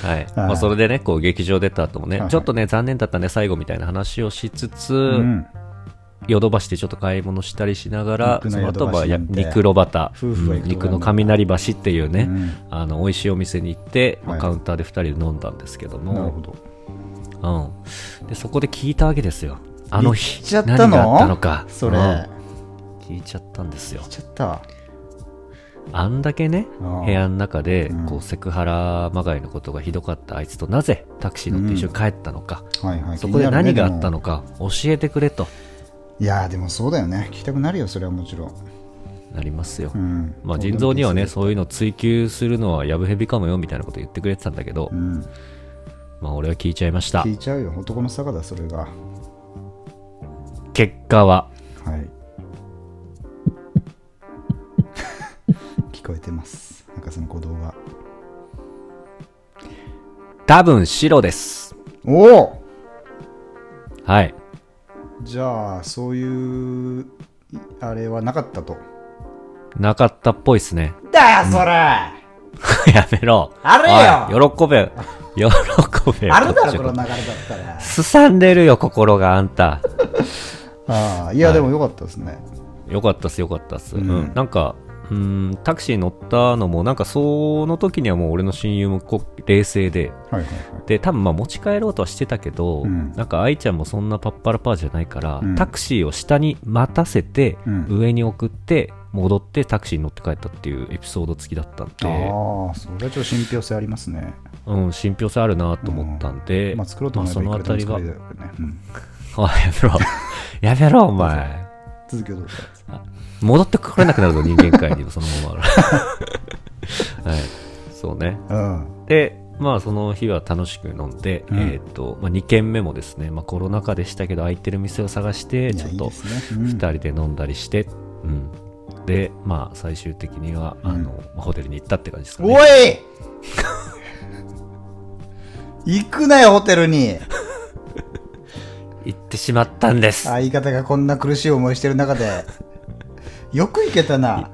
[SPEAKER 1] はいまあ、それでねこう劇場出た後もね、
[SPEAKER 2] はいはい
[SPEAKER 1] ちょっとね残念だったね最後みたいな話をしつつ、
[SPEAKER 2] うん、
[SPEAKER 1] ヨドバシでちょっと買い物したりしながら、
[SPEAKER 2] 肉
[SPEAKER 1] そ
[SPEAKER 2] の
[SPEAKER 1] の
[SPEAKER 2] ヨド
[SPEAKER 1] 後
[SPEAKER 2] バ
[SPEAKER 1] は
[SPEAKER 2] シ
[SPEAKER 1] や
[SPEAKER 2] なんて
[SPEAKER 1] 肉ロバタ、
[SPEAKER 2] 夫婦は
[SPEAKER 1] う
[SPEAKER 2] 行くとこなんだ
[SPEAKER 1] ん肉の雷橋っていうね、
[SPEAKER 2] うん
[SPEAKER 1] あの美味しいお店に行って、まあ
[SPEAKER 2] はい
[SPEAKER 1] カウンターで2人で飲んだんですけど
[SPEAKER 2] なるほ
[SPEAKER 1] も、
[SPEAKER 2] ど。
[SPEAKER 1] うん、でそこで聞いたわけですよ。あの日、
[SPEAKER 2] 言っちゃったの
[SPEAKER 1] 何があったのか。
[SPEAKER 2] それ、
[SPEAKER 1] うん
[SPEAKER 2] 言
[SPEAKER 1] 聞い
[SPEAKER 2] っ
[SPEAKER 1] ちゃったんですよ。
[SPEAKER 2] ちゃったわ。
[SPEAKER 1] あんだけね、
[SPEAKER 2] うん
[SPEAKER 1] 部屋の中で
[SPEAKER 2] うん
[SPEAKER 1] こうセクハラまがいのことがひどかったあいつとなぜタクシー乗って一緒に帰ったのか、
[SPEAKER 2] はいはい、
[SPEAKER 1] そこで何があった
[SPEAKER 2] の
[SPEAKER 1] のか教えてくれと
[SPEAKER 2] いやーでもそうだよね。聞きたくなるよ、それはもちろん。
[SPEAKER 1] なりますよ。
[SPEAKER 2] うん、
[SPEAKER 1] まあ、腎臓にはね、そういうの追求するのはやぶへびかもよみたいなこと言ってくれてたんだけど
[SPEAKER 2] う、ん、
[SPEAKER 1] まあ、俺は聞いちゃいました
[SPEAKER 2] 聞。いちゃうよ、男の坂だ、それが。は
[SPEAKER 1] 結果は、
[SPEAKER 2] い。 聞こえてます。なんかその鼓動が。
[SPEAKER 1] 多分白です。
[SPEAKER 2] おお
[SPEAKER 1] はい。
[SPEAKER 2] じゃあそういうあれはなかったと
[SPEAKER 1] なかったっぽいっすね。
[SPEAKER 2] だよ、それ、
[SPEAKER 1] やめろ。
[SPEAKER 2] あれ
[SPEAKER 1] よ喜 べ。喜べよ。
[SPEAKER 2] あるだろ、
[SPEAKER 1] こっち
[SPEAKER 2] この流れだったら。
[SPEAKER 1] すさんでるよ、心があんた。
[SPEAKER 2] ああ、いや、でもよかったですね。
[SPEAKER 1] よかったっす、よかったっす。う
[SPEAKER 2] うん
[SPEAKER 1] ん。なんか、うん、タクシー乗ったのも、なんか、その時にはもう俺の親友もこう冷静で、
[SPEAKER 2] はいはいはい。
[SPEAKER 1] で、多分まあ持ち帰ろうとはしてたけど、
[SPEAKER 2] うん
[SPEAKER 1] なんか愛ちゃんもそんなパッパラパーじゃないから、
[SPEAKER 2] うん
[SPEAKER 1] タクシーを下に待たせて、
[SPEAKER 2] うん
[SPEAKER 1] 上に送って、戻ってタクシーに乗って帰ったっていうエピソード付きだったんで、
[SPEAKER 2] ああ、それはちょっと信憑性ありますね。
[SPEAKER 1] うん、信憑性あるなと思ったんで、
[SPEAKER 2] まあ、作ろうと思えばい
[SPEAKER 1] まあ
[SPEAKER 2] くらでも
[SPEAKER 1] そのあ
[SPEAKER 2] 作れ
[SPEAKER 1] たり
[SPEAKER 2] る
[SPEAKER 1] は、
[SPEAKER 2] よね。うん
[SPEAKER 1] あ、やめろ。やめろ、お 前。
[SPEAKER 2] 続きをどうぞ。
[SPEAKER 1] 戻ってこれなくなるぞ、人間界にもそのま ま。はい。そうね。
[SPEAKER 2] うん。
[SPEAKER 1] で、まあその日は楽しく飲んで、
[SPEAKER 2] うん
[SPEAKER 1] えーっ、と、まあ、2軒目もですね、まあコロナ禍でしたけど空いてる店を探して、ちょっ
[SPEAKER 2] いやいい
[SPEAKER 1] と
[SPEAKER 2] ですね。
[SPEAKER 1] 2
[SPEAKER 2] うん
[SPEAKER 1] 人で飲んだりして、うん。で、まあ最終的には、あの、まあホテルに行ったって感じですかね。
[SPEAKER 2] おい 行くなよ、ホテルに
[SPEAKER 1] 行ってしまったんです。
[SPEAKER 2] 相方がこんな苦しい思いしてる中で。よく行けた な。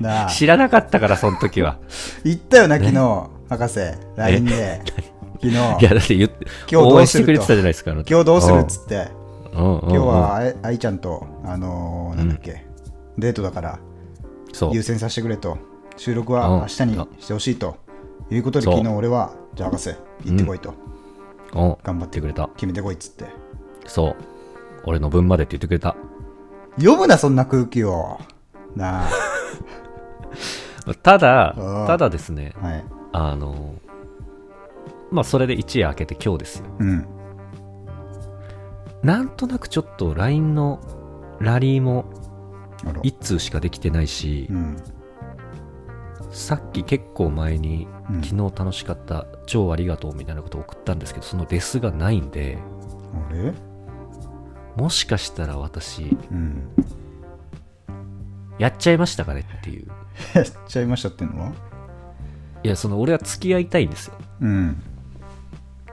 [SPEAKER 2] なあ。
[SPEAKER 1] 知らなかったから、その時は。
[SPEAKER 2] 行ったよな、昨日、博士。LINE で。 昨
[SPEAKER 1] い
[SPEAKER 2] 日、
[SPEAKER 1] や、だって言って、
[SPEAKER 2] 今日ど
[SPEAKER 1] 応
[SPEAKER 2] う
[SPEAKER 1] 援し
[SPEAKER 2] す
[SPEAKER 1] て
[SPEAKER 2] る
[SPEAKER 1] く
[SPEAKER 2] と
[SPEAKER 1] れてたじゃないですか。今
[SPEAKER 2] 今日どうするっつって。
[SPEAKER 1] 今
[SPEAKER 2] 今日はあい愛ちゃんと、あのーなんだっけ、デートだから、
[SPEAKER 1] そう
[SPEAKER 2] 優先させてくれと、収録
[SPEAKER 1] う
[SPEAKER 2] は
[SPEAKER 1] ん
[SPEAKER 2] 明日にしてほしいということで、
[SPEAKER 1] そう
[SPEAKER 2] 昨日俺は、じゃあ博士、行ってこいと、
[SPEAKER 1] うん、
[SPEAKER 2] 頑張
[SPEAKER 1] 言っ
[SPEAKER 2] って
[SPEAKER 1] てくれた。
[SPEAKER 2] 決めてこいっつって。
[SPEAKER 1] そう。俺の分までって言ってくれた。
[SPEAKER 2] 読むな、そんな空気を。なあ。
[SPEAKER 1] ただ
[SPEAKER 2] ああ、
[SPEAKER 1] ただですね、
[SPEAKER 2] はい。
[SPEAKER 1] あの、まあ、それで一夜明けて今日ですよ。
[SPEAKER 2] うん。
[SPEAKER 1] なんとなくちょっと LINE のラリーも
[SPEAKER 2] あら
[SPEAKER 1] 一通しかできてないし
[SPEAKER 2] う、ん。
[SPEAKER 1] さっき結構前に、
[SPEAKER 2] うん
[SPEAKER 1] 昨日楽しかった、超ありがとうみたいなことを送ったんですけど、そのレスがないんで、
[SPEAKER 2] あれ
[SPEAKER 1] もしかしたら私、
[SPEAKER 2] うん。
[SPEAKER 1] やっちゃいましたかねっていう。
[SPEAKER 2] やっちゃいましたっていうのはい
[SPEAKER 1] や、その俺は付き合いたいんですよ。
[SPEAKER 2] うん。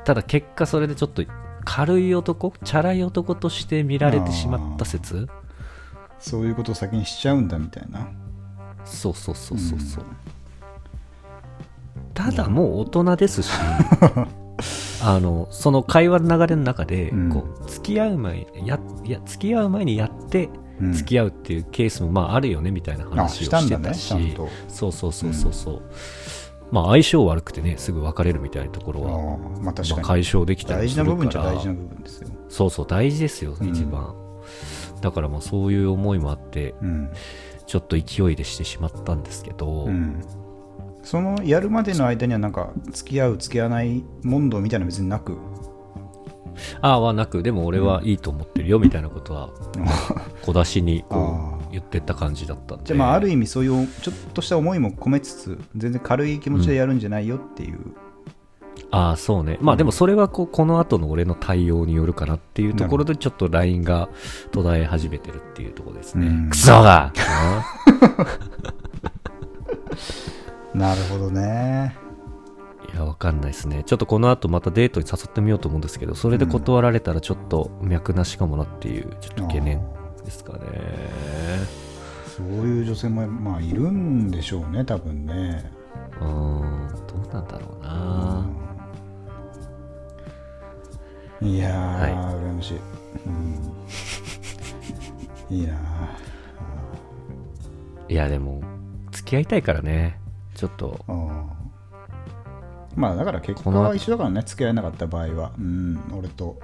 [SPEAKER 1] ただ結果それでちょっと軽い男チャラい男として見られてしまった説
[SPEAKER 2] そういうことを先にしちゃうんだみたいな。
[SPEAKER 1] そうそうそうそうそう、ただもう大人ですしあのその会話の流れの中で、
[SPEAKER 2] うん
[SPEAKER 1] こう付き合う前にやいや付き合う前にやって
[SPEAKER 2] うん
[SPEAKER 1] 付き合うっていうケースもまああるよねみたいな
[SPEAKER 2] あ、
[SPEAKER 1] 話を
[SPEAKER 2] したん
[SPEAKER 1] して
[SPEAKER 2] だね、
[SPEAKER 1] た
[SPEAKER 2] ち
[SPEAKER 1] し、
[SPEAKER 2] ゃんと。
[SPEAKER 1] そうそうそうそうそう、まあ相性悪くてねすぐ別れるみたいなところ
[SPEAKER 2] あ
[SPEAKER 1] は、ま
[SPEAKER 2] あ、まあ
[SPEAKER 1] あ
[SPEAKER 2] 確かに。
[SPEAKER 1] 解消できた
[SPEAKER 2] 大
[SPEAKER 1] り
[SPEAKER 2] 事
[SPEAKER 1] す
[SPEAKER 2] な
[SPEAKER 1] るか
[SPEAKER 2] 部
[SPEAKER 1] ら
[SPEAKER 2] 分っちゃ大事な部分ですよ。
[SPEAKER 1] そうそう大事ですよ
[SPEAKER 2] うん
[SPEAKER 1] 一番、だからもうそういう思いもあって
[SPEAKER 2] うん。
[SPEAKER 1] ちょっと勢いでしてしまったんですけど、
[SPEAKER 2] うん、そのやるまでの間にはなんか付き合う付き合わない問答みたいなの別になく
[SPEAKER 1] ああはなくでも俺はいいと思ってるよみたいなこと は小出しにこ
[SPEAKER 2] あー
[SPEAKER 1] う言ってった感じだったんで
[SPEAKER 2] じゃあまあある意味そういうちょっとした思いも込めつつ全然軽い気持ちでやるんじゃないよっていう、
[SPEAKER 1] ああそうねまあでもそれはこうこの後の俺の対応によるかなっていうところでちょっと LINE が途絶え始めてるっていうところですね、
[SPEAKER 2] うん
[SPEAKER 1] クソが
[SPEAKER 2] なるほどね
[SPEAKER 1] いやわかんないですねちょっとこの後またデートに誘ってみようと思うんですけどそれで断られたらちょっと脈なしかもなっていうちょっと懸念ですかね
[SPEAKER 2] そういう女性もまあいるんでしょうね多分ね
[SPEAKER 1] うーんどうなんだろうな、
[SPEAKER 2] いやー、
[SPEAKER 1] はい
[SPEAKER 2] 羨ましい、うん、いいなあ
[SPEAKER 1] いやでも付き合いたいからねちょっと
[SPEAKER 2] あーまあだから結果
[SPEAKER 1] この
[SPEAKER 2] は
[SPEAKER 1] 後
[SPEAKER 2] 一緒だからね付き合えなかった場合はうん俺と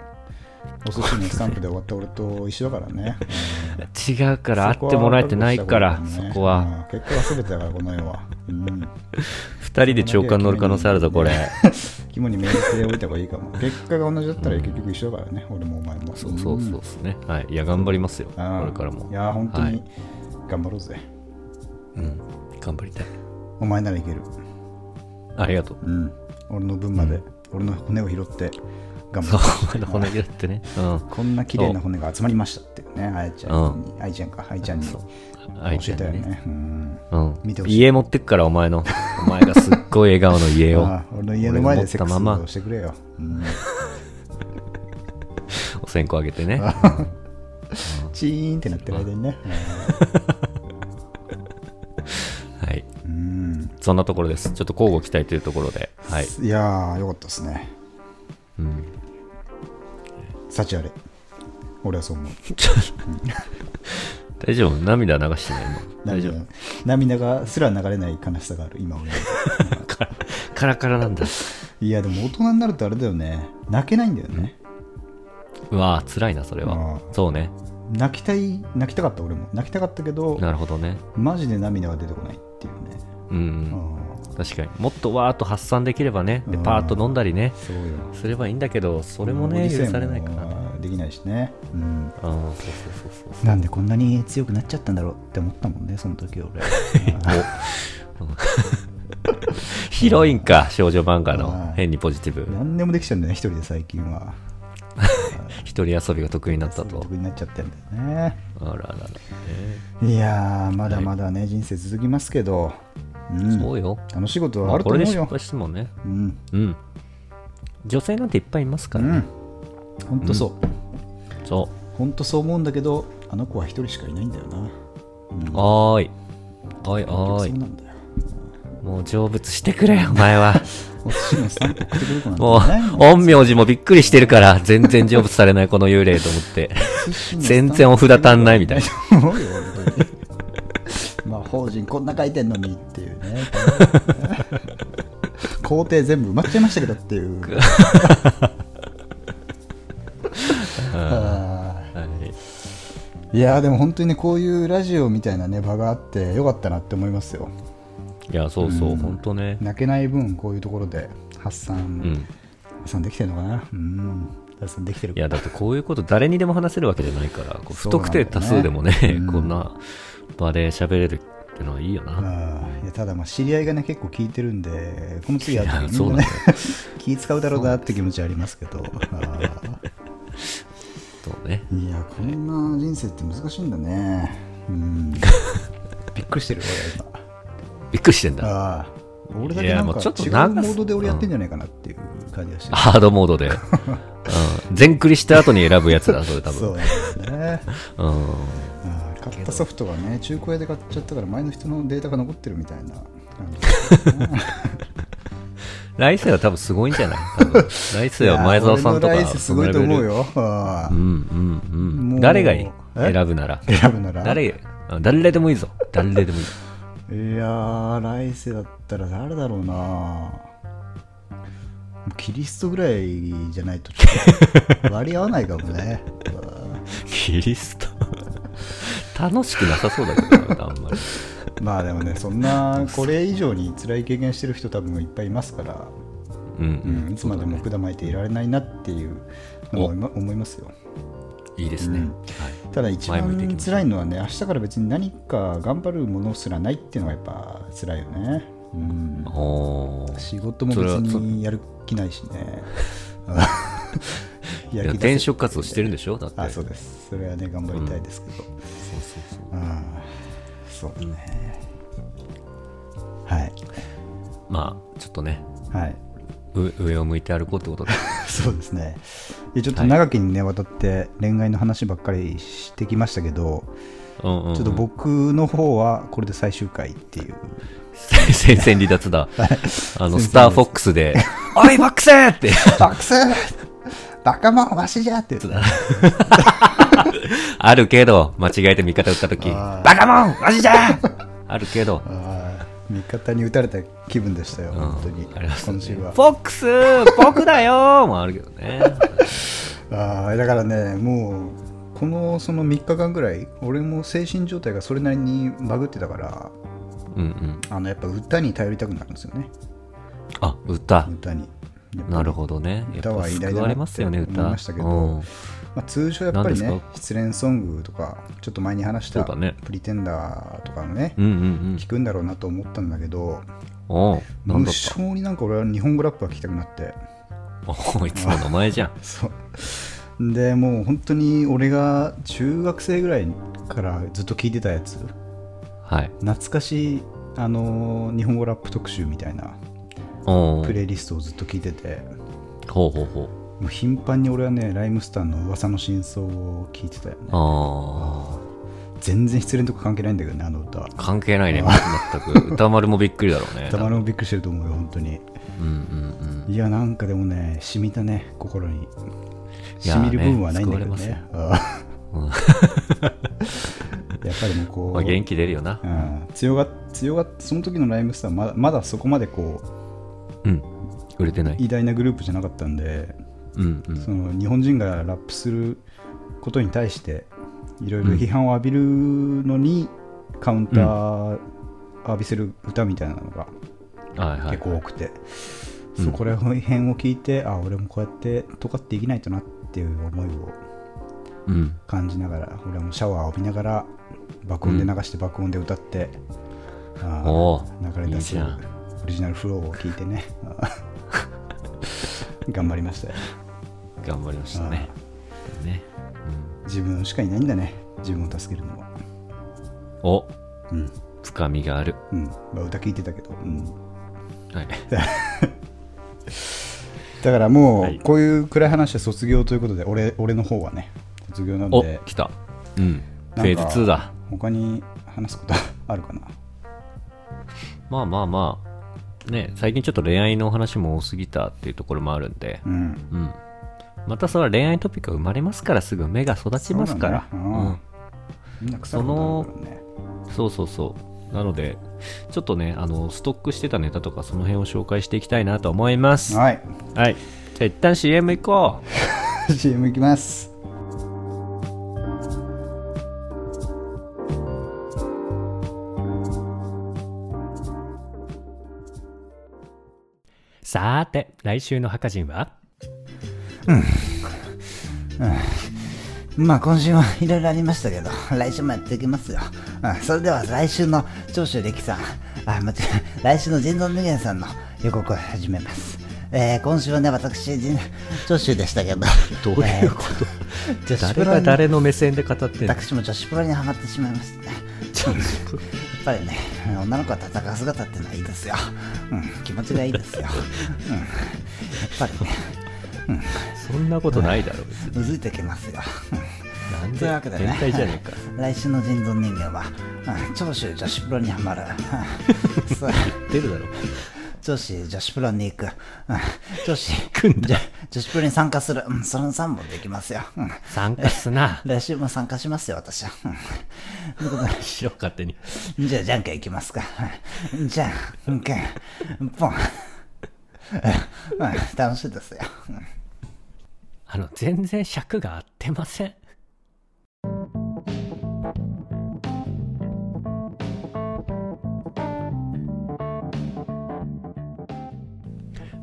[SPEAKER 2] お寿司のスタンプで終わった俺と一緒だか らね
[SPEAKER 1] 違う から会ってもらえてないからそこは、
[SPEAKER 2] うん結果は全てだからこの世は、うん、
[SPEAKER 1] 二人で長官乗る可能性あるぞこれ
[SPEAKER 2] 肝に銘じておいた方がい いかも結果が同じだったら結局一緒だからね、俺もお前も
[SPEAKER 1] そうそうそううですねはいいや頑張りますよこ
[SPEAKER 2] ん
[SPEAKER 1] れからも
[SPEAKER 2] いや本当
[SPEAKER 1] はい
[SPEAKER 2] に頑張ろうぜ、
[SPEAKER 1] うん、頑張りたい
[SPEAKER 2] お前ならいける
[SPEAKER 1] ありがとう
[SPEAKER 2] うん俺の分まで、俺の骨を拾って頑
[SPEAKER 1] そ
[SPEAKER 2] 張ろ
[SPEAKER 1] う
[SPEAKER 2] う
[SPEAKER 1] お前の骨切ってねうん
[SPEAKER 2] こんな綺麗な骨が集まりましたっていうね、あやちゃんに、あいちゃんか、あいちゃんに
[SPEAKER 1] そ
[SPEAKER 2] 教
[SPEAKER 1] う愛ち
[SPEAKER 2] え
[SPEAKER 1] ゃん
[SPEAKER 2] たよ
[SPEAKER 1] にね
[SPEAKER 2] ね。うん
[SPEAKER 1] うん
[SPEAKER 2] 見てほしい
[SPEAKER 1] 家持ってくからお前のお前がすっごい笑顔の家を
[SPEAKER 2] ああ俺の家の前でセック
[SPEAKER 1] 俺が持ったまま
[SPEAKER 2] スをしてくれよ。うん
[SPEAKER 1] お線香あげ てね
[SPEAKER 2] チーンってなってる間にね。
[SPEAKER 1] そんなところです。ちょっと交互期待というところで。はい。
[SPEAKER 2] いやー、よかったですね。
[SPEAKER 1] うん、
[SPEAKER 2] 幸あれ。俺はそう思う。
[SPEAKER 1] 大丈夫涙流してないの。大丈
[SPEAKER 2] 涙
[SPEAKER 1] 夫。
[SPEAKER 2] 涙がすら流れない悲しさがある、 今俺は。
[SPEAKER 1] カラカラカラなんだ。
[SPEAKER 2] いや、でも大人になるとあれだよね。泣けないんだよね。
[SPEAKER 1] うわー辛いな、それは
[SPEAKER 2] う。ん
[SPEAKER 1] そうね。
[SPEAKER 2] 泣きたい、泣きたかった俺も。泣きたかったけど、
[SPEAKER 1] なるほどね。
[SPEAKER 2] マジで涙が出てこないっていうね。
[SPEAKER 1] うん、
[SPEAKER 2] う
[SPEAKER 1] うん。
[SPEAKER 2] ん、
[SPEAKER 1] 確かに。もっとわーっと発散できればね。で、
[SPEAKER 2] うん
[SPEAKER 1] パーッと飲んだりね。
[SPEAKER 2] そうよ。
[SPEAKER 1] すればいいんだけど、それもね、許されないからね。
[SPEAKER 2] ら。できないしね。うん。
[SPEAKER 1] うん、そうそうそうそう。
[SPEAKER 2] なんでこんなに強くなっちゃったんだろうって思ったもんね、その 時俺。
[SPEAKER 1] ヒロインか、少女漫画の
[SPEAKER 2] うん
[SPEAKER 1] 変にポジティブ。
[SPEAKER 2] 何でもできちゃうんだよね、一人で最近は。
[SPEAKER 1] 一人遊びが得意になったと。
[SPEAKER 2] 得になっちゃってんだよね。
[SPEAKER 1] あららら、ね
[SPEAKER 2] いやー、まだまだね、人生続きますけど、うん
[SPEAKER 1] そうよ。
[SPEAKER 2] 楽しいこと
[SPEAKER 1] ま
[SPEAKER 2] は
[SPEAKER 1] あ
[SPEAKER 2] あると
[SPEAKER 1] これで
[SPEAKER 2] 思う
[SPEAKER 1] 失
[SPEAKER 2] よ。
[SPEAKER 1] 敗してもね。
[SPEAKER 2] うん。
[SPEAKER 1] うん。女性なんていっぱいいますか
[SPEAKER 2] う
[SPEAKER 1] らね。
[SPEAKER 2] ん。ほんとそう。
[SPEAKER 1] そ
[SPEAKER 2] ほんとそう思うんだけど、あの子は一人しかいないんだよな。うん
[SPEAKER 1] う。おーい。おいおー
[SPEAKER 2] 結局そう
[SPEAKER 1] い。
[SPEAKER 2] なんだよ。
[SPEAKER 1] もう成仏してく れ、お前は。
[SPEAKER 2] お寿司のスタンプ送ってくる子なんて
[SPEAKER 1] もう
[SPEAKER 2] いない、んだよ
[SPEAKER 1] 陰陽師もびっくりしてるから、全然成仏されないこの幽霊と思 って。
[SPEAKER 2] 寿司のスタンプ
[SPEAKER 1] 全然お札足んないみたいな。
[SPEAKER 2] 思うよ本当に まあ法人こんな書いてんのにっていう ね工程全部埋まっちゃいましたけどっていう あ
[SPEAKER 1] はい
[SPEAKER 2] ーいやーでも本当にねこういうラジオみたいなね場があってよかったなって思いますよ
[SPEAKER 1] いや、そうそう、ほんとね。
[SPEAKER 2] 泣けない分こういうところで発散、
[SPEAKER 1] うん。
[SPEAKER 2] 発散できてるのかなうん発散できてる
[SPEAKER 1] いやだってこういうこと誰にでも話せるわけじゃないからこう不
[SPEAKER 2] そうなん
[SPEAKER 1] 特
[SPEAKER 2] だよ
[SPEAKER 1] 定
[SPEAKER 2] ね
[SPEAKER 1] 多数でもね
[SPEAKER 2] うん
[SPEAKER 1] こんな場で喋れるってのはいいよな。
[SPEAKER 2] あーいやただまあ知り合いがね結構聞いてるんでこの次やった
[SPEAKER 1] いや
[SPEAKER 2] 時
[SPEAKER 1] そ
[SPEAKER 2] み
[SPEAKER 1] うんな
[SPEAKER 2] なん
[SPEAKER 1] だよ
[SPEAKER 2] ね 気使うだろうなって気持ちありま すけどあ
[SPEAKER 1] そうね。
[SPEAKER 2] ーいやこんな人生って難しいんだねうん びっくりしてる俺は
[SPEAKER 1] びっくりしてん
[SPEAKER 2] 今
[SPEAKER 1] だ。
[SPEAKER 2] あー俺だ
[SPEAKER 1] い
[SPEAKER 2] け
[SPEAKER 1] や
[SPEAKER 2] なん
[SPEAKER 1] もう
[SPEAKER 2] か
[SPEAKER 1] ちょっと
[SPEAKER 2] 違うモ
[SPEAKER 1] 長す
[SPEAKER 2] ードで俺やってんじゃないかなっていう感じがしてる
[SPEAKER 1] ハードモード で。うん。全クリした後に選ぶやつだ、それ多
[SPEAKER 2] そう
[SPEAKER 1] 分。
[SPEAKER 2] なんですね
[SPEAKER 1] うん。
[SPEAKER 2] あー買ったソフトがね中古屋で買っちゃったから前の人のデータが残ってるみたいな感じ
[SPEAKER 1] 来世は多分すごいんじゃない多 分来世は前澤さんと
[SPEAKER 2] い
[SPEAKER 1] か
[SPEAKER 2] や俺の来世すごいと思う。よ
[SPEAKER 1] そ
[SPEAKER 2] あ
[SPEAKER 1] のレベル
[SPEAKER 2] ー
[SPEAKER 1] うんうんう
[SPEAKER 2] も
[SPEAKER 1] ん。
[SPEAKER 2] う
[SPEAKER 1] 誰がいい
[SPEAKER 2] え
[SPEAKER 1] 選ぶなら。
[SPEAKER 2] 選ぶなら
[SPEAKER 1] 誰うん誰でもいいぞ。誰で もいい。
[SPEAKER 2] いやー、来世だったら誰だろうなもうキリストぐらいじゃないとちょ っと割り合わないかもね。
[SPEAKER 1] キリスト。 楽しくなさそうだけどな、あんまり。
[SPEAKER 2] まあでもね、そんな、これ以上に辛い経験してる人多分いっぱいいますから、
[SPEAKER 1] うん
[SPEAKER 2] う
[SPEAKER 1] うん
[SPEAKER 2] ん、いつまでも管巻いていられないなっていうのは思いま思いますよ。
[SPEAKER 1] いいですね。
[SPEAKER 2] うん
[SPEAKER 1] はい
[SPEAKER 2] ただ一
[SPEAKER 1] 前向いていき
[SPEAKER 2] 番
[SPEAKER 1] ましょう
[SPEAKER 2] 辛いのはね、明日から別に何か頑張るものすらないっていうのがやっぱ辛いよね。うん
[SPEAKER 1] おー
[SPEAKER 2] 仕事も別にやる気ないしね。
[SPEAKER 1] い
[SPEAKER 2] や
[SPEAKER 1] や
[SPEAKER 2] る気出せ
[SPEAKER 1] 転職活動してるんでしょだって
[SPEAKER 2] あ、そうです。それはね、頑張りたいですけど。
[SPEAKER 1] そうそうそう
[SPEAKER 2] あーそうね。はい。
[SPEAKER 1] まあちょっとね
[SPEAKER 2] はい。
[SPEAKER 1] う上を向いて歩こうってことで
[SPEAKER 2] そうですね。いやちょっと長きにね、わたって恋愛の話ばっかりしてきましたけど、
[SPEAKER 1] うんうん、うん、
[SPEAKER 2] ちょっと僕の方はこれで最終回っていう。
[SPEAKER 1] 戦線離脱だあのスターフォックスで 「お いバックセ!」って
[SPEAKER 2] バクス バカマンわしじゃってやつだ。
[SPEAKER 1] あるけど間違えて味方打った時
[SPEAKER 2] あ
[SPEAKER 1] 「
[SPEAKER 2] ー
[SPEAKER 1] バカモンマジじゃ!」あるけど
[SPEAKER 2] あー味方に打たれた気分でしたよ、
[SPEAKER 1] うん
[SPEAKER 2] 本当に。
[SPEAKER 1] ありますね
[SPEAKER 2] 今週は。
[SPEAKER 1] フォックス僕だよもあるけどね
[SPEAKER 2] ああだからねもうこのその3日間ぐらい俺も精神状態がそれなりにバグってたから
[SPEAKER 1] うんうん
[SPEAKER 2] あのやっぱ歌に頼りたくなるんですよね
[SPEAKER 1] あ歌
[SPEAKER 2] 歌にやっぱ
[SPEAKER 1] なるほどねやっ
[SPEAKER 2] 歌
[SPEAKER 1] ぱ
[SPEAKER 2] は偉大
[SPEAKER 1] 救
[SPEAKER 2] だ
[SPEAKER 1] わ
[SPEAKER 2] な
[SPEAKER 1] れ
[SPEAKER 2] っ
[SPEAKER 1] ます
[SPEAKER 2] て
[SPEAKER 1] よね
[SPEAKER 2] 思い
[SPEAKER 1] 歌
[SPEAKER 2] ましたけど、
[SPEAKER 1] うん
[SPEAKER 2] まあ、通常やっぱり
[SPEAKER 1] 何
[SPEAKER 2] ね
[SPEAKER 1] です
[SPEAKER 2] 失恋ソングとかちょっと前に話し
[SPEAKER 1] そ
[SPEAKER 2] た
[SPEAKER 1] うだね
[SPEAKER 2] 「プリテンダー」とかのね
[SPEAKER 1] うんうんうん
[SPEAKER 2] 聞くんだろうなと思ったんだけど
[SPEAKER 1] おうなん
[SPEAKER 2] 無
[SPEAKER 1] だった
[SPEAKER 2] 性になんか俺は日本語ラップが聴きたくなって
[SPEAKER 1] おいつもの前じゃん。
[SPEAKER 2] そうでもう本当に俺が中学生ぐらいからずっと聴いてたやつ
[SPEAKER 1] はい。
[SPEAKER 2] 懐かしい、あのー日本語ラップ特集みたいな
[SPEAKER 1] お
[SPEAKER 2] プ
[SPEAKER 1] ー
[SPEAKER 2] レイリストをずっと聞いてて、
[SPEAKER 1] ほうほうほう。
[SPEAKER 2] もう頻繁に俺はねライムスターの噂の真相を聞いてたよね
[SPEAKER 1] あ
[SPEAKER 2] 全然失恋とか関係ないんだけどねあの歌
[SPEAKER 1] 関係ないね、全く。歌丸もびっくりだろうね。
[SPEAKER 2] 歌丸もびっくりしてると思うよ本当に
[SPEAKER 1] うんうん
[SPEAKER 2] いやなんかでもね染みたね心に
[SPEAKER 1] いや
[SPEAKER 2] 染
[SPEAKER 1] ーね
[SPEAKER 2] みる部分はないんだけどね
[SPEAKER 1] 救われうんうん。
[SPEAKER 2] うん やっぱりもうこう、
[SPEAKER 1] まあ元気出るよな
[SPEAKER 2] う。ん、強が強がその時のライムスターはまだまだそこまでこ
[SPEAKER 1] うん。売れてな
[SPEAKER 2] う
[SPEAKER 1] い。
[SPEAKER 2] 偉大なグループじゃなかったんで
[SPEAKER 1] うんうん
[SPEAKER 2] そ。の日本人がラップすることに対していろいろ批判を浴びるのにカウンター浴びせる歌みたいなのが
[SPEAKER 1] はいはい。
[SPEAKER 2] 結構多くて、
[SPEAKER 1] うん
[SPEAKER 2] そうこれ辺を聞いてあ俺もこうやってとかってできないとなっていう思いを
[SPEAKER 1] うん。
[SPEAKER 2] 感じながら俺はもうシャワーを浴びながら爆音で流して爆音で歌って、あー
[SPEAKER 1] おお。
[SPEAKER 2] 流れ出
[SPEAKER 1] いい
[SPEAKER 2] す
[SPEAKER 1] じゃん
[SPEAKER 2] オリジナルフローを聞い てねあー頑張りましたよ
[SPEAKER 1] 頑張りましたね。ね。うん
[SPEAKER 2] 自分しかいないんだね自分を助けるのは
[SPEAKER 1] お、
[SPEAKER 2] うん、
[SPEAKER 1] つかみがある。
[SPEAKER 2] うんまあ、歌聞いてたけど、うん、
[SPEAKER 1] はい。
[SPEAKER 2] だからもう、
[SPEAKER 1] はい
[SPEAKER 2] こういう暗い話は卒業ということで俺俺の方はね卒業なん
[SPEAKER 1] お
[SPEAKER 2] で、
[SPEAKER 1] 来た。うん。
[SPEAKER 2] な
[SPEAKER 1] フ
[SPEAKER 2] んか
[SPEAKER 1] ェーズ2だ。
[SPEAKER 2] 他に話すことあるかな
[SPEAKER 1] まあまあまあ。ね、最近ちょっと恋愛のお話も多すぎたっていうところもあるんで。
[SPEAKER 2] うん
[SPEAKER 1] うん。またそれは恋愛トピックが生まれますからすぐ目が育ちますから。
[SPEAKER 2] そうだねうんみんな腐ることあるからね
[SPEAKER 1] そうそうそう。なので、ちょっとね、あの、ストックしてたネタとか、その辺を紹介していきたいなと思います。
[SPEAKER 2] はい
[SPEAKER 1] はい。じゃあ、一旦 CM 行こ
[SPEAKER 2] CM いきます
[SPEAKER 1] う。さーて、来週の墓人は
[SPEAKER 2] まあ今週はいろいろありましたけど、来週もやっていきますよ。うん、それでは来週の長州力さん、あ、間違え、来週の人造人間さんの予告を始めます。えー、今週はね、私、人長州でしたけど、
[SPEAKER 1] どういうこと
[SPEAKER 2] 女子プ
[SPEAKER 1] 誰
[SPEAKER 2] ロ
[SPEAKER 1] が
[SPEAKER 2] に、
[SPEAKER 1] 誰の目線で語ってんの
[SPEAKER 2] 私も女子プロにはまってしまいましたね。やっぱりね、女の子は戦う姿ってのはいいですよ。うん、気持ちがいいですよ。うん、やっぱりね、
[SPEAKER 1] そんなことないだろ、別に。
[SPEAKER 2] うずいてきますよ。うん
[SPEAKER 1] なん
[SPEAKER 2] というわけ
[SPEAKER 1] で
[SPEAKER 2] でね
[SPEAKER 1] 変態じゃねえか。
[SPEAKER 2] 来週の人造人間は、うん長州女子プロにはまる、う んそう
[SPEAKER 1] 出るだろ。
[SPEAKER 2] 女子女子プロに行く、うん女子女女子プロに参加する、うんその3本できますよ、うん
[SPEAKER 1] 参加すな。
[SPEAKER 2] 来週も参加しますよ私は、うんということで
[SPEAKER 1] しろ、勝手に。
[SPEAKER 2] じゃあじゃんけんいきますか、うんじゃんけんポン、うんうん楽しいですよ、うん
[SPEAKER 1] あの、全然尺が合ってません。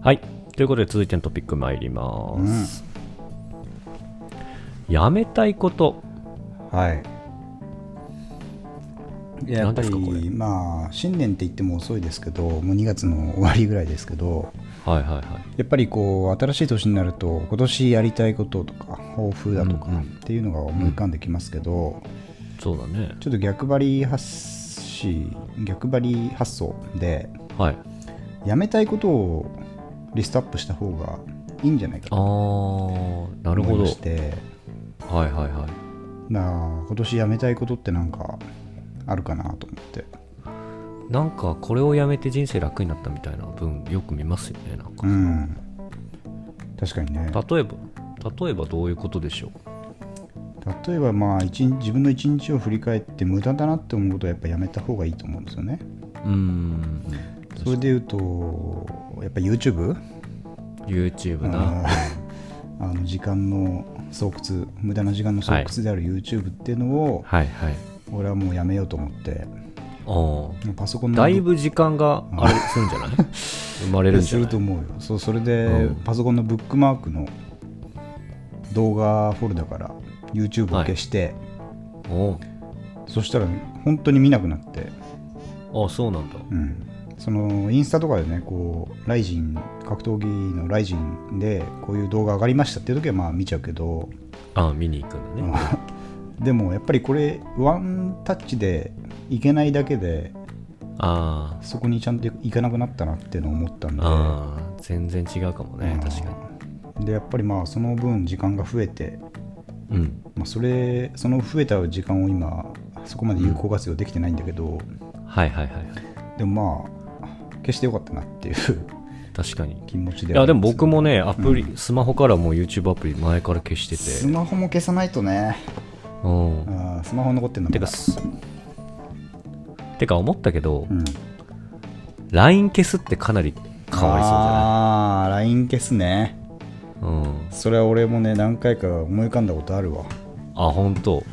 [SPEAKER 1] はい。ということで続いてのトピック参ります。やめたいこと。
[SPEAKER 2] はい。いややっ
[SPEAKER 1] 何
[SPEAKER 2] ぱ
[SPEAKER 1] ですかこ
[SPEAKER 2] り
[SPEAKER 1] れ
[SPEAKER 2] まあ新年って言っても遅いですけどもう2月の終わりぐらいですけど
[SPEAKER 1] はいはいはい。
[SPEAKER 2] やっぱりこう新しい年になると今年やりたいこととか抱負だとか
[SPEAKER 1] うんうん
[SPEAKER 2] っていうのが思い浮かんできますけど、
[SPEAKER 1] そうだね。
[SPEAKER 2] ちょっと逆張り発し逆張り発想で
[SPEAKER 1] はい。
[SPEAKER 2] やめたいことをリストアップした方がいいんじゃないか
[SPEAKER 1] あ
[SPEAKER 2] と
[SPEAKER 1] ー、なる
[SPEAKER 2] 思
[SPEAKER 1] ほど。
[SPEAKER 2] いま
[SPEAKER 1] はい
[SPEAKER 2] して
[SPEAKER 1] はいはい。
[SPEAKER 2] なあ今年やめたいことってなんかあるかなと思って。
[SPEAKER 1] なんかこれをやめて人生楽になったみたいな文よく見ますよねなんか、
[SPEAKER 2] うん確かにね
[SPEAKER 1] 例えば例えばどういうことでしょう
[SPEAKER 2] 例えばまあ一日自分の一日を振り返って無駄だなって思うことはやっぱやめた方がいいと思うんですよね
[SPEAKER 1] うーん
[SPEAKER 2] それで言うとやっぱ YouTube?
[SPEAKER 1] YouTube
[SPEAKER 2] あ
[SPEAKER 1] な
[SPEAKER 2] ー あの時間の巣窟無駄な時間の巣窟である YouTube っていうのを
[SPEAKER 1] はいはい
[SPEAKER 2] 俺はもうやめようと思って
[SPEAKER 1] お
[SPEAKER 2] パソコンの
[SPEAKER 1] だいぶ時間があれするん じゃない生まれるんじ
[SPEAKER 2] す
[SPEAKER 1] ゃな
[SPEAKER 2] る
[SPEAKER 1] い
[SPEAKER 2] と思うよそうそれで
[SPEAKER 1] うん
[SPEAKER 2] パソコンのブックマークの動画フォルダから YouTube を消して、
[SPEAKER 1] お
[SPEAKER 2] そしたら本当に見なくなって
[SPEAKER 1] うあそうなんだ
[SPEAKER 2] うん、そのインスタとかでねこうライジン格闘技のライジンでこういう動画上がりましたっていう時はまあ見ちゃうけど、
[SPEAKER 1] あ見に行くんだね
[SPEAKER 2] でもやっぱりこれワンタッチでいけないだけで
[SPEAKER 1] あー
[SPEAKER 2] そこにちゃんといかなくなったなっていうのを思ったんで
[SPEAKER 1] あー全然違うかも
[SPEAKER 2] うん
[SPEAKER 1] ね確か
[SPEAKER 2] でやっぱりまあその分時間が増えて、
[SPEAKER 1] にうん
[SPEAKER 2] まあ、それその増えた時間を今そこまで有効活用できてないんだけど、
[SPEAKER 1] はいはいはいはい
[SPEAKER 2] でもまあ決してよかったなっていう
[SPEAKER 1] 確かに
[SPEAKER 2] 気持ち
[SPEAKER 1] い
[SPEAKER 2] ではあ
[SPEAKER 1] やで
[SPEAKER 2] り
[SPEAKER 1] も
[SPEAKER 2] ますね
[SPEAKER 1] 僕もねアプリ、スマホからもう YouTube アプリ前から消して
[SPEAKER 2] ス
[SPEAKER 1] て
[SPEAKER 2] マホも消さないとね
[SPEAKER 1] うん
[SPEAKER 2] あースマホ残ってんの
[SPEAKER 1] てかすてか思ったけど、
[SPEAKER 2] うん、
[SPEAKER 1] LINE 消すってかなり変わりそ
[SPEAKER 2] ああ LINE 消すね
[SPEAKER 1] うじゃないうん
[SPEAKER 2] それは俺もね何回か思い浮かんだことあるわ、
[SPEAKER 1] あ本当。
[SPEAKER 2] うん、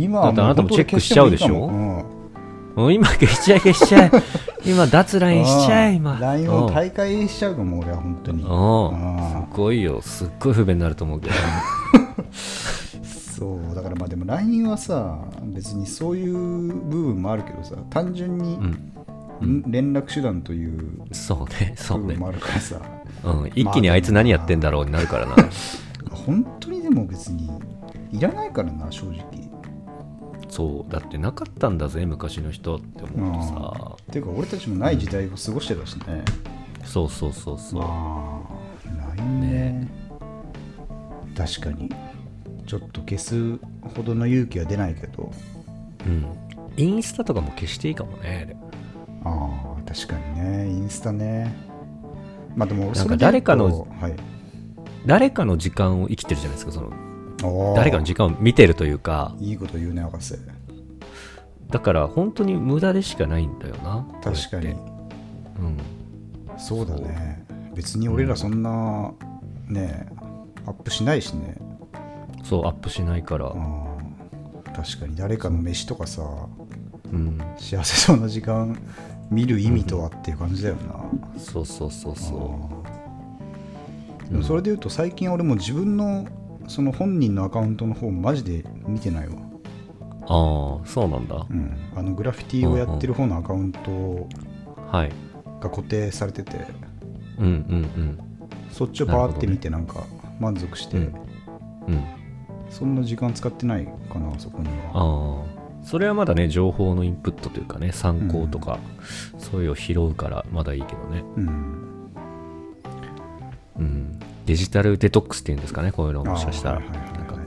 [SPEAKER 2] 今は
[SPEAKER 1] だってあなたも
[SPEAKER 2] 本当に消ていいかも
[SPEAKER 1] うん今消しちゃえ消しち ゃえ今脱
[SPEAKER 2] うん
[SPEAKER 1] LINE しちゃえ
[SPEAKER 2] う
[SPEAKER 1] 今
[SPEAKER 2] ん LINE を
[SPEAKER 1] うん
[SPEAKER 2] 大会しちゃうかも俺は本当に
[SPEAKER 1] うん
[SPEAKER 2] うん
[SPEAKER 1] すごいよすっごい不便になると思うけど
[SPEAKER 2] そうだからまあでも LINE はさ別にそういう部分もあるけどさ単純に、
[SPEAKER 1] ん
[SPEAKER 2] ん連絡手段という
[SPEAKER 1] そうねそ
[SPEAKER 2] 部
[SPEAKER 1] う
[SPEAKER 2] 分
[SPEAKER 1] ね
[SPEAKER 2] もあるからさ、
[SPEAKER 1] うん一気にあいつ何やってんだろうになるからな
[SPEAKER 2] 本当にでも別にいらないからな正直
[SPEAKER 1] そうだってなかったんだぜ昔の人って思うと
[SPEAKER 2] ていうか俺たちもない時代を過ごしてたしね、
[SPEAKER 1] さそうそうそうそう
[SPEAKER 2] ああ LINE ね確かにちょっと消すほどの勇気は出ないけど
[SPEAKER 1] うんインスタとかも消していいかもねでも
[SPEAKER 2] ああ確かにねインスタねまあでも
[SPEAKER 1] な
[SPEAKER 2] 俺
[SPEAKER 1] んか
[SPEAKER 2] それで言うと
[SPEAKER 1] 誰かの
[SPEAKER 2] はい
[SPEAKER 1] 誰かの時間を生きてるじゃないですかその
[SPEAKER 2] おー
[SPEAKER 1] 誰かの時間を見てるというか
[SPEAKER 2] いいこと言うね博士
[SPEAKER 1] だから本当に無駄でしかないんだよな
[SPEAKER 2] 確かに
[SPEAKER 1] こうやって
[SPEAKER 2] そうだね別に俺らそんな、ねアップしないしね
[SPEAKER 1] うん、そうアップしないから
[SPEAKER 2] あー確かに誰かの飯とかさ
[SPEAKER 1] うん
[SPEAKER 2] 幸せそうな時間見る意味とはっていう感じだよな、
[SPEAKER 1] そうそうそうそ
[SPEAKER 2] でもそれでいうと最近俺も自分のその本人のアカウントの方マジで見てないわ、
[SPEAKER 1] うああそうなんだ
[SPEAKER 2] うん、あのグラフィティをやってる方のアカウント
[SPEAKER 1] はい
[SPEAKER 2] が固定されてて
[SPEAKER 1] うんうん
[SPEAKER 2] そっちをパーって見てなんか満足して、
[SPEAKER 1] うんうんうん
[SPEAKER 2] そんな時間使ってないかなそこには
[SPEAKER 1] ああそれはまだね情報のインプットというかね参考とか、そういうのを拾うからまだいいけどね
[SPEAKER 2] うん
[SPEAKER 1] うんデジタルデトックスっていうんですかねこういうの
[SPEAKER 2] あー
[SPEAKER 1] もしかしたら
[SPEAKER 2] はいはいはい
[SPEAKER 1] なんか
[SPEAKER 2] はい
[SPEAKER 1] う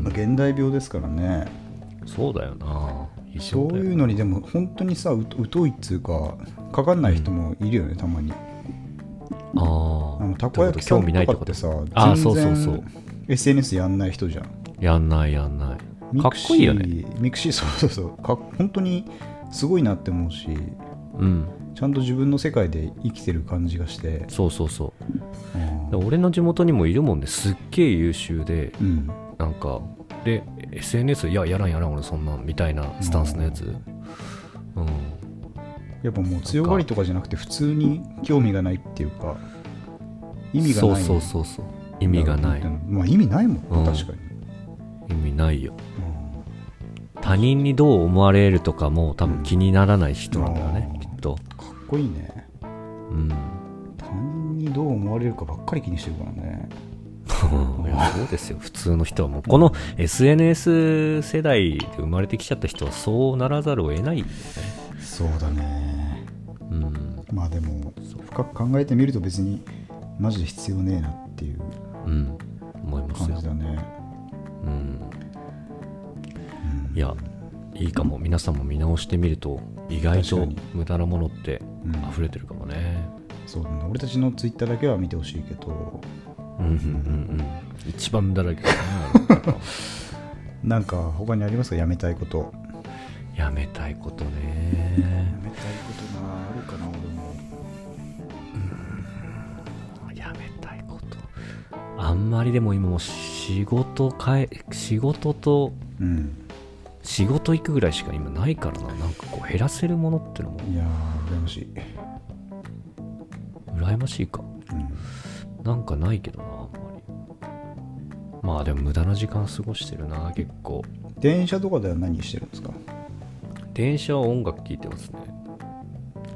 [SPEAKER 1] ん
[SPEAKER 2] まあ現代病ですからね
[SPEAKER 1] そうだよな一
[SPEAKER 2] そ
[SPEAKER 1] 緒
[SPEAKER 2] う
[SPEAKER 1] だよ
[SPEAKER 2] いうのにでも本当にさう疎いっつうかかかんない人もいるよねたまに
[SPEAKER 1] あ
[SPEAKER 2] あの
[SPEAKER 1] あ
[SPEAKER 2] たこ焼きさ
[SPEAKER 1] 興
[SPEAKER 2] ん
[SPEAKER 1] 味ない
[SPEAKER 2] と
[SPEAKER 1] ってこ
[SPEAKER 2] かって
[SPEAKER 1] と
[SPEAKER 2] さ
[SPEAKER 1] ああ
[SPEAKER 2] 全
[SPEAKER 1] そうそうそ
[SPEAKER 2] 然
[SPEAKER 1] う
[SPEAKER 2] SNS やんない人じゃん
[SPEAKER 1] やんないやんない
[SPEAKER 2] ミ
[SPEAKER 1] かっ
[SPEAKER 2] クシ
[SPEAKER 1] こ
[SPEAKER 2] ー
[SPEAKER 1] いいよね
[SPEAKER 2] ミクシーそうそうそうか本当にすごいなって思うし
[SPEAKER 1] うん
[SPEAKER 2] ちゃんと自分の世界で生きてる感じがして
[SPEAKER 1] そうそうそう
[SPEAKER 2] うん
[SPEAKER 1] で俺の地元にもいるもんですっげえ優秀で
[SPEAKER 2] うん
[SPEAKER 1] なんかで SNS いややらんやらん俺そんなんみたいなスタンスのやつうん
[SPEAKER 2] やっぱもう強がりとかじゃなくて普通に興味がないっていうか意味がない
[SPEAKER 1] そうそうそうそう意味がない
[SPEAKER 2] まあ意味ないもん
[SPEAKER 1] う
[SPEAKER 2] ね
[SPEAKER 1] ん
[SPEAKER 2] 確かに、
[SPEAKER 1] 意味ないよ他人にどう思われるとかも多分気にならない人なんだよね、
[SPEAKER 2] うん
[SPEAKER 1] きっと
[SPEAKER 2] かっこいいね
[SPEAKER 1] うん
[SPEAKER 2] 他人にどう思われるかばっかり気にしてるからね
[SPEAKER 1] いやそうですよ普通の人はもうこの SNS 世代で生まれてきちゃった人はそうならざるを得ないよね
[SPEAKER 2] そうだね
[SPEAKER 1] うん
[SPEAKER 2] まあでも深く考えてみると別にマジで必要ねえなっていう
[SPEAKER 1] うん思います
[SPEAKER 2] 感
[SPEAKER 1] よ
[SPEAKER 2] じだね
[SPEAKER 1] うんいやいいかも皆さんも見直してみると意外と
[SPEAKER 2] 確か
[SPEAKER 1] 無駄なものって
[SPEAKER 2] うん
[SPEAKER 1] 溢れてるかもね
[SPEAKER 2] そうだね俺たちのツイッターだけは見てほしいけど
[SPEAKER 1] うんうんうんうん一番無駄だけどね
[SPEAKER 2] なんか他にありますかやめたいこと
[SPEAKER 1] やめたいことね
[SPEAKER 2] やめたいことがあるかな俺も
[SPEAKER 1] やめたいことあんまりでも今もう仕事かえ仕事と
[SPEAKER 2] うん
[SPEAKER 1] 仕事行くぐらいしか今ないからななんかこう減らせるものってのも
[SPEAKER 2] いやー羨ましい、
[SPEAKER 1] 羨ましいか
[SPEAKER 2] うん
[SPEAKER 1] なんかないけどなあんまりまあでも無駄な時間過ごしてるな結構
[SPEAKER 2] 電車とかでは何してるんですか
[SPEAKER 1] 電車は音楽聴いてますね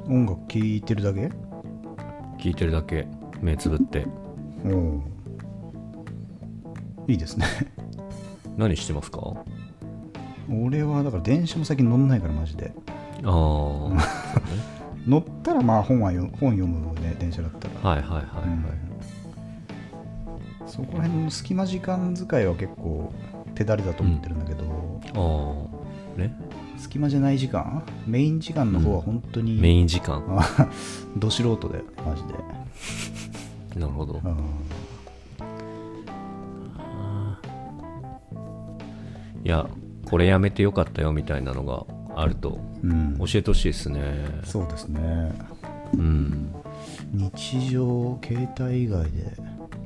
[SPEAKER 2] 音楽聴いてるだけ
[SPEAKER 1] 聴いてるだけ目つぶって
[SPEAKER 2] おーいいですね
[SPEAKER 1] 何してますか
[SPEAKER 2] 俺はだから電車も最近乗んないからマジで
[SPEAKER 1] ああはい
[SPEAKER 2] 乗ったらまあ本はよ本読むね電車だったら、
[SPEAKER 1] はいはいはい
[SPEAKER 2] うんそこら辺の隙間時間使いは結構手だれだと思ってるんだけど、
[SPEAKER 1] ああね
[SPEAKER 2] 隙間じゃない時間メイン時間の方は本当に、
[SPEAKER 1] メイン時間
[SPEAKER 2] あど素人だよねマジで、
[SPEAKER 1] なるほど
[SPEAKER 2] うん、
[SPEAKER 1] いやこれやめてよかったよみたいなのがあると
[SPEAKER 2] うん
[SPEAKER 1] 教えてほしいですね
[SPEAKER 2] そうですね
[SPEAKER 1] うん
[SPEAKER 2] 日常携帯以外で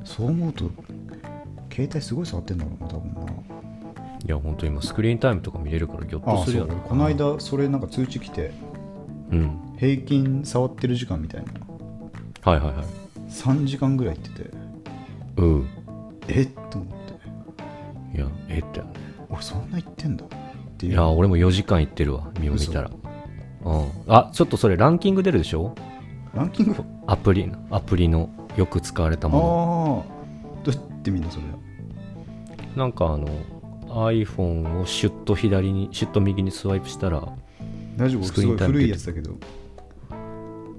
[SPEAKER 2] そう思うと携帯すごい触ってんだろうな多分ない
[SPEAKER 1] や本当今スクリーンタイムとか見れるからギョッ
[SPEAKER 2] あ
[SPEAKER 1] とするよね
[SPEAKER 2] この間それなんか通知来て
[SPEAKER 1] うん
[SPEAKER 2] 平均触ってる時間みたいな
[SPEAKER 1] はいはいはい
[SPEAKER 2] 3時間ぐらいってて
[SPEAKER 1] うん
[SPEAKER 2] えっと思って
[SPEAKER 1] いやえって
[SPEAKER 2] 俺そんな言ってんだって
[SPEAKER 1] い
[SPEAKER 2] いう
[SPEAKER 1] や俺も4時間行ってるわ見よう見たらうんあちょっとそれランキング出るでしょ
[SPEAKER 2] ランキング
[SPEAKER 1] アプリアプリのよく使われた
[SPEAKER 2] ああ
[SPEAKER 1] も
[SPEAKER 2] どうやってみんなそれ
[SPEAKER 1] のなんかあの iPhone をシュッと左にシュッと右にスワイプしたら
[SPEAKER 2] 大丈夫
[SPEAKER 1] ス
[SPEAKER 2] す
[SPEAKER 1] クリー
[SPEAKER 2] ご
[SPEAKER 1] ン
[SPEAKER 2] い
[SPEAKER 1] タイム出
[SPEAKER 2] 古
[SPEAKER 1] て
[SPEAKER 2] いやつだけど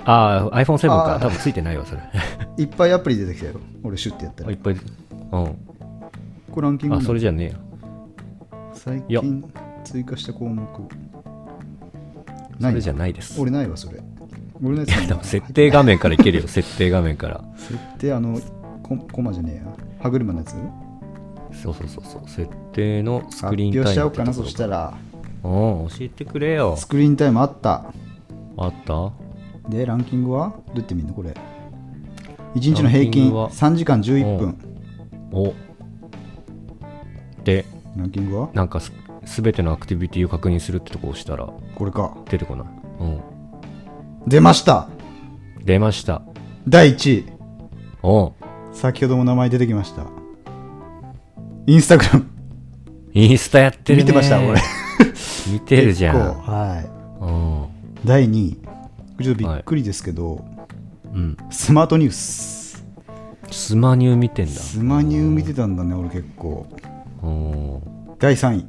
[SPEAKER 1] ああ iPhone7
[SPEAKER 2] あ
[SPEAKER 1] か
[SPEAKER 2] ー
[SPEAKER 1] 多分ついてないわそ れあ
[SPEAKER 2] いっぱいアプリ出てきたよ俺シュッてやった
[SPEAKER 1] い
[SPEAKER 2] ら
[SPEAKER 1] っぱいうん
[SPEAKER 2] これランキング
[SPEAKER 1] あ
[SPEAKER 2] なの
[SPEAKER 1] それじゃねえや
[SPEAKER 2] 最
[SPEAKER 1] いや
[SPEAKER 2] 近追加した項目
[SPEAKER 1] そ
[SPEAKER 2] ない
[SPEAKER 1] れじゃないです
[SPEAKER 2] 俺ないわそれ俺のやつ
[SPEAKER 1] 多分設定画面からいけるよ設定画面から
[SPEAKER 2] 設定あのココマじゃねえや歯車のやつ
[SPEAKER 1] そうそうそうそう設定のスクリーン
[SPEAKER 2] 発表
[SPEAKER 1] タ
[SPEAKER 2] し
[SPEAKER 1] イ
[SPEAKER 2] ちゃ
[SPEAKER 1] ム
[SPEAKER 2] お
[SPEAKER 1] っ
[SPEAKER 2] う
[SPEAKER 1] て
[SPEAKER 2] かな
[SPEAKER 1] とこ
[SPEAKER 2] そしたら
[SPEAKER 1] うん教えてくれよ
[SPEAKER 2] スクリーンタイムあった
[SPEAKER 1] あった
[SPEAKER 2] でランキングはどうやって見るのこれ1日の平
[SPEAKER 1] ランキン
[SPEAKER 2] 均
[SPEAKER 1] グは
[SPEAKER 2] 3時間11
[SPEAKER 1] う
[SPEAKER 2] 分
[SPEAKER 1] おで
[SPEAKER 2] ランキングは
[SPEAKER 1] なんかす全てのアクティビティを確認するってとこ押したら
[SPEAKER 2] これか
[SPEAKER 1] 出てこない、
[SPEAKER 2] 出ました
[SPEAKER 1] うん、出ました
[SPEAKER 2] 第1位
[SPEAKER 1] お
[SPEAKER 2] 先ほども名前出てきましたインスタグラム
[SPEAKER 1] インスタやってるね
[SPEAKER 2] 見てました俺
[SPEAKER 1] 見てるじゃ
[SPEAKER 2] 結
[SPEAKER 1] ん
[SPEAKER 2] 構は
[SPEAKER 1] うん
[SPEAKER 2] い第2位これちょっとびっくりですけど、
[SPEAKER 1] うん
[SPEAKER 2] スマートニュース
[SPEAKER 1] スマニュー見てんだ
[SPEAKER 2] スマニュー見てたんだね俺結構
[SPEAKER 1] お
[SPEAKER 2] 第3位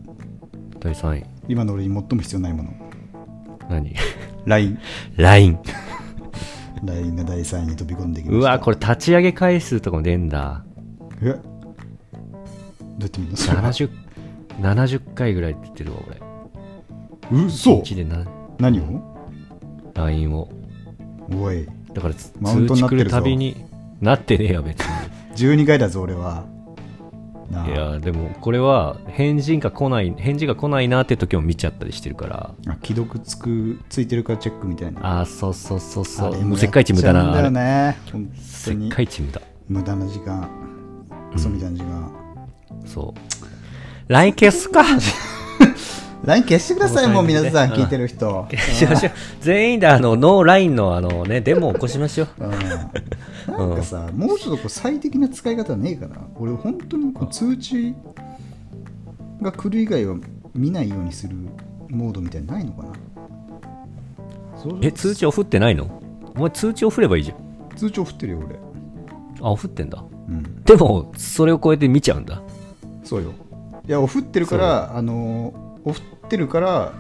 [SPEAKER 1] 第3位
[SPEAKER 2] 今の俺に最も必要ないもの
[SPEAKER 1] 何
[SPEAKER 2] LINE
[SPEAKER 1] LINE
[SPEAKER 2] LINE が第3位に飛び込んできま
[SPEAKER 1] う
[SPEAKER 2] した
[SPEAKER 1] わこれ立ち上げ回数とかも出んだ
[SPEAKER 2] えどうやって見るのそれ
[SPEAKER 1] 70 70回ぐらいって言ってるわ俺
[SPEAKER 2] うそ
[SPEAKER 1] 1でな
[SPEAKER 2] 何を
[SPEAKER 1] LINE を
[SPEAKER 2] おい
[SPEAKER 1] だからつ
[SPEAKER 2] マウン
[SPEAKER 1] 通
[SPEAKER 2] トに
[SPEAKER 1] 知
[SPEAKER 2] なって
[SPEAKER 1] 来
[SPEAKER 2] るぞ
[SPEAKER 1] るたびになってねえよ別に
[SPEAKER 2] 12回だぞ俺はないあ
[SPEAKER 1] やでもこれは返事が来ない返事が来ないなって時も見ちゃったりしてるから
[SPEAKER 2] あ既読つくついてるかチェックみたいな
[SPEAKER 1] ああそうそうそうそ
[SPEAKER 2] あれ
[SPEAKER 1] う
[SPEAKER 2] も
[SPEAKER 1] もう世界一無駄な
[SPEAKER 2] やっちゃう
[SPEAKER 1] あ
[SPEAKER 2] ん
[SPEAKER 1] れ
[SPEAKER 2] だよね本当
[SPEAKER 1] 世
[SPEAKER 2] に
[SPEAKER 1] 界一無駄
[SPEAKER 2] 無駄な時間クソみたいな時間、
[SPEAKER 1] そう LINE 消すか
[SPEAKER 2] LINE 消してくださいもう皆さん聞いてる人、
[SPEAKER 1] 消しましょう全員であのノーラインのあのねデモを起こしましょう
[SPEAKER 2] うんなんかさ、もうちょっとこう最適な使い方ねえかな俺本当にこう通知が来る以外は見ないようにするモードみたいなのないのかなそう
[SPEAKER 1] え通知オフってないのお前通知オフればいいじゃん
[SPEAKER 2] 通知を振ってるよ俺
[SPEAKER 1] あオフってんだ
[SPEAKER 2] うん
[SPEAKER 1] でもそれを超えて見ちゃうんだ
[SPEAKER 2] そうよいやお振ってるからあのお振ってるから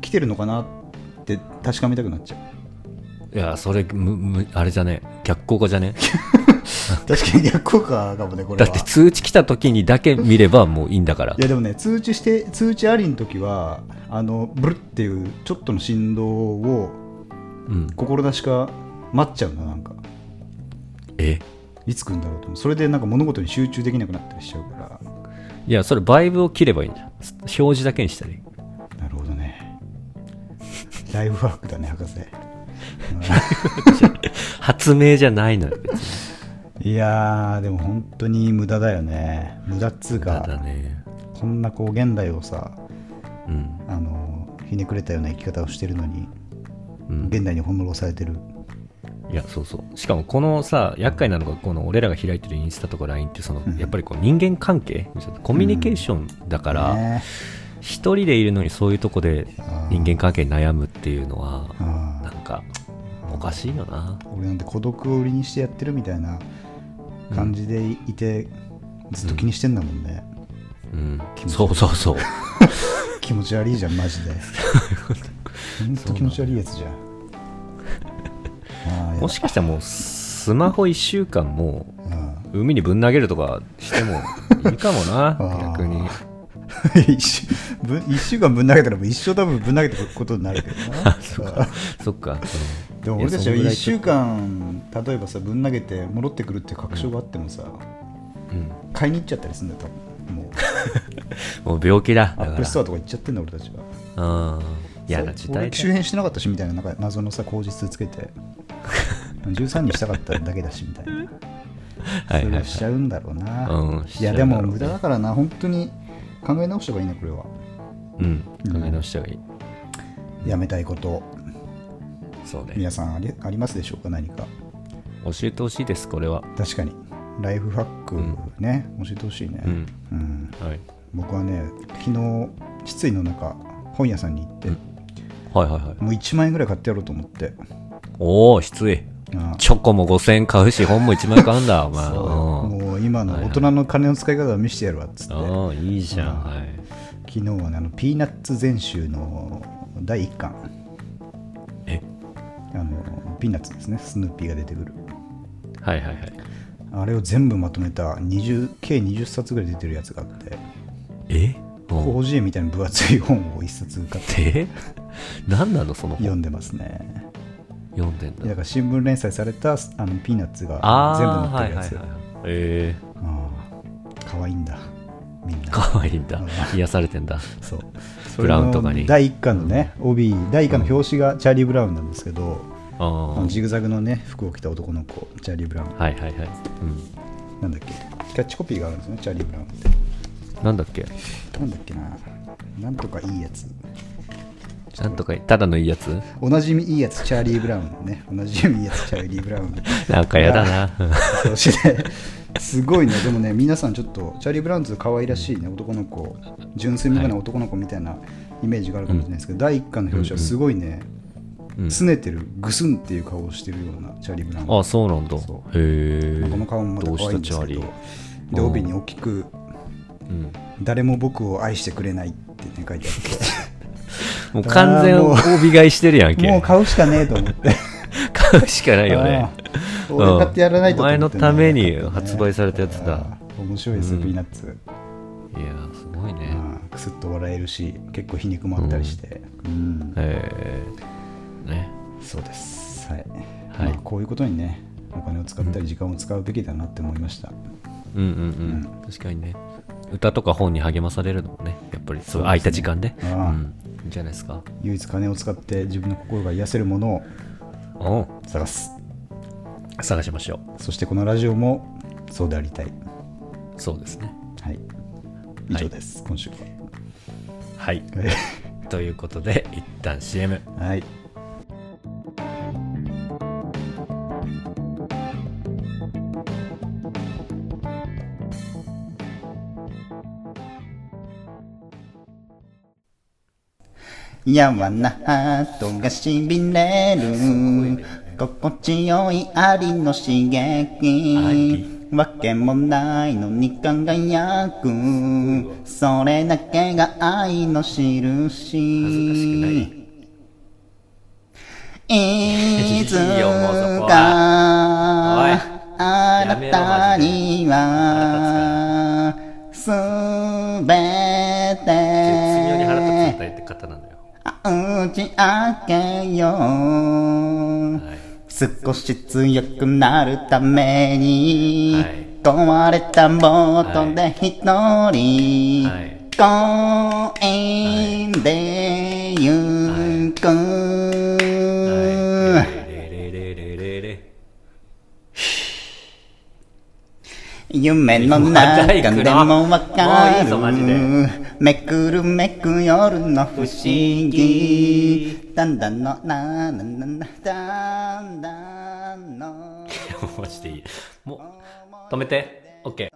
[SPEAKER 2] 来てるのかなって確かめたくなっちゃう
[SPEAKER 1] いやそれむむあれじゃね逆効果じゃね
[SPEAKER 2] 確かに逆効果かもねこれ
[SPEAKER 1] だ
[SPEAKER 2] は
[SPEAKER 1] って通知来た時にだけ見ればもういいんだから
[SPEAKER 2] いやでもね通知して通知ありの時はあのブルっていうちょっとの振動を
[SPEAKER 1] うん
[SPEAKER 2] 志か待っちゃうななんか
[SPEAKER 1] え
[SPEAKER 2] いつ来るんだろうと思うそれでなんか物事に集中できなくなったりしちゃうから
[SPEAKER 1] いや、それバイブを切ればいいんじゃん。表示だけにしたらいい。
[SPEAKER 2] なるほど ねライフワークだね博士
[SPEAKER 1] 発明じゃないのよ、別に。
[SPEAKER 2] いやーでも本当に無駄だよね無駄っつう
[SPEAKER 1] 無駄だ
[SPEAKER 2] か
[SPEAKER 1] ね。
[SPEAKER 2] こんなこう現代をさ
[SPEAKER 1] うん。
[SPEAKER 2] あのひねくれたような生き方をしてるのに
[SPEAKER 1] うん、
[SPEAKER 2] 現代に翻弄されてる
[SPEAKER 1] いや、そうそう。しかも、このさ、厄介なのが、この俺らが開いてるインスタとか LINE って、その、やっぱりこう人間関係、コミュニケーションだから、
[SPEAKER 2] ね
[SPEAKER 1] 一人でいるのにそういうとこで
[SPEAKER 2] あー
[SPEAKER 1] 人間関係に悩むっていうのは、
[SPEAKER 2] あー
[SPEAKER 1] なんか、おかしいよな。
[SPEAKER 2] 俺なんて孤独を売りにしてやってるみたいな感じでいて、ずっと気にしてんだもんね、
[SPEAKER 1] うん。そうそうそう。
[SPEAKER 2] 気持ち悪いじゃんマ ジでほんと気持ち悪いやつじゃんああや
[SPEAKER 1] もしかしたらもう、スマホ1週間もう、
[SPEAKER 2] あ
[SPEAKER 1] 海にぶん投げるとかしてもいいかもな
[SPEAKER 2] あー
[SPEAKER 1] 逆に
[SPEAKER 2] あ一瞬ぶ1週間ぶん投げたらもう一生多分ぶん投げてることになるけど な
[SPEAKER 1] そっかそっか、うん
[SPEAKER 2] でも俺たちはい
[SPEAKER 1] やそ
[SPEAKER 2] 1
[SPEAKER 1] ん
[SPEAKER 2] 週
[SPEAKER 1] ぐらい
[SPEAKER 2] 間例えばさぶん投げて戻ってくるっていう確証があってもさ
[SPEAKER 1] ちょっとうん
[SPEAKER 2] 買いに行っちゃったりするんだよ多分もう
[SPEAKER 1] もう病気だ
[SPEAKER 2] ア
[SPEAKER 1] だ
[SPEAKER 2] ッ
[SPEAKER 1] か
[SPEAKER 2] プルスト
[SPEAKER 1] ら
[SPEAKER 2] アとか行っちゃってんだ俺たち
[SPEAKER 1] う
[SPEAKER 2] は
[SPEAKER 1] ん嫌な
[SPEAKER 2] そ
[SPEAKER 1] 時
[SPEAKER 2] う俺
[SPEAKER 1] 代だ
[SPEAKER 2] 周辺してなかったしみたいななんか謎のさ口実つけて 13にしたかっただけだしみたいな
[SPEAKER 1] はい
[SPEAKER 2] そ
[SPEAKER 1] はいは
[SPEAKER 2] れ
[SPEAKER 1] い
[SPEAKER 2] しちゃうんだろうな、
[SPEAKER 1] うんし
[SPEAKER 2] い
[SPEAKER 1] ちゃ
[SPEAKER 2] や
[SPEAKER 1] う
[SPEAKER 2] で
[SPEAKER 1] だろうね
[SPEAKER 2] も無駄だからな本当に考え直した方がいいねこれは
[SPEAKER 1] うん考え直した方がいい
[SPEAKER 2] やめたいこと
[SPEAKER 1] そうね
[SPEAKER 2] 皆さんありありますでしょうか何か
[SPEAKER 1] 教えてほしいですこれは
[SPEAKER 2] 確かにライフハックね、教えてほしいね、
[SPEAKER 1] うん
[SPEAKER 2] うん
[SPEAKER 1] はい
[SPEAKER 2] 僕はね昨日失意の中本屋さんに行って、
[SPEAKER 1] うんはいはいはい
[SPEAKER 2] もう1万円ぐらい買ってやろうと思って
[SPEAKER 1] おお失礼
[SPEAKER 2] ああ
[SPEAKER 1] チョコも5000円買うし本も1万円買うんだお前
[SPEAKER 2] そう
[SPEAKER 1] うん
[SPEAKER 2] もう今の大人の金の使い方を見せてやるわっつって、
[SPEAKER 1] ああいいじゃん、
[SPEAKER 2] うん
[SPEAKER 1] はい
[SPEAKER 2] 昨日はねあのピーナッツ全集の第1巻
[SPEAKER 1] え
[SPEAKER 2] あのピーナッツですねスヌーピーが出てくる
[SPEAKER 1] はいはいはい
[SPEAKER 2] あれを全部まとめた20計20冊ぐらい出てるやつがあって
[SPEAKER 1] えうん
[SPEAKER 2] 広辞苑みたいな分厚い本を1冊買って
[SPEAKER 1] で 何なのその
[SPEAKER 2] 読
[SPEAKER 1] 本
[SPEAKER 2] んでますね
[SPEAKER 1] 読んでん
[SPEAKER 2] だか
[SPEAKER 1] だ
[SPEAKER 2] ら新聞連載されたあのピーナッツが全部
[SPEAKER 1] ああ
[SPEAKER 2] 載
[SPEAKER 1] はい
[SPEAKER 2] ってるや
[SPEAKER 1] はい
[SPEAKER 2] つ
[SPEAKER 1] はいええ
[SPEAKER 2] かわいいんだみんな
[SPEAKER 1] ー、かわいいんだ癒されてんだ
[SPEAKER 2] そう
[SPEAKER 1] ブラウンとかに
[SPEAKER 2] それの第1巻のね帯第1巻の表紙がチャーリー・ブラウンなんですけど、
[SPEAKER 1] ああ
[SPEAKER 2] あ
[SPEAKER 1] は
[SPEAKER 2] の
[SPEAKER 1] い
[SPEAKER 2] ジグザグのね服を着た男の子チャーリー・ブラウン
[SPEAKER 1] はいはいうん
[SPEAKER 2] なんだっけキャッチコピーがあるんですねチャーリー・ブラウンって
[SPEAKER 1] なんだっけ
[SPEAKER 2] なんだっけななんとかいいやつ
[SPEAKER 1] なんとかただのいいやつ
[SPEAKER 2] おなじみいいやつチャーリー・ブラウンねおなじみいいやつチャーリー・ブラウン
[SPEAKER 1] なんかやだな
[SPEAKER 2] そしてすごいねでもね皆さんちょっとチャーリー・ブラウンズ可愛らしいね男の子純粋無垢な男の子みたいなイメージがあるかもしれないですけど、第1巻の表紙はすごいね、
[SPEAKER 1] うん
[SPEAKER 2] 拗ねてるぐすんっていう顔をしてるようなチャーリー・ブラウン
[SPEAKER 1] あそうなんだへ
[SPEAKER 2] そ
[SPEAKER 1] え
[SPEAKER 2] この顔もまた
[SPEAKER 1] どう
[SPEAKER 2] 可
[SPEAKER 1] し
[SPEAKER 2] 愛い
[SPEAKER 1] た
[SPEAKER 2] んで
[SPEAKER 1] チ
[SPEAKER 2] す
[SPEAKER 1] ャー
[SPEAKER 2] け
[SPEAKER 1] リ
[SPEAKER 2] ど
[SPEAKER 1] ー
[SPEAKER 2] で帯に大きく
[SPEAKER 1] うん
[SPEAKER 2] 「誰も僕を愛してくれない」って、ね、書いてあ
[SPEAKER 1] もう完全
[SPEAKER 2] あーもう
[SPEAKER 1] 帯買いしてるやん
[SPEAKER 2] って
[SPEAKER 1] け
[SPEAKER 2] もう買うしかねえと思って
[SPEAKER 1] 買うしかないよね
[SPEAKER 2] ああ 俺買ってやらないとと思ってね
[SPEAKER 1] うんお前のために発売されたやつだ
[SPEAKER 2] ああ面白いですよ
[SPEAKER 1] うん
[SPEAKER 2] ピーナッツ
[SPEAKER 1] いやーすごいね
[SPEAKER 2] ああくすっと笑えるし結構皮肉もあったりしてうん
[SPEAKER 1] えー、ね
[SPEAKER 2] そうですはい、
[SPEAKER 1] はい
[SPEAKER 2] まあこういうことにねお金を使ったり時間を使うべきだなって思いました、
[SPEAKER 1] うんうんうん確かにね歌とか本に励まされるのもねやっぱりそういう空いた時間で
[SPEAKER 2] う
[SPEAKER 1] うんんいいんじゃないですか
[SPEAKER 2] 唯一金を使って自分の心が癒せるものを
[SPEAKER 1] うん
[SPEAKER 2] 探す
[SPEAKER 1] 探しましょ
[SPEAKER 2] そしてこのラジオもそうでありたい
[SPEAKER 1] うそうですね
[SPEAKER 2] はい以上です、今週は
[SPEAKER 1] はい
[SPEAKER 2] はい
[SPEAKER 1] ということで一旦 CM
[SPEAKER 2] はいやわなハートがしびれる心地よいありの刺
[SPEAKER 1] あり
[SPEAKER 2] 激わけもないのに輝くそれだけが愛の印
[SPEAKER 1] 恥ずかしくない
[SPEAKER 2] いつか
[SPEAKER 1] いいよもうそこは
[SPEAKER 2] あなたにはすべ
[SPEAKER 1] 絶妙に腹立つ
[SPEAKER 2] て
[SPEAKER 1] 歌って方なんだよ
[SPEAKER 2] 打ち明けよう
[SPEAKER 1] はい
[SPEAKER 2] 少し強くなるために
[SPEAKER 1] はい
[SPEAKER 2] 壊れたボートで一人
[SPEAKER 1] はい
[SPEAKER 2] 公園で行く
[SPEAKER 1] はいレレレレレレ
[SPEAKER 2] 夢の中でもわ
[SPEAKER 1] もう
[SPEAKER 2] か
[SPEAKER 1] いいぞ
[SPEAKER 2] る
[SPEAKER 1] マジで
[SPEAKER 2] めくるめく夜の不思議だんだんのななななだんだんの
[SPEAKER 1] マジでいいもう止めて OK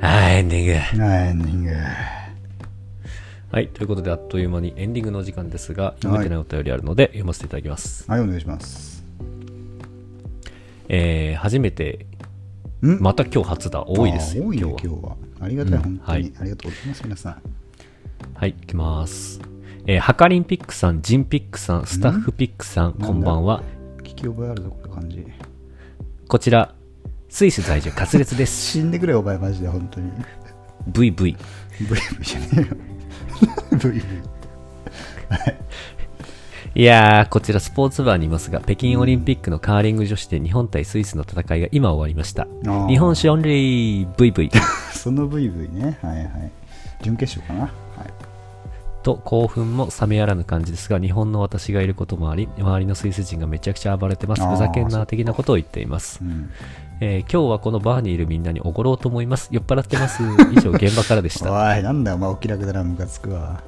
[SPEAKER 1] はいエンディング
[SPEAKER 2] はいエンディング
[SPEAKER 1] はいということであっという間にエンディングの時間ですが
[SPEAKER 2] い
[SPEAKER 1] 読めてないお便りあるので読ませていただきます、
[SPEAKER 2] はいお願いします
[SPEAKER 1] えー、初めて
[SPEAKER 2] ん
[SPEAKER 1] また今日初だ多いです
[SPEAKER 2] あー多いね今
[SPEAKER 1] 今日は
[SPEAKER 2] 日はありがたい
[SPEAKER 1] うん
[SPEAKER 2] 本当
[SPEAKER 1] は
[SPEAKER 2] に
[SPEAKER 1] い
[SPEAKER 2] ありがとうございます皆さん
[SPEAKER 1] はい、いきます。えー、ハカリンピックさん、ジンピックさん、スタッフピックさん、
[SPEAKER 2] だ
[SPEAKER 1] こんばんは。
[SPEAKER 2] 聞き覚えあるぞ、この感じ。
[SPEAKER 1] こちら、スイス在住、カツレツです。
[SPEAKER 2] 死んでくれよ、お前、マジで、本当に。
[SPEAKER 1] VV。
[SPEAKER 2] ブイブイじゃねえよ。ブイブイ。
[SPEAKER 1] いやー、こちらスポーツバーにいますが、北京オリンピックのカーリング女子で日本対スイスの戦いが今終わりました
[SPEAKER 2] あー。
[SPEAKER 1] 日本史オンリー VV
[SPEAKER 2] そのブイブイね。はいはい。準決勝かな。はい。
[SPEAKER 1] と興奮も冷めやらぬ感じですが、日本の私がいることもあり、周りのスイス人がめちゃくちゃ暴れてます。
[SPEAKER 2] あー
[SPEAKER 1] ふざけんな的なことを言っています
[SPEAKER 2] う。ん。
[SPEAKER 1] えー今日はこのバーにいるみんなにおごろうと思います。酔っ払って ます。以上、現場からでし
[SPEAKER 2] お
[SPEAKER 1] た。
[SPEAKER 2] い、なんだよ、お前、お気楽だな、ムカつくわ。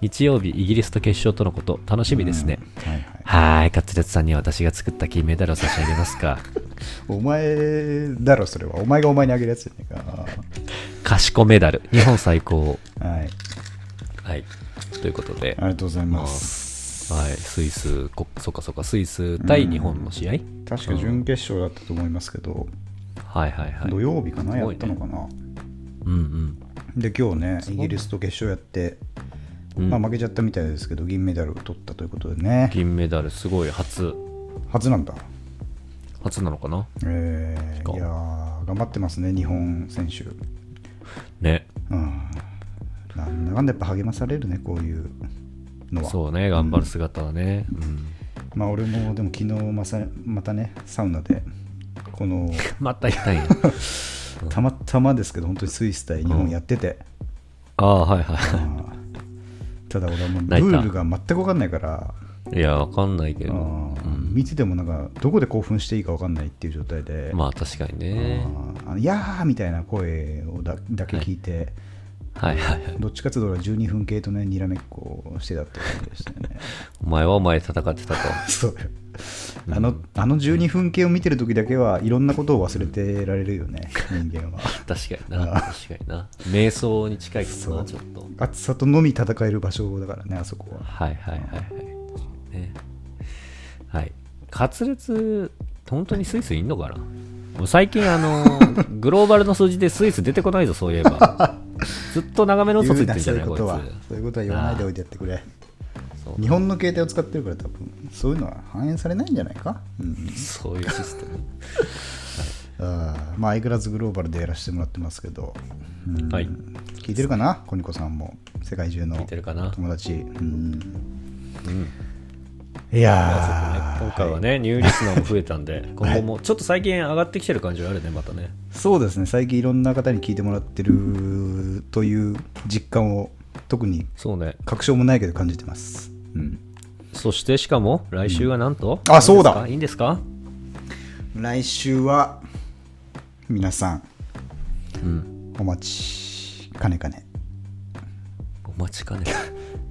[SPEAKER 1] 日曜日、イギリスと決勝とのこと、楽しみですね。
[SPEAKER 2] はいはい。
[SPEAKER 1] はーい、カツレツさんには私が作った金メダルを差し上げますか。
[SPEAKER 2] お前だろ、それは。お前がお前にあげるやつじゃねえ
[SPEAKER 1] 賢メダル、日本最高。
[SPEAKER 2] か。はい。
[SPEAKER 1] はい。ということで、
[SPEAKER 2] あ
[SPEAKER 1] は
[SPEAKER 2] りがとうございます。
[SPEAKER 1] い、スイス、こそっかそっか、スイス対日本の試合、
[SPEAKER 2] 確か準決勝だったと思いますけど、
[SPEAKER 1] はいはいはい。
[SPEAKER 2] 土曜日かな、
[SPEAKER 1] す
[SPEAKER 2] や
[SPEAKER 1] ご
[SPEAKER 2] っ
[SPEAKER 1] いね
[SPEAKER 2] たのかな。
[SPEAKER 1] うん
[SPEAKER 2] で、今日ね、イ
[SPEAKER 1] ごい
[SPEAKER 2] ギリスと決勝やって、
[SPEAKER 1] うん。
[SPEAKER 2] まあ
[SPEAKER 1] うん
[SPEAKER 2] 負けちゃったみたいですけど、銀メダルを取ったということでね、
[SPEAKER 1] 銀メダル、すごい、初、
[SPEAKER 2] 初なんだ。
[SPEAKER 1] 初なのかな
[SPEAKER 2] え
[SPEAKER 1] か
[SPEAKER 2] ー、いやー頑張ってますね、日本選手。
[SPEAKER 1] ね。
[SPEAKER 2] うん。なんだかんだやっぱ励まされるね、こういうのは。
[SPEAKER 1] そうね、頑張る姿はね。うん。
[SPEAKER 2] まあ俺もでも昨日まさまたね、サウナで、この、
[SPEAKER 1] また痛いね。
[SPEAKER 2] たまたまですけど、本当にスイス対日本やってて、
[SPEAKER 1] ああ、はいは
[SPEAKER 2] うんただ俺はもうル
[SPEAKER 1] 泣いた
[SPEAKER 2] ールが全く分かんないから、
[SPEAKER 1] い。いや、わかんないけ
[SPEAKER 2] う
[SPEAKER 1] ど。
[SPEAKER 2] ん見ててもなんか、どこで興奮していいか分かんないっていう状態で。
[SPEAKER 1] まあ、確かにね。
[SPEAKER 2] あのいやーみたいな声をだだけ聞いて、
[SPEAKER 1] はいはいはい。
[SPEAKER 2] どっちかというと俺は12分系とね、にらめっこをしてたって感じでしたよ ね。
[SPEAKER 1] お前はお前で戦ってたと。
[SPEAKER 2] そうあのあの12分系を見てるときだけはいろんなことを忘れてられるよね、人 間は。
[SPEAKER 1] 確かにな。確かにな。瞑想に近いかも
[SPEAKER 2] そ
[SPEAKER 1] な、
[SPEAKER 2] う
[SPEAKER 1] ちょっと。
[SPEAKER 2] 暑さとのみ戦える場所だからね、あそこは。
[SPEAKER 1] はいはいはいはい。ね。はい。滑舌、本当にスイスいんのかなもう最近、あの、グローバルの数字でスイス出てこないぞ、そういえば。ずっと長めの嘘ついて
[SPEAKER 2] 言
[SPEAKER 1] る
[SPEAKER 2] うな
[SPEAKER 1] じ
[SPEAKER 2] そ
[SPEAKER 1] ゃ
[SPEAKER 2] うい
[SPEAKER 1] ないう
[SPEAKER 2] こ
[SPEAKER 1] こい
[SPEAKER 2] とは、
[SPEAKER 1] つ。
[SPEAKER 2] そういうことは言わないでおいてやってくれ。
[SPEAKER 1] そう
[SPEAKER 2] 日本の携帯を使ってるから、多分そういうのは反映されないんじゃないか。うん
[SPEAKER 1] そういうシステム。
[SPEAKER 2] あーまあ、相変わらずグローバルでやらせてもらってますけど、うん
[SPEAKER 1] はい
[SPEAKER 2] 聞いてるかな、コニコさんも、世界中の
[SPEAKER 1] 聞いてるかな
[SPEAKER 2] 友達。うん
[SPEAKER 1] うん。
[SPEAKER 2] いやー
[SPEAKER 1] 今回はね、ニューリスナーも増えたんで、今後も、ちょっと最近上がってきてる感じはあるね、またね。
[SPEAKER 2] そうですね、最近いろんな方に聞いてもらってるという実感を、特に
[SPEAKER 1] そうね。
[SPEAKER 2] 確証もないけど感じてます。うん
[SPEAKER 1] そして、しかも、来週はなんと、
[SPEAKER 2] あそうだ
[SPEAKER 1] いいんですか
[SPEAKER 2] 来週は、皆さん、
[SPEAKER 1] いいんですかうん。
[SPEAKER 2] お待ち、かねかね。
[SPEAKER 1] お待ちかね。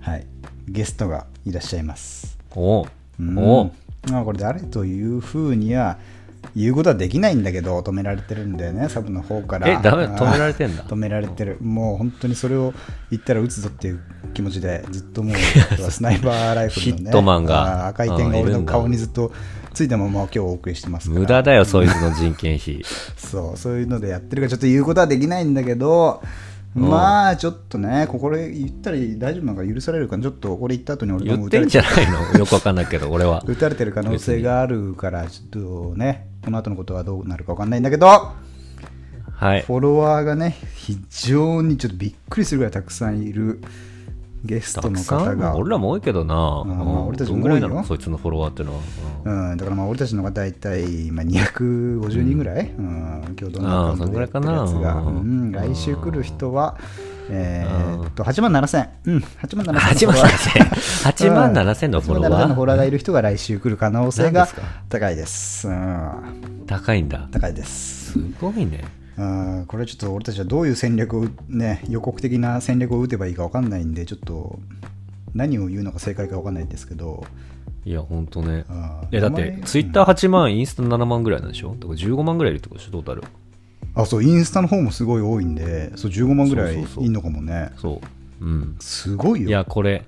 [SPEAKER 2] はい、ゲストがいらっしゃいます。
[SPEAKER 1] おう
[SPEAKER 2] うん
[SPEAKER 1] おう
[SPEAKER 2] まあこれ誰というふうには言うことはできないんだけど止められてるんだよねサブの方から
[SPEAKER 1] えダメ
[SPEAKER 2] あー
[SPEAKER 1] 止められてんだ
[SPEAKER 2] 止められてるもう本当にそれを言ったら撃つぞっていう気持ちでずっともう スナイパーライフルの、ね、
[SPEAKER 1] ヒットマンが
[SPEAKER 2] あー赤い点が
[SPEAKER 1] うんい
[SPEAKER 2] 俺
[SPEAKER 1] る
[SPEAKER 2] の
[SPEAKER 1] んだ
[SPEAKER 2] 顔にずっとついたまま今日お送りしてますから
[SPEAKER 1] 無駄だよ、そいつの人件 費。
[SPEAKER 2] そうそういうのでやってるからちょっと言うことはできないんだけどまあちょっとねここで言ったら大丈夫なんか許されるかなちょっとこれ言った後に俺が
[SPEAKER 1] 言
[SPEAKER 2] もう
[SPEAKER 1] っ
[SPEAKER 2] 撃た
[SPEAKER 1] てん
[SPEAKER 2] れて
[SPEAKER 1] じゃないのよくわかんないけど、俺は。
[SPEAKER 2] 打たれてる可能性があるから、ちょっとね、この後のことはどうなるかわかんないんだけど、
[SPEAKER 1] はい。
[SPEAKER 2] フォロワーがね、非常にちょっとびっくりするぐらいたくさんいるゲス
[SPEAKER 1] た
[SPEAKER 2] トの
[SPEAKER 1] くさ
[SPEAKER 2] 方
[SPEAKER 1] んま
[SPEAKER 2] が
[SPEAKER 1] あ、俺らも多いけどな。
[SPEAKER 2] うん
[SPEAKER 1] うん
[SPEAKER 2] まあ俺たち
[SPEAKER 1] ど
[SPEAKER 2] も多いよ
[SPEAKER 1] んぐらいなのそいつのフォロワーってのは。うん
[SPEAKER 2] うん、だからまあ俺たちの方が大体、まあ、250人ぐらい、うん今日どんなアカウントでやってるやつが、
[SPEAKER 1] あーそ
[SPEAKER 2] うん、
[SPEAKER 1] ぐらいかなん
[SPEAKER 2] 来週来る人は、えーっと8万7000、うん、8万7000
[SPEAKER 1] 8
[SPEAKER 2] のフォロ
[SPEAKER 1] 万
[SPEAKER 2] ワー。
[SPEAKER 1] 7000。8万7000のフォロ
[SPEAKER 2] 8万7000のフォロワ
[SPEAKER 1] ワ
[SPEAKER 2] ー
[SPEAKER 1] ー
[SPEAKER 2] がいる人が来週来る可能性が
[SPEAKER 1] 何ですか
[SPEAKER 2] 高いです。うん、
[SPEAKER 1] 高いんだ。
[SPEAKER 2] 高いです。
[SPEAKER 1] すごいね。
[SPEAKER 2] うんこれはちょっと俺たちはどういう戦略を、ね、予告的な戦略を打てばいいか分かんないんで、ちょっと何を言うのが正解か分かんないんですけど、
[SPEAKER 1] いや、ほんとね
[SPEAKER 2] あ。ー
[SPEAKER 1] え、だっ
[SPEAKER 2] 名
[SPEAKER 1] て
[SPEAKER 2] 前、
[SPEAKER 1] ツイッター8万、インスタ7万ぐらいなんでしょだから15万ぐらいいるってことでしょトータル。
[SPEAKER 2] あそうインスタの方もすごい多いんで、そう15万ぐらい
[SPEAKER 1] そうそうそう
[SPEAKER 2] いんのかもね、
[SPEAKER 1] そう。うん。
[SPEAKER 2] すごい
[SPEAKER 1] い
[SPEAKER 2] よ。
[SPEAKER 1] や、これ、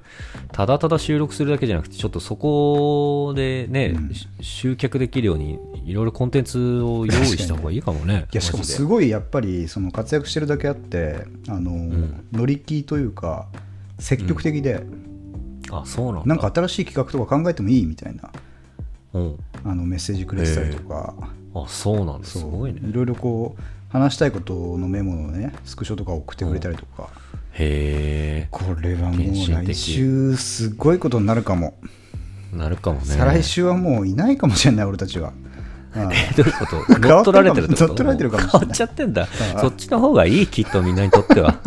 [SPEAKER 1] ただただ収録するだけじゃなくて、ちょっとそこでね、
[SPEAKER 2] うん
[SPEAKER 1] し集客できるように、いろいろコンテンツを用意した方がいいかもね。
[SPEAKER 2] いやしかも
[SPEAKER 1] マジです
[SPEAKER 2] ごいやっぱりその活躍してるだけあって、あの
[SPEAKER 1] ん
[SPEAKER 2] 乗り気というか、積極的で、
[SPEAKER 1] あそうなんだ
[SPEAKER 2] なんか新しい企画とか考えてもいいみたいな
[SPEAKER 1] うん
[SPEAKER 2] あのメッセージくれてたりとか、
[SPEAKER 1] あそうなんだ
[SPEAKER 2] そう
[SPEAKER 1] すごいね
[SPEAKER 2] ろいろこう話したいことのメモのねスクショとか送ってくれたりとか、
[SPEAKER 1] へ
[SPEAKER 2] これはも
[SPEAKER 1] 献
[SPEAKER 2] う
[SPEAKER 1] 身的
[SPEAKER 2] 来週すごいことになるかも、
[SPEAKER 1] えなるかもね
[SPEAKER 2] 再来週はもういないかもしれない俺たちは、うん
[SPEAKER 1] えどういうこと乗っ取られてるってこと
[SPEAKER 2] 乗っ取られてるかもしれない
[SPEAKER 1] 変わっちゃってんだそっちの方がいいきっとみんなにとって は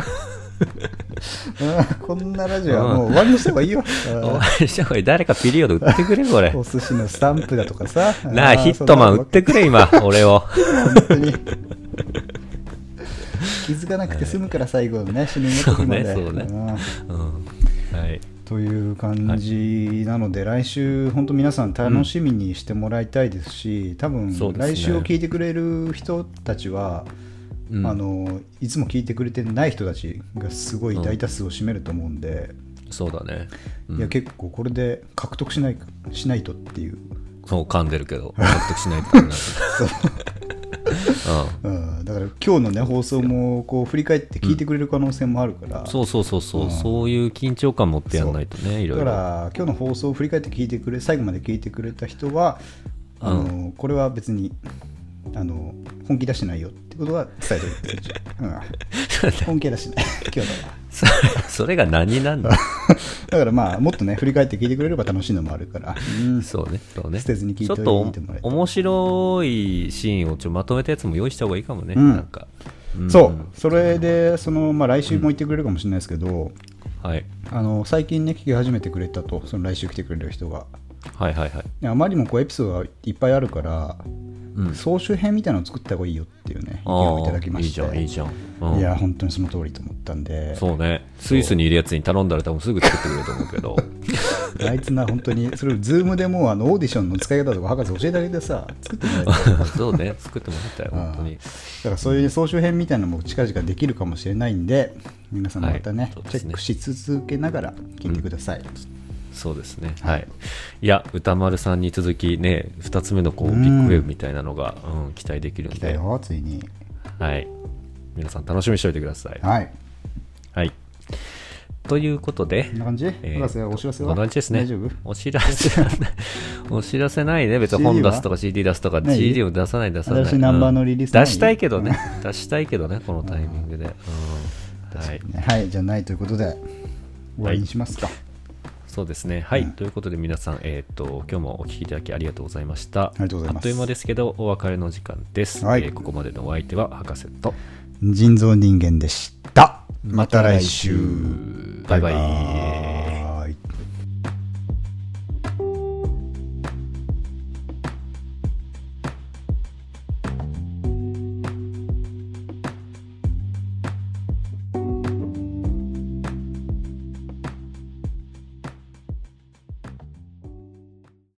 [SPEAKER 2] うんこんなラジオはもう終わりにした方がいいよ、うん
[SPEAKER 1] お前した方がいい 誰かピリオド売ってくれこれ
[SPEAKER 2] お寿司のスタンプだとかさ
[SPEAKER 1] なあヒットマン売ってくれ今俺を
[SPEAKER 2] 本当に 気づかなくて済むから最後の ね死ぬの時まで
[SPEAKER 1] そうねそうねうんはい
[SPEAKER 2] うんという感じなので、来週本当皆さん楽しみにしてもらいたいですし、多分
[SPEAKER 1] そうですね
[SPEAKER 2] 来週を聞いてくれる人たちは、
[SPEAKER 1] うん
[SPEAKER 2] あのいつも聞いてくれてない人たちがすごい大多数を占めると思うんで、
[SPEAKER 1] そうだねうん
[SPEAKER 2] いや結構これで獲得しないしないとっていう、
[SPEAKER 1] そう噛んでるけど納得しないといけないうん
[SPEAKER 2] うん、だから今日のね放送もこう振り返って聞いてくれる可能性もあるから、
[SPEAKER 1] そうそうそうそう、
[SPEAKER 2] うん
[SPEAKER 1] そういう緊張感持ってやんないとねいろい
[SPEAKER 2] だか
[SPEAKER 1] ろ
[SPEAKER 2] ら今日の放送を振り返って聞いてくれ最後まで聞いてくれた人はあの、
[SPEAKER 1] う
[SPEAKER 2] これは別にあの本気出してないよってことは伝えておいてじゃ あうん、本気は出してない 今日だか
[SPEAKER 1] それそれが何なんだ
[SPEAKER 2] らだからまあもっとね振り返って聞いてくれれば楽しいのもあるから、うん
[SPEAKER 1] そうねそうね
[SPEAKER 2] 捨てずに聞い
[SPEAKER 1] ち
[SPEAKER 2] て
[SPEAKER 1] ょ
[SPEAKER 2] お
[SPEAKER 1] っ
[SPEAKER 2] い
[SPEAKER 1] と
[SPEAKER 2] て
[SPEAKER 1] お
[SPEAKER 2] もらえたら
[SPEAKER 1] 面白いシーンをちょまとめたやつも用意した方がいいかもね、
[SPEAKER 2] うん
[SPEAKER 1] なんか、ん
[SPEAKER 2] そうそれでその、まあ、来週も言ってくれるかもしれないですけど、
[SPEAKER 1] はい、
[SPEAKER 2] あの最近ね聞き始めてくれたとその来週来てくれる人が
[SPEAKER 1] はいはいはい
[SPEAKER 2] であまりにもこうエピソードがいっぱいあるから、
[SPEAKER 1] うん
[SPEAKER 2] 総集編みたいなのを作った方がいいよっていうね意見をいただきまして
[SPEAKER 1] あーいいじゃんいいじゃん、うん
[SPEAKER 2] いや本当にその通りと思ったんで
[SPEAKER 1] そうねスイスにいるやつに頼んだら多分すぐ作ってくれると思うけど
[SPEAKER 2] あいつな本当にそれをズームでもうあのオーディションの使い方とか博士教えてあげてさ作ってもらいたいだ
[SPEAKER 1] そうね作ってもらったよ本当に
[SPEAKER 2] からそういう総集編みたいなのも近々できるかもしれないんで皆さんまたね,、
[SPEAKER 1] はいそうですね
[SPEAKER 2] チェックし続けながら聞いてください、
[SPEAKER 1] そうですね、はい、いや、歌丸さんに続き、ね、2つ目のこうビッグウェーブみたいなのが、うん期待できるん
[SPEAKER 2] 来た
[SPEAKER 1] で、
[SPEAKER 2] よついに
[SPEAKER 1] はい、皆さん、楽しみにしておいてください。
[SPEAKER 2] はい
[SPEAKER 1] はい、ということで
[SPEAKER 2] こん、な感じ、
[SPEAKER 1] えー
[SPEAKER 2] 博士お知らせ
[SPEAKER 1] こ
[SPEAKER 2] は
[SPEAKER 1] んな感じですね
[SPEAKER 2] 大丈夫
[SPEAKER 1] お知らせは お知らせないね、別に
[SPEAKER 2] CD
[SPEAKER 1] 本
[SPEAKER 2] は
[SPEAKER 1] 出すとか CD 出すとか、
[SPEAKER 2] ない
[SPEAKER 1] CD を出さない、出さない、
[SPEAKER 2] 新しいナンバーのリリース
[SPEAKER 1] うん
[SPEAKER 2] ない
[SPEAKER 1] 出したいけどね、出したいけどね、このタイミングで。うんはい
[SPEAKER 2] はいじゃあないということで終わりにしますか、
[SPEAKER 1] そうですね。はい。
[SPEAKER 2] うん
[SPEAKER 1] ということで皆さん、えっ、と、今日もお聞きいただきありがとうございました。あ
[SPEAKER 2] りがとうござい
[SPEAKER 1] あ
[SPEAKER 2] ます
[SPEAKER 1] っという間ですけど、お別れの時間です。
[SPEAKER 2] はい
[SPEAKER 1] えーここまでのお相手は、博士と。
[SPEAKER 2] 人造人間でしたまた来週
[SPEAKER 1] バイバイ。
[SPEAKER 2] バイバ